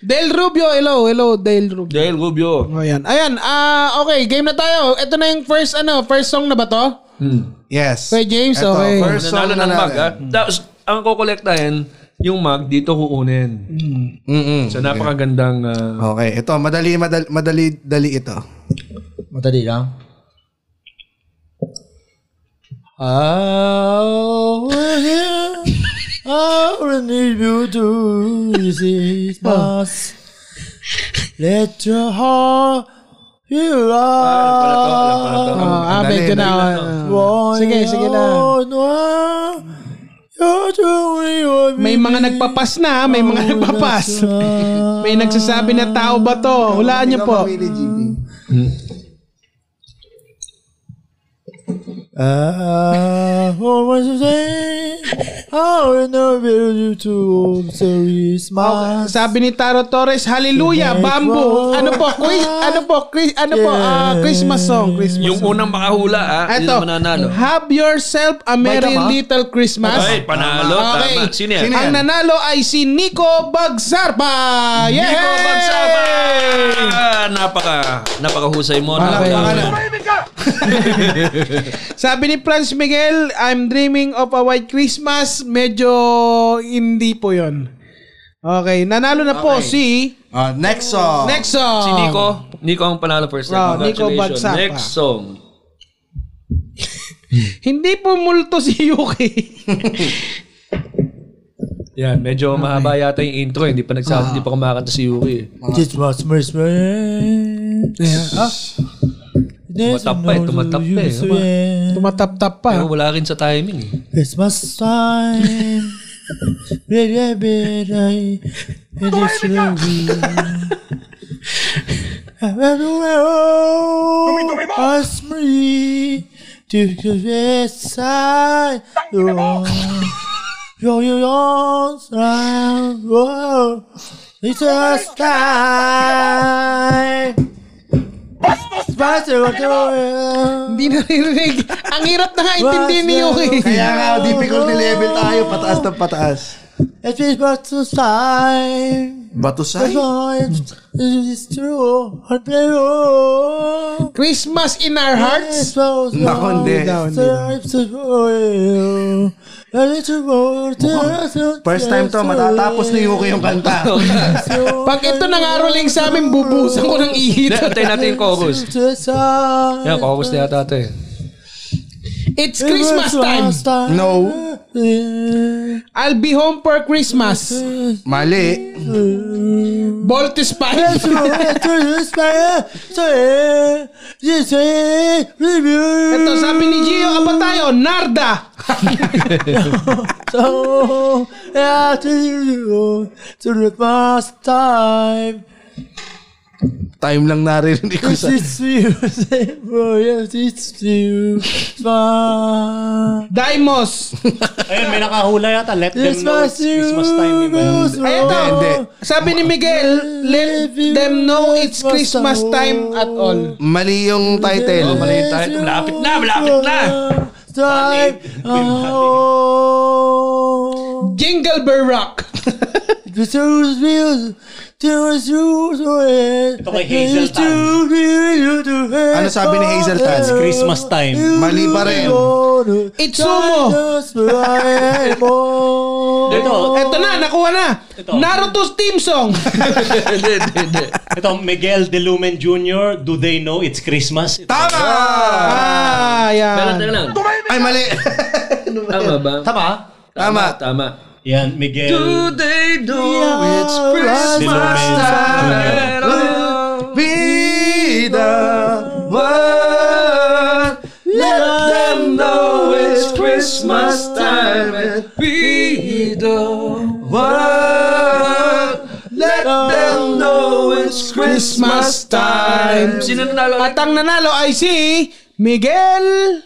S2: Del Rubio, hello, hello, Del Rubio.
S3: Dahil Rubio.
S2: Ayan, Oh, ayan, ah, okay, game na tayo. Ito na yung first, ano, first song na ba to?
S1: Yes.
S2: Kay James, okay.
S1: First song
S3: Nanalo
S1: na
S3: ng mag
S1: natin.
S3: ah. Tapos ang kukolektahin, yung mag dito kukunin.
S1: Mm-mm.
S3: So napakagandang ah,
S1: Okay, ito. Madali, madali, madali, dali ito.
S4: Madali lang. How will you, how will you do this past? Let your heart feel
S1: Ah,
S4: love.
S2: Ah, ah,
S1: Ang dali,
S2: medyo na.
S1: dali
S2: ah. Sige, sige na. May mga nagpapas na, may mga nagpapas. may nagsasabi na tao ba to? Hulaan niyo po.
S4: Ah, what was I saying? How in the world you two so is my
S2: Sabi ni Taro Torres, Hallelujah, Bamboo. Ano po, Chris, ano po, Chris, ano po, ah, Christmas song, Christmas
S3: yung unang makahula ah. Yun
S2: Eto,
S3: ang mananalo.
S2: have yourself a merry
S4: tama?
S2: little Christmas.
S3: Ay, panalo.
S2: Okay.
S3: Tama. Sino yan?
S1: Sino
S2: Ang
S1: yan?
S2: nanalo ay si Nico Bagsarpa. Yay!
S3: Nico Bagsaba! Ah, Napaka, napakahusay mo.
S2: Palakpakan
S3: Napaka,
S2: Sabi ni Franz Miguel, I'm dreaming of a white Christmas. Medyo hindi po yon. Okay, nanalo na po si
S1: Ah, next song.
S2: next song.
S3: Oh. si Nico. Nico ang panalo first time.
S2: Wow, Oh, Nico
S3: Congratulations.
S2: Bagsaba.
S3: Next song.
S2: Hindi po multo si Yuki.
S3: Yan, medyo mahaba yata yung intro. eh. Hindi pa
S1: Ah.
S3: nagsabi, hindi pa kumakanta si Yuri. eh.
S4: Christmas, Christmas.
S3: Ah. Tumatap pa eh, tumatap pa eh.
S2: Tumatap-tap pa.
S3: Pero wala rin sa timing eh.
S4: Christmas time. Baby, baby, it is really. I'm everywhere. Oh, ask me to confess I Throw your arms around. Oh, it's just time. Basta, basta,
S2: Hindi naririnig. Ang hirap na nga intindihin ni Yuki.
S1: Kaya nga, difficulty level tayo. Pataas na pataas.
S4: It is but to time.
S1: Batusay?
S4: It is true. Heart pero.
S2: Christmas in our hearts.
S1: Nako, hindi. First time to, matatapos ni Yuki yung kanta.
S2: Pag ito nangaroling sa amin, bubusan ko ng ihit.
S3: Hindi, Antayin natin yung chorus. Yan, chorus na yata ito eh.
S2: It's Christmas time.
S1: No.
S2: I'll be home for Christmas.
S1: Mali.
S2: Bolt is fine. Ito, sabi ni Gio, aba tayo, Narda.
S4: So after you to the past time,
S1: Time lang naririnig ko
S4: this
S1: sa...
S4: is you, for you, this is you, smile.
S2: Daimos.
S7: Ayun, may nakahula yata. Let them know
S4: Christmas
S7: it's
S4: you,
S7: Christmas time. di ba yun?
S4: goes
S2: Ay, ito.
S1: Hindi,
S2: Sabi ni Miguel, let them know it's Christmas time at all.
S1: Mali yung title.
S3: Mali yung title. Malapit na, malapit na.
S4: time. Oh,
S2: Jingle Bell Rock.
S4: the truth is, there is you to it.
S7: Ito kay Hazel Tan.
S1: Ano sabi ni Hazel Tan?
S7: It's Christmas time.
S1: Mali pa rin.
S2: It's Sumo.
S7: Ito,
S2: Ito na, nakuha na. Naruto's team song.
S3: Hindi, hindi, hindi.
S7: ito, Miguel De Lumen Jr., Do They Know It's Christmas? Ito,
S1: Tama!
S2: ah,
S3: Pero
S2: yan.
S3: teka lang.
S1: Ay, mali.
S3: Tama ba?
S4: Tama?
S1: Tama.
S3: Tama.
S7: Yan, Miguel.
S3: Do they know it's
S7: De
S3: Christmas
S7: Lumen Jr.
S3: time?
S1: Be the one. Let them know it's Christmas time.
S3: Be the
S1: One.
S2: Christmas time.
S3: Sino nanalo ulit?
S2: At ang nanalo ay si Miguel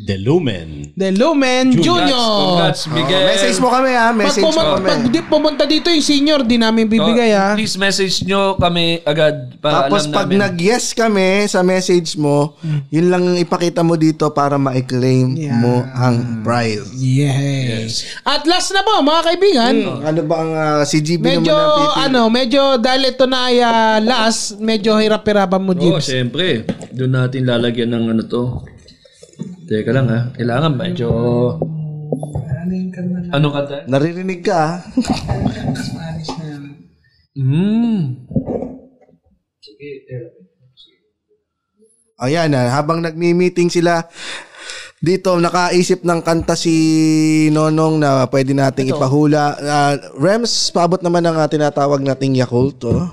S7: The Lumen.
S2: de Lumen
S3: Congrats,
S2: Jr.
S3: Congrats, Oh, Miguel.
S1: Message mo kami ha.
S2: Pag,
S1: Message mo
S2: pumunta,
S1: kami.
S2: pag di- pumunta dito yung senior, di namin bibigay ah.
S3: Oh,
S2: ha.
S3: Please message nyo kami agad
S1: ah.
S3: para
S1: Tapos
S3: alam
S1: pag
S3: namin.
S1: nag-yes kami sa message mo, yun lang ang ipakita mo dito para ma-claim
S2: Yeah.
S1: mo ang prize.
S2: Yes. At last na po mga kaibigan.
S3: Hmm.
S1: Ano ba ang ah, CGB naman
S2: Medyo
S1: na pipili?
S2: ano, medyo dahil ito na ay ah, last, medyo hirap-hirapan mo
S3: Oo, oh,
S2: Jibs.
S3: syempre. Doon natin lalagyan ng ano to. Teka lang ha. Kailangan medyo... Anong kanta?
S1: Naririnig ka ah.
S2: Hmm.
S3: Mm.
S1: Ayan, ah, habang nagmi-meeting sila dito nakaisip ng kanta si Nonong na pwede nating ipahula. Ah, Rems, paabot naman ang ah, tinatawag nating Yakult, oh.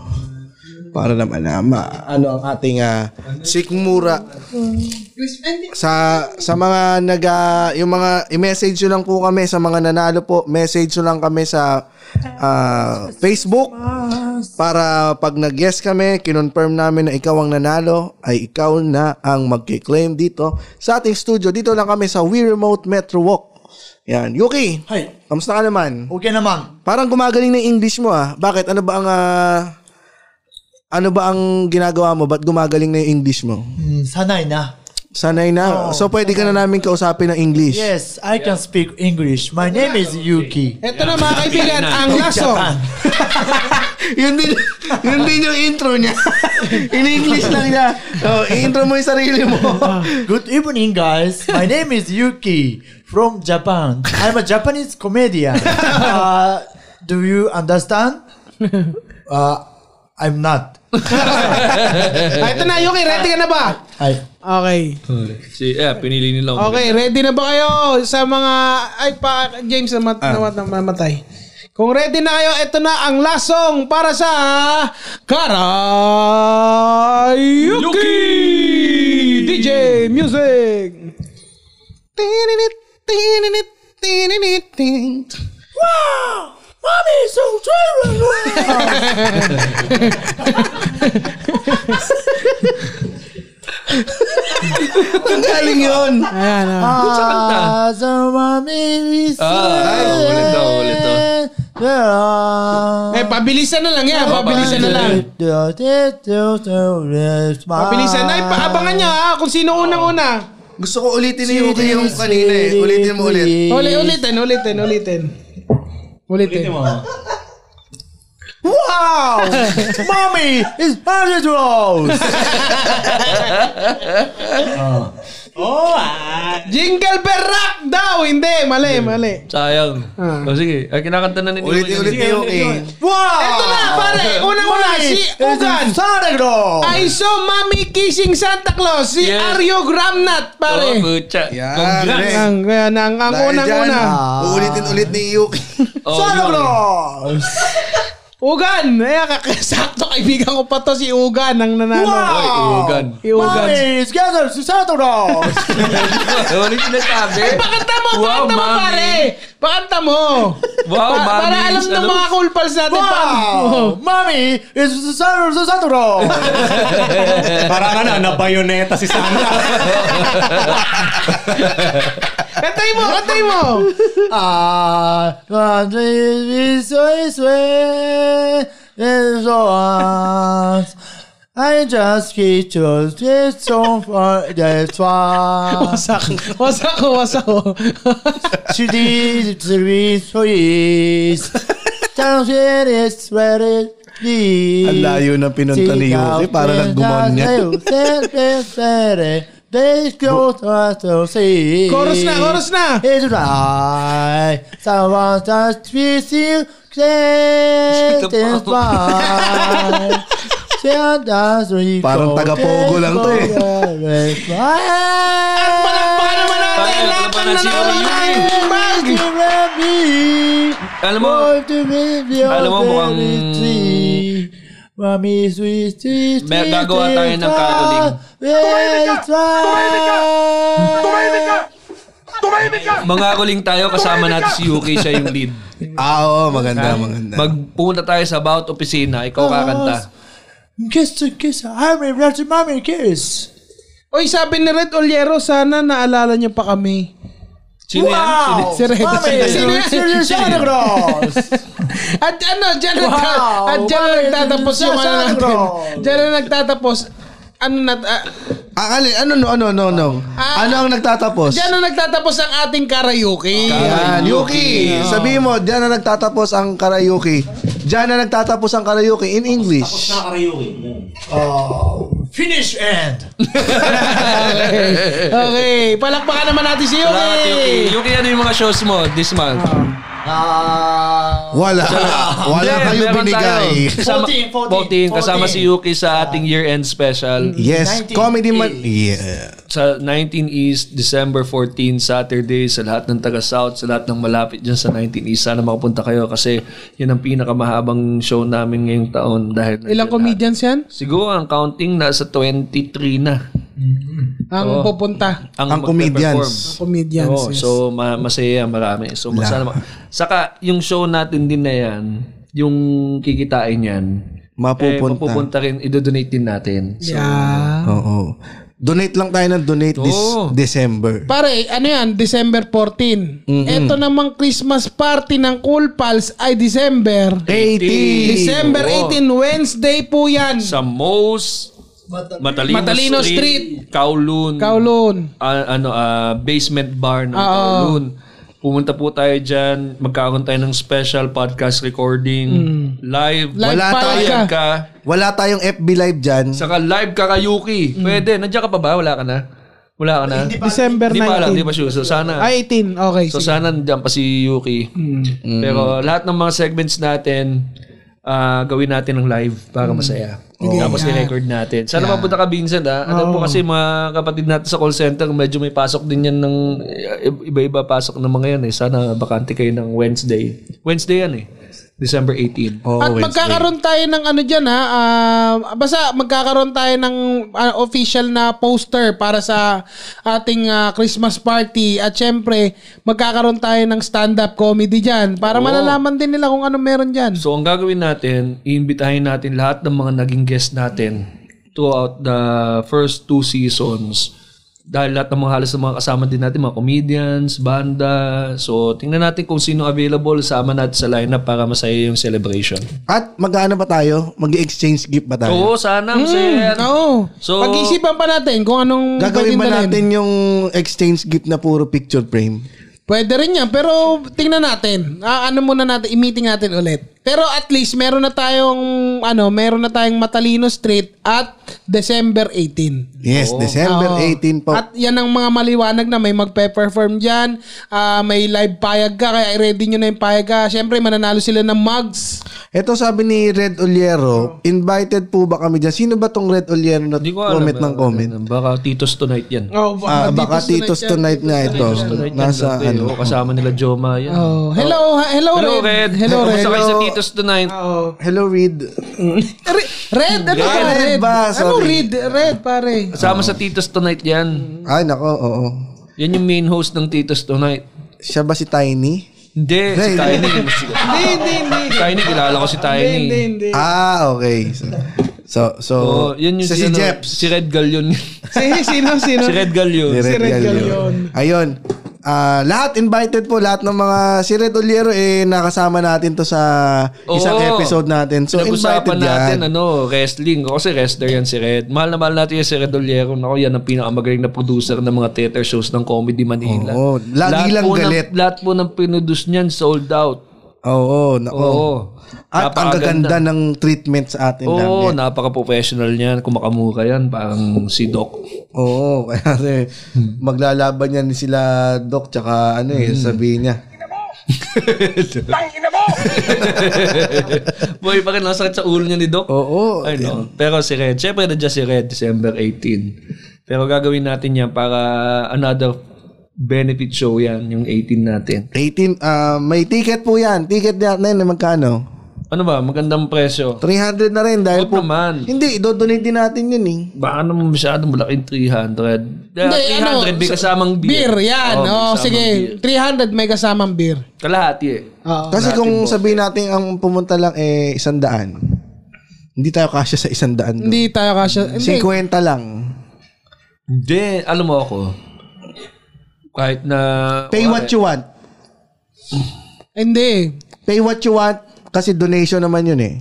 S1: Para naman na ma- ano ang ating ah, sikmura sa sa mga naga yung mga i-message nyo lang po kami sa mga nanalo po message nyo lang kami sa ah, Facebook para pag nag-yes kami kinonfirm namin na ikaw ang nanalo ay ikaw na ang magki-claim dito sa ating studio dito lang kami sa We Remote Metro Walk yan Yuki
S4: Hi.
S1: kamusta ka naman
S4: Okay naman.
S1: parang gumagaling na yung English mo ah bakit ano ba ang ah, ano ba ang ginagawa mo ba't gumagaling na yung English mo
S4: Mm, sanay na.
S1: Sanay na. so, pwede ka na namin kausapin ng English.
S4: Yes, I can speak English. My name is Yuki.
S2: Ito na mga kaibigan, ang last song.
S1: yun, din, yun din yung intro niya. In-English lang niya. Oh, intro mo yung sarili mo.
S4: Good evening, guys. My name is Yuki from Japan. I'm a Japanese comedian. Uh, do you understand? Uh, I'm not.
S2: Ah, ito na, Yuki, ready ka na ba?
S4: I,
S2: Okay.
S3: Si, eh, pinili nila. ako.
S2: Okay, ready na ba kayo sa mga ay pa James na
S3: Ah.
S2: mat, na, mat, na mamatay. Kung ready na kayo, ito na ang last song para sa Karayuki DJ Music. Tininit, tininit, tininit, tin.
S1: Ang galing yun.
S2: Ayan, ah.
S4: As a mommy is
S3: Ah, ay, ulit daw, ulit daw.
S2: Eh, pabilisan na lang yan. Pabilisan na lang. Pabilisan na. Eh, paabangan niya ah, kung sino unang-una.
S1: Gusto ko ulitin na yung, yung kanina eh. Ulitin mo ulit.
S2: Uli, ulitin, ulitin, ulitin. Ulitin.
S4: Wow! Mommy is Paris Rose!
S2: Jingle bell rock daw! Hindi, mali, mali.
S3: Sayang. O sige, ay, kinakanta na nila.
S1: Ulitin ulit na yung eh.
S4: Wow!
S2: Ito na, pare! Una-una,
S4: Mommy
S2: si
S4: is
S2: Ugan!
S4: Santa Claus!
S2: I saw Mommy kissing Santa Claus, si
S3: Yes.
S2: Aryo
S3: Oh,
S2: Gramnat, pare.
S3: butya.
S1: Yan.
S3: Congrats.
S1: Correct.
S2: Ang, ang, ang,
S1: Dahil dyan,
S2: ang
S1: ah.
S2: unang-una.
S1: uulitin ulit ni Yuki.
S3: Oh,
S4: Santa
S3: yun.
S4: Claus!
S2: Ugan! Eh, kakasakto kaibigan ko pa to si Ugan ang nanalo.
S3: Oy, ugan.
S2: Si Ugan.
S4: Mommy is gathered to Santa Claus!
S3: Ano yung sinasabi?
S2: Pakanta mo,
S3: Wow,
S2: pakanta mo,
S3: mami.
S2: pare! Pakanta mo!
S3: Wow,
S2: Pa-
S3: mami.
S2: Para alam ng
S3: Ano?
S2: mga cool pals natin.
S4: Wow!
S2: Wow!
S4: Mommy is gathered to Santa Claus!
S7: Parang ano, nabayoneta si Santa.
S2: Kantay mo, kantay mo!
S4: Ah, God is so sweet and so us. I just keep to this song for the twice.
S2: Wasak. Wasak ko, wasak ko.
S4: She did three sweets. Down here is where it is.
S1: Ang layo ng pinunta ni Yuki, para naggumaon niya.
S4: They go to us to see.
S2: Chorus na, chorus na.
S4: It's right. Someone just with you. Great
S3: Sino
S4: is mine.
S1: Parang taga-pogo lang to eh.
S2: Palakpakan naman natin
S3: Palakpakan
S2: lahat ng
S3: naman si
S2: nanonood
S3: Oyo.
S2: ng Kimbang.
S3: Alam mo, alam mo, mukhang-
S4: Mami, sweet, sweet,
S3: Mer- gagawa tayo ng caroling.
S4: Tumahimik ka! Tumahimik ka!
S10: Tumahimik ka! Tumahimik ka!
S3: mga kuling tayo, kasama natin si Yuki, siya yung lead.
S1: Ah, oo, maganda, maganda.
S3: Magpunta tayo sa bawat opisina, ikaw kakanta.
S4: Kiss to kiss, I'm a ratty mommy kiss.
S2: Oy, sabi ni Red Oliero, sana naalala niyo pa kami.
S3: Sino yan? Sino-
S2: Si Red.
S4: Mommy,
S2: Sino yan?
S4: you're Santa Claus.
S2: At ano, dyan,
S4: Wow!
S2: nagta- at dyan
S4: Wow,
S2: nagtatapos yung ano
S4: Sasagro!
S2: natin. Dyan na nagtatapos. Ano na, ah,
S1: Ah, ali, ano, no, ano, no, no.
S2: Ah.
S1: ano ang nagtatapos?
S2: dyan na nagtatapos ang ating karaoke.
S1: Yan, Yuki. Sabi mo, diyan na nagtatapos ang karaoke. Diyan na nagtatapos ang karaoke in English.
S4: Finish end.
S2: okay, palakpakan naman natin si
S3: Salamat, Yuki.
S2: Yuki.
S3: Yuki, ano yung mga shows mo this month?
S4: Ah,
S1: Wala. Wala
S3: Hindi,
S1: kayo
S3: meron
S1: binigay.
S3: tayo. Kasama,
S4: 14, 14,
S3: 14, Kasama si Yuki sa ating year-end special.
S1: Yes,
S4: 19
S1: comedy man.
S4: East.
S2: Eh,
S1: Yeah.
S3: sa 19 East, December 14, Saturday, sa lahat ng taga-South, sa lahat ng malapit dyan sa 19 East, sana makapunta kayo kasi yun ang pinakamahabang show namin ngayong taon dahil
S2: Ilang comedians yan?
S3: Siguro ang counting nasa 23 na
S2: Ang pupunta.
S1: Ang
S3: magpe-perform.
S1: comedians.
S2: Comedians.
S3: Oo,
S2: yes.
S3: so ma- masaya marami. So masana ma- Saka yung show natin din na yan, yung kikitain yan, eh,
S1: Mapupunta.
S3: mapupunta rin, idodonate din natin. So,
S2: yeah.
S1: Oo. Donate lang tayo ng donate this
S3: Oo.
S1: December.
S2: Pare, ano yan? December 14. Ito namang Christmas party ng Cool Pals ay December.
S1: 80.
S2: December
S3: Oo.
S2: 18, Wednesday po yan.
S3: Sa most Matalino,
S2: Matalino
S3: Street, Kowloon,
S2: Kowloon.
S3: ah, ano, ah, basement bar ng
S2: Oo.
S3: Kowloon. Pumunta po tayo dyan. Magkakaroon tayo ng special podcast recording. Live.
S2: Mm. Live Wala tayo.
S3: Ayan
S2: ka.
S3: ka.
S1: Wala tayong FB live dyan.
S3: Saka live ka kayuki.
S2: Mm.
S3: Pwede. Nandiyan ka pa ba? Wala ka na? Wala ka na? Hindi
S2: December 19.
S3: pa alam. Hindi pa sure. So sana.
S2: Ay, 18. Okay.
S3: So
S2: sige. Hmm.
S3: sana nandiyan pa si Yuki. Mm. Pero lahat ng mga segments natin, ah, gawin natin ng live para
S2: Hmm.
S3: masaya. Tapos i-record natin. Sana mapunta ka Vincent ha. Alam po kasi mga kapatid natin sa call center, medyo may pasok din yan ng iba-iba pasok ng mga yan eh. Sana bakante kayo ng Wednesday. Wednesday yan eh. December 18.
S1: Oh,
S2: At magkakaroon tayo ng ano dyan ha. ah, basta magkakaroon tayo ng ah, official na poster para sa ating ah, Christmas party. At syempre, magkakaroon tayo ng stand-up comedy dyan. Para malalaman din nila kung ano meron dyan.
S3: So ang gagawin natin, iimbitahin natin lahat ng mga naging guest natin throughout the first two seasons. Dahil lahat ng mga halos ng mga kasama din natin, mga comedians, banda. So tingnan natin kung sino available, sama natin sa lineup para masaya yung celebration.
S1: At mag-ano ba tayo? Mag-exchange gift ba tayo?
S3: Oo, sana
S2: Hmm.
S3: masaya. yan.
S2: Oo.
S3: So-
S2: Pag-isipan pa natin kung anong
S1: Gagawin
S2: pwedeng
S1: ba
S2: dalhin.
S1: natin yung exchange gift na puro picture frame?
S2: Pwede rin yan. Pero tingnan natin. Ah, ano muna natin, i-meeting natin ulit. Pero at least meron na tayong ano, meron na tayong Matalino Street at December 18.
S1: Yes, December
S2: Oo.
S1: 18 po.
S2: At yan ang mga maliwanag na may magpe-perform dyan. Ah, may live payag ka. Kaya ready nyo na yung payag ka. Siyempre, mananalo sila ng mugs.
S1: Ito sabi ni Red Oliero, invited po ba kami dyan? Sino ba tong Red Oliero na
S3: Hindi ko alam. eh.
S1: comment ng comment?
S3: Baka Titos Tonight yan.
S2: Oh,
S1: Ah, baka Titos Tonight nga ito.
S3: Tonight yan,
S1: Nasa
S3: grabe,
S1: ano.
S3: oh, kasama nila Joma yan.
S2: Oh, hello, ha- hello,
S3: Hello,
S2: Red.
S3: Red.
S2: Hello, Red.
S3: Kumusta kayo sa Titos Tonight?
S2: Oh.
S1: Hello, Reed.
S2: Re- Red, ano
S1: Red
S2: ba? Red,
S1: ba?
S2: Ano
S1: Sorry.
S2: Red? Red, pare.
S3: Kasama sa Titos Tonight yan.
S1: Ay, nako, oo.
S3: Yan yung main host ng Titos Tonight.
S1: Siya ba si Tiny?
S3: Hindi, si
S1: Hindi.
S3: Tiny. hindi, hindi, hindi. Tiny, kilala ko si Tiny. Hindi, hindi.
S1: Ah, okay. So, so, so
S3: Oh, yun yung
S1: sa
S3: si,
S1: si
S3: ano,
S1: Jeps.
S3: Si Red Galion.
S2: Si, sino, sino?
S3: si Red Galion.
S1: Ni Red
S2: Red
S1: Galion.
S2: Galion.
S1: Ayun. Ah, lahat invited po lahat ng mga si Red Oliero eh nakasama natin to sa isang
S3: Oo.
S1: episode natin. So invited
S3: Pinag-usapan natin,
S1: yan.
S3: ano, wrestling. Kasi wrestler yan si Red. Mahal na mahal natin yan si Red Oliero. Ako, yan ang pinakamagaling na producer ng mga theater shows ng Comedy Manila.
S1: Oo, lagi lang
S3: po
S1: galit.
S3: Ng, lahat po ng pinudus niyan, sold out.
S1: Oo, nako.
S3: Oo.
S1: At ang
S3: Napakaganda.
S1: gaganda ng treatment sa atin lang
S3: Oo,
S1: yan.
S3: napaka-professional niyan. Kumakamura yan. Parang si Doc.
S1: Oo, kaya eh, maglalaban yan sila Doc tsaka ano eh, sabihin niya.
S11: Tangina mo!
S3: Boy, bakit nasakit sa ulo niya ni Doc?
S1: Oo.
S2: Oh,
S3: I know. oh. Pero si Red, syempre nandiyan si Red, December 18. Pero gagawin natin yan para another benefit show yan, yung 18 natin.
S1: 18, ah, may ticket po yan. Ticket natin na magkano?
S3: Ano ba, magandang presyo.
S1: 300 na rin dahil
S2: Ano
S1: po.
S3: Huwag naman.
S1: Hindi, do-donate din natin yun eh.
S3: Baka naman masyadong malaking 300. Kaya 300, may
S2: ano, sa-
S3: kasamang beer.
S2: Beer,
S3: Oo,
S2: yan.
S3: may
S2: Oh,
S3: kasamang beer.
S2: sige. 300 may kasamang beer.
S3: Kalahati eh.
S1: Kasi kung sabihin natin ang pumunta lang eh isang daan. Hindi tayo kasya sa isang daan.
S2: Hindi tayo kasya. Hindi.
S1: 50 lang.
S3: Hindi, alam mo ako. Kahit na...
S1: Pay what you want.
S2: Hindi.
S1: Pay what you want. Kasi donation naman yun eh.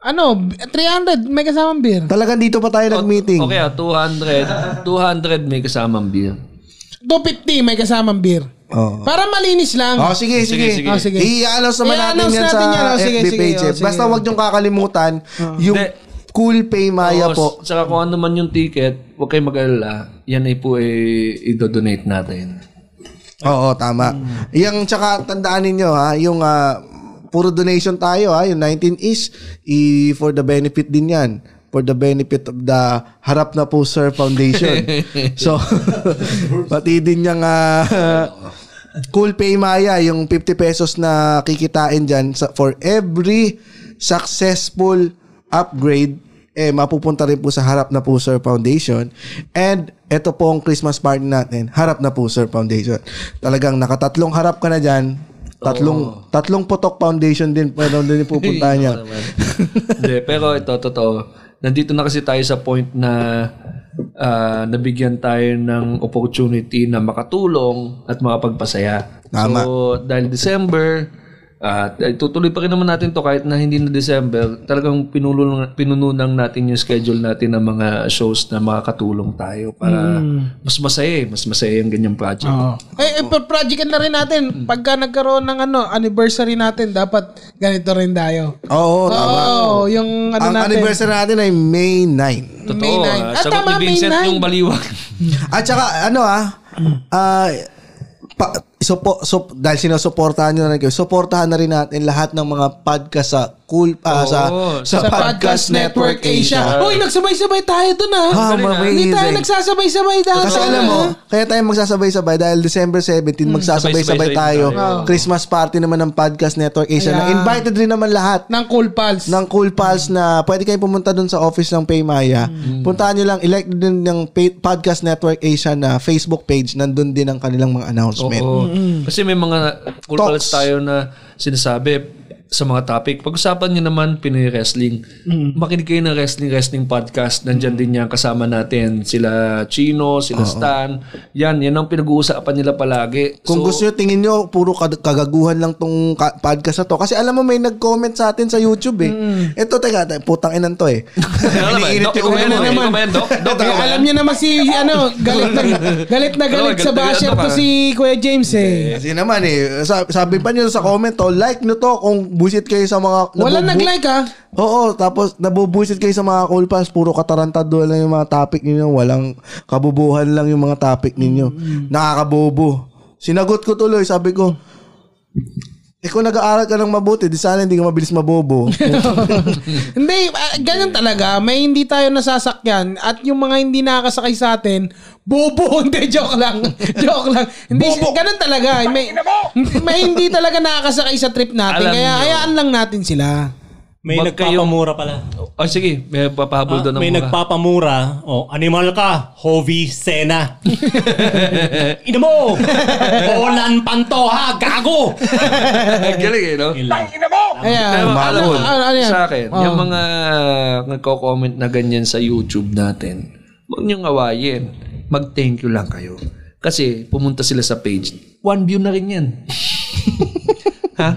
S2: Ano, 300, may kasamang beer.
S1: Talagang dito pa tayo nag-meeting.
S3: Okay, ah, 200. 200 may kasamang beer.
S2: 250, may kasamang beer.
S1: Oo.
S2: Para malinis lang.
S1: Oh, sige, sige.
S3: sige.
S2: Oh, sige.
S1: I-announce naman natin
S2: I-announce
S1: yan
S2: natin yan.
S1: sa
S2: Oh, sige,
S1: FB
S2: sige.
S1: page.
S2: Oh,
S1: eh.
S2: sige. Oh.
S1: Basta wag niyong kakalimutan yung
S3: Hindi.
S1: Cool Pay Maya
S3: Oo,
S1: po.
S3: s- Saka kung ano man yung ticket, huwag kayo mag-alala. Yan ay po ay idodonate natin.
S1: Oo, tama.
S2: Mm.
S1: Yang tsaka tandaan ninyo ha, yung ah, puro donation tayo ha, yung 19 is i- for the benefit din 'yan for the benefit of the Harap na po Sir Foundation. so, pati din yung ah, Cool Pay Maya, yung 50 pesos na kikitain dyan sa, for every successful upgrade, eh, mapupunta rin po sa Harap na Puser Foundation. And ito po ang Christmas party natin, Harap na Puser Foundation. Talagang nakatatlong harap ka na dyan, tatlong, tatlong potok foundation din, pwede din pupuntahan niya.
S3: Hindi, pero ito, totoo. Nandito na kasi tayo sa point na ah, nabigyan tayo ng opportunity na makatulong at makapagpasaya.
S1: Tama.
S3: So, dahil December, at tutuloy pa rin naman natin to kahit na hindi na December, talagang pinulunang, pinununang natin yung schedule natin ng mga shows na makakatulong tayo para
S1: Hmm.
S3: mas masaya eh. Mas masaya yung ganyang project.
S2: Eh, eh per- project na rin natin. Pagka nagkaroon ng ano, anniversary natin, dapat ganito rin tayo.
S1: Oo, Oh,
S2: Oo,
S1: tama.
S2: yung ano
S1: ang
S2: natin.
S1: anniversary natin ay May 9.
S3: Totoo.
S2: May nine.
S3: ah.
S2: Ah,
S3: Sagot
S2: tama,
S3: ni
S2: May
S3: Vincent
S2: nine.
S3: yung baliwag.
S1: At saka ano ah, ah pa, supo, sup- dahil sinusuportahan nyo na rin kayo, suportahan na rin natin lahat ng mga podcast sa cool ah, sa, sa,
S2: Sa Podcast Network Asia. Uy, nagsabay-sabay tayo dun ah.
S1: Ah,
S2: Hindi tayo
S1: amazing.
S2: nagsasabay-sabay dahil.
S1: Kasi alam mo, kaya tayo magsasabay-sabay dahil December 17,
S2: Hmm.
S1: magsasabay-sabay tayo.
S3: Sabay-sabay tayo.
S1: Christmas party naman ng Podcast Network Asia. Na
S2: Ayan.
S1: invited rin naman lahat
S2: ng Cool Pals.
S1: ng Cool Pals na pwede kayong pumunta doon sa office ng Paymaya.
S2: Hmm.
S1: Puntahan nyo lang, ilike din ng Pa- Podcast Network Asia na Facebook page. Nandun din ang kanilang mga announcement.
S3: Oo. Kasi may mga cool
S1: Talks.
S3: pals tayo na sinasabi sa mga topic. Pag-usapan nyo naman Pinoy Wrestling.
S2: Mm.
S3: Makinig kayo ng Wrestling Wrestling Podcast. Nandyan din yan kasama natin. Sila Chino, sila Stan. Yan, yan ang pinag-uusapan nila palagi.
S1: Kung
S3: So,
S1: gusto nyo, tingin nyo, puro kag- kagaguhan lang tong ka- podcast na to. Kasi alam mo, may nag-comment sa atin sa YouTube eh. Ito, teka, teka, putang inan to eh.
S3: Ano naman?
S1: Iniinit
S3: Dok,
S1: yung
S3: ikaw ba yan,
S1: ulo
S3: Dok?
S1: mo eh.
S3: Ikaw ba yan, Dok? Dok,
S2: Eh,
S3: ikaw ba
S2: alam
S3: yan?
S2: niyo naman si ano, galit na galit na galit
S3: Ano,
S2: sa
S3: galit na
S2: basher
S3: galit
S2: to
S3: ka.
S2: si Kuya James eh.
S1: Kasi naman eh, sa- sabi pa nyo sa comment to, like nyo to kung busit kayo sa mga...
S2: Wala
S1: nabubu-
S2: nag-like ah.
S1: Oo, tapos nabubusit kayo sa mga cool pals, puro katarantado lang yung mga topic ninyo, walang kabubuhan lang yung mga topic ninyo. Nakakabobo. Sinagot ko tuloy, sabi ko, eh kung nag-aaral ka ng mabuti, di sana hindi ka mabilis mabobo.
S2: Hindi, ah, ganyan talaga. May hindi tayo nasasakyan at yung mga hindi nakakasakay sa atin, bobo. Hindi, joke lang. joke lang. Hindi, ganun talaga. May, may hindi talaga nakakasakay sa trip
S3: Alam
S2: natin. kaya
S3: niyo.
S2: hayaan lang natin sila.
S7: May
S3: Wag kayo-
S7: nagpapamura pala.
S3: Oh, sige, may papahabol doon
S7: Ah,
S3: ng
S7: may
S3: mura.
S7: nagpapamura. Oh, animal ka. Hovi Sena. Ino mo. Bolan Pantoha. Gago.
S3: Ang Galing eh, no?
S7: Yun lang.
S2: Ayan.
S3: Pero alam mo,
S2: Ano- ano- ano yan?
S3: sa akin,
S2: Oh.
S3: yung mga nagko-comment na ganyan sa YouTube natin, huwag niyong awayin. Mag-thank you lang kayo. Kasi pumunta sila sa page. One view na rin yan. ha?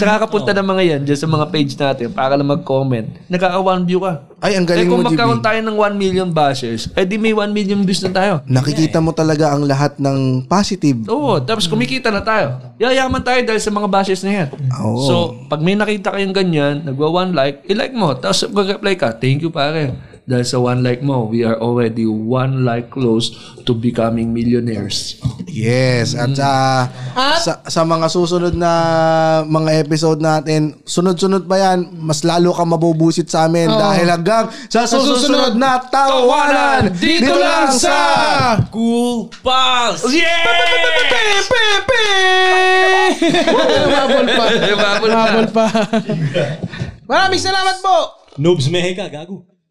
S3: Sa kakapunta ng mga yan dyan sa mga page natin para lang mag-comment. Nagkaka-one view ka.
S1: Ay, ang galing
S3: eh, kung
S1: mo,
S3: magkaroon
S1: GB.
S3: tayo ng 1 million bashers, eh di may 1 million views na tayo.
S1: Nakikita mo talaga ang lahat ng positive.
S3: Oo, tapos kumikita na tayo. Yayaman tayo dahil sa mga bashes na yan.
S1: Oo.
S3: So, pag may nakita kayong ganyan, nagwa one like, ilike mo. Tapos mag-reply ka, thank you pare. Dahil sa one like mo, we are already one like close to becoming millionaires.
S1: Yes, at sa,
S2: At-
S1: sa sa mga susunod na mga episode natin, sunod-sunod pa yan, mas lalo kang mabubusit sa amin dahil hanggang sa susunod,
S2: susunod
S1: na tawanan dito, lang sa
S3: Cool Pals!
S2: Pe,
S3: Yeah!
S2: pe, pe! Mabol pa.
S3: Mabol pa.
S2: Mabol pa. Maraming salamat po.
S7: Noobs Mexica. Gago.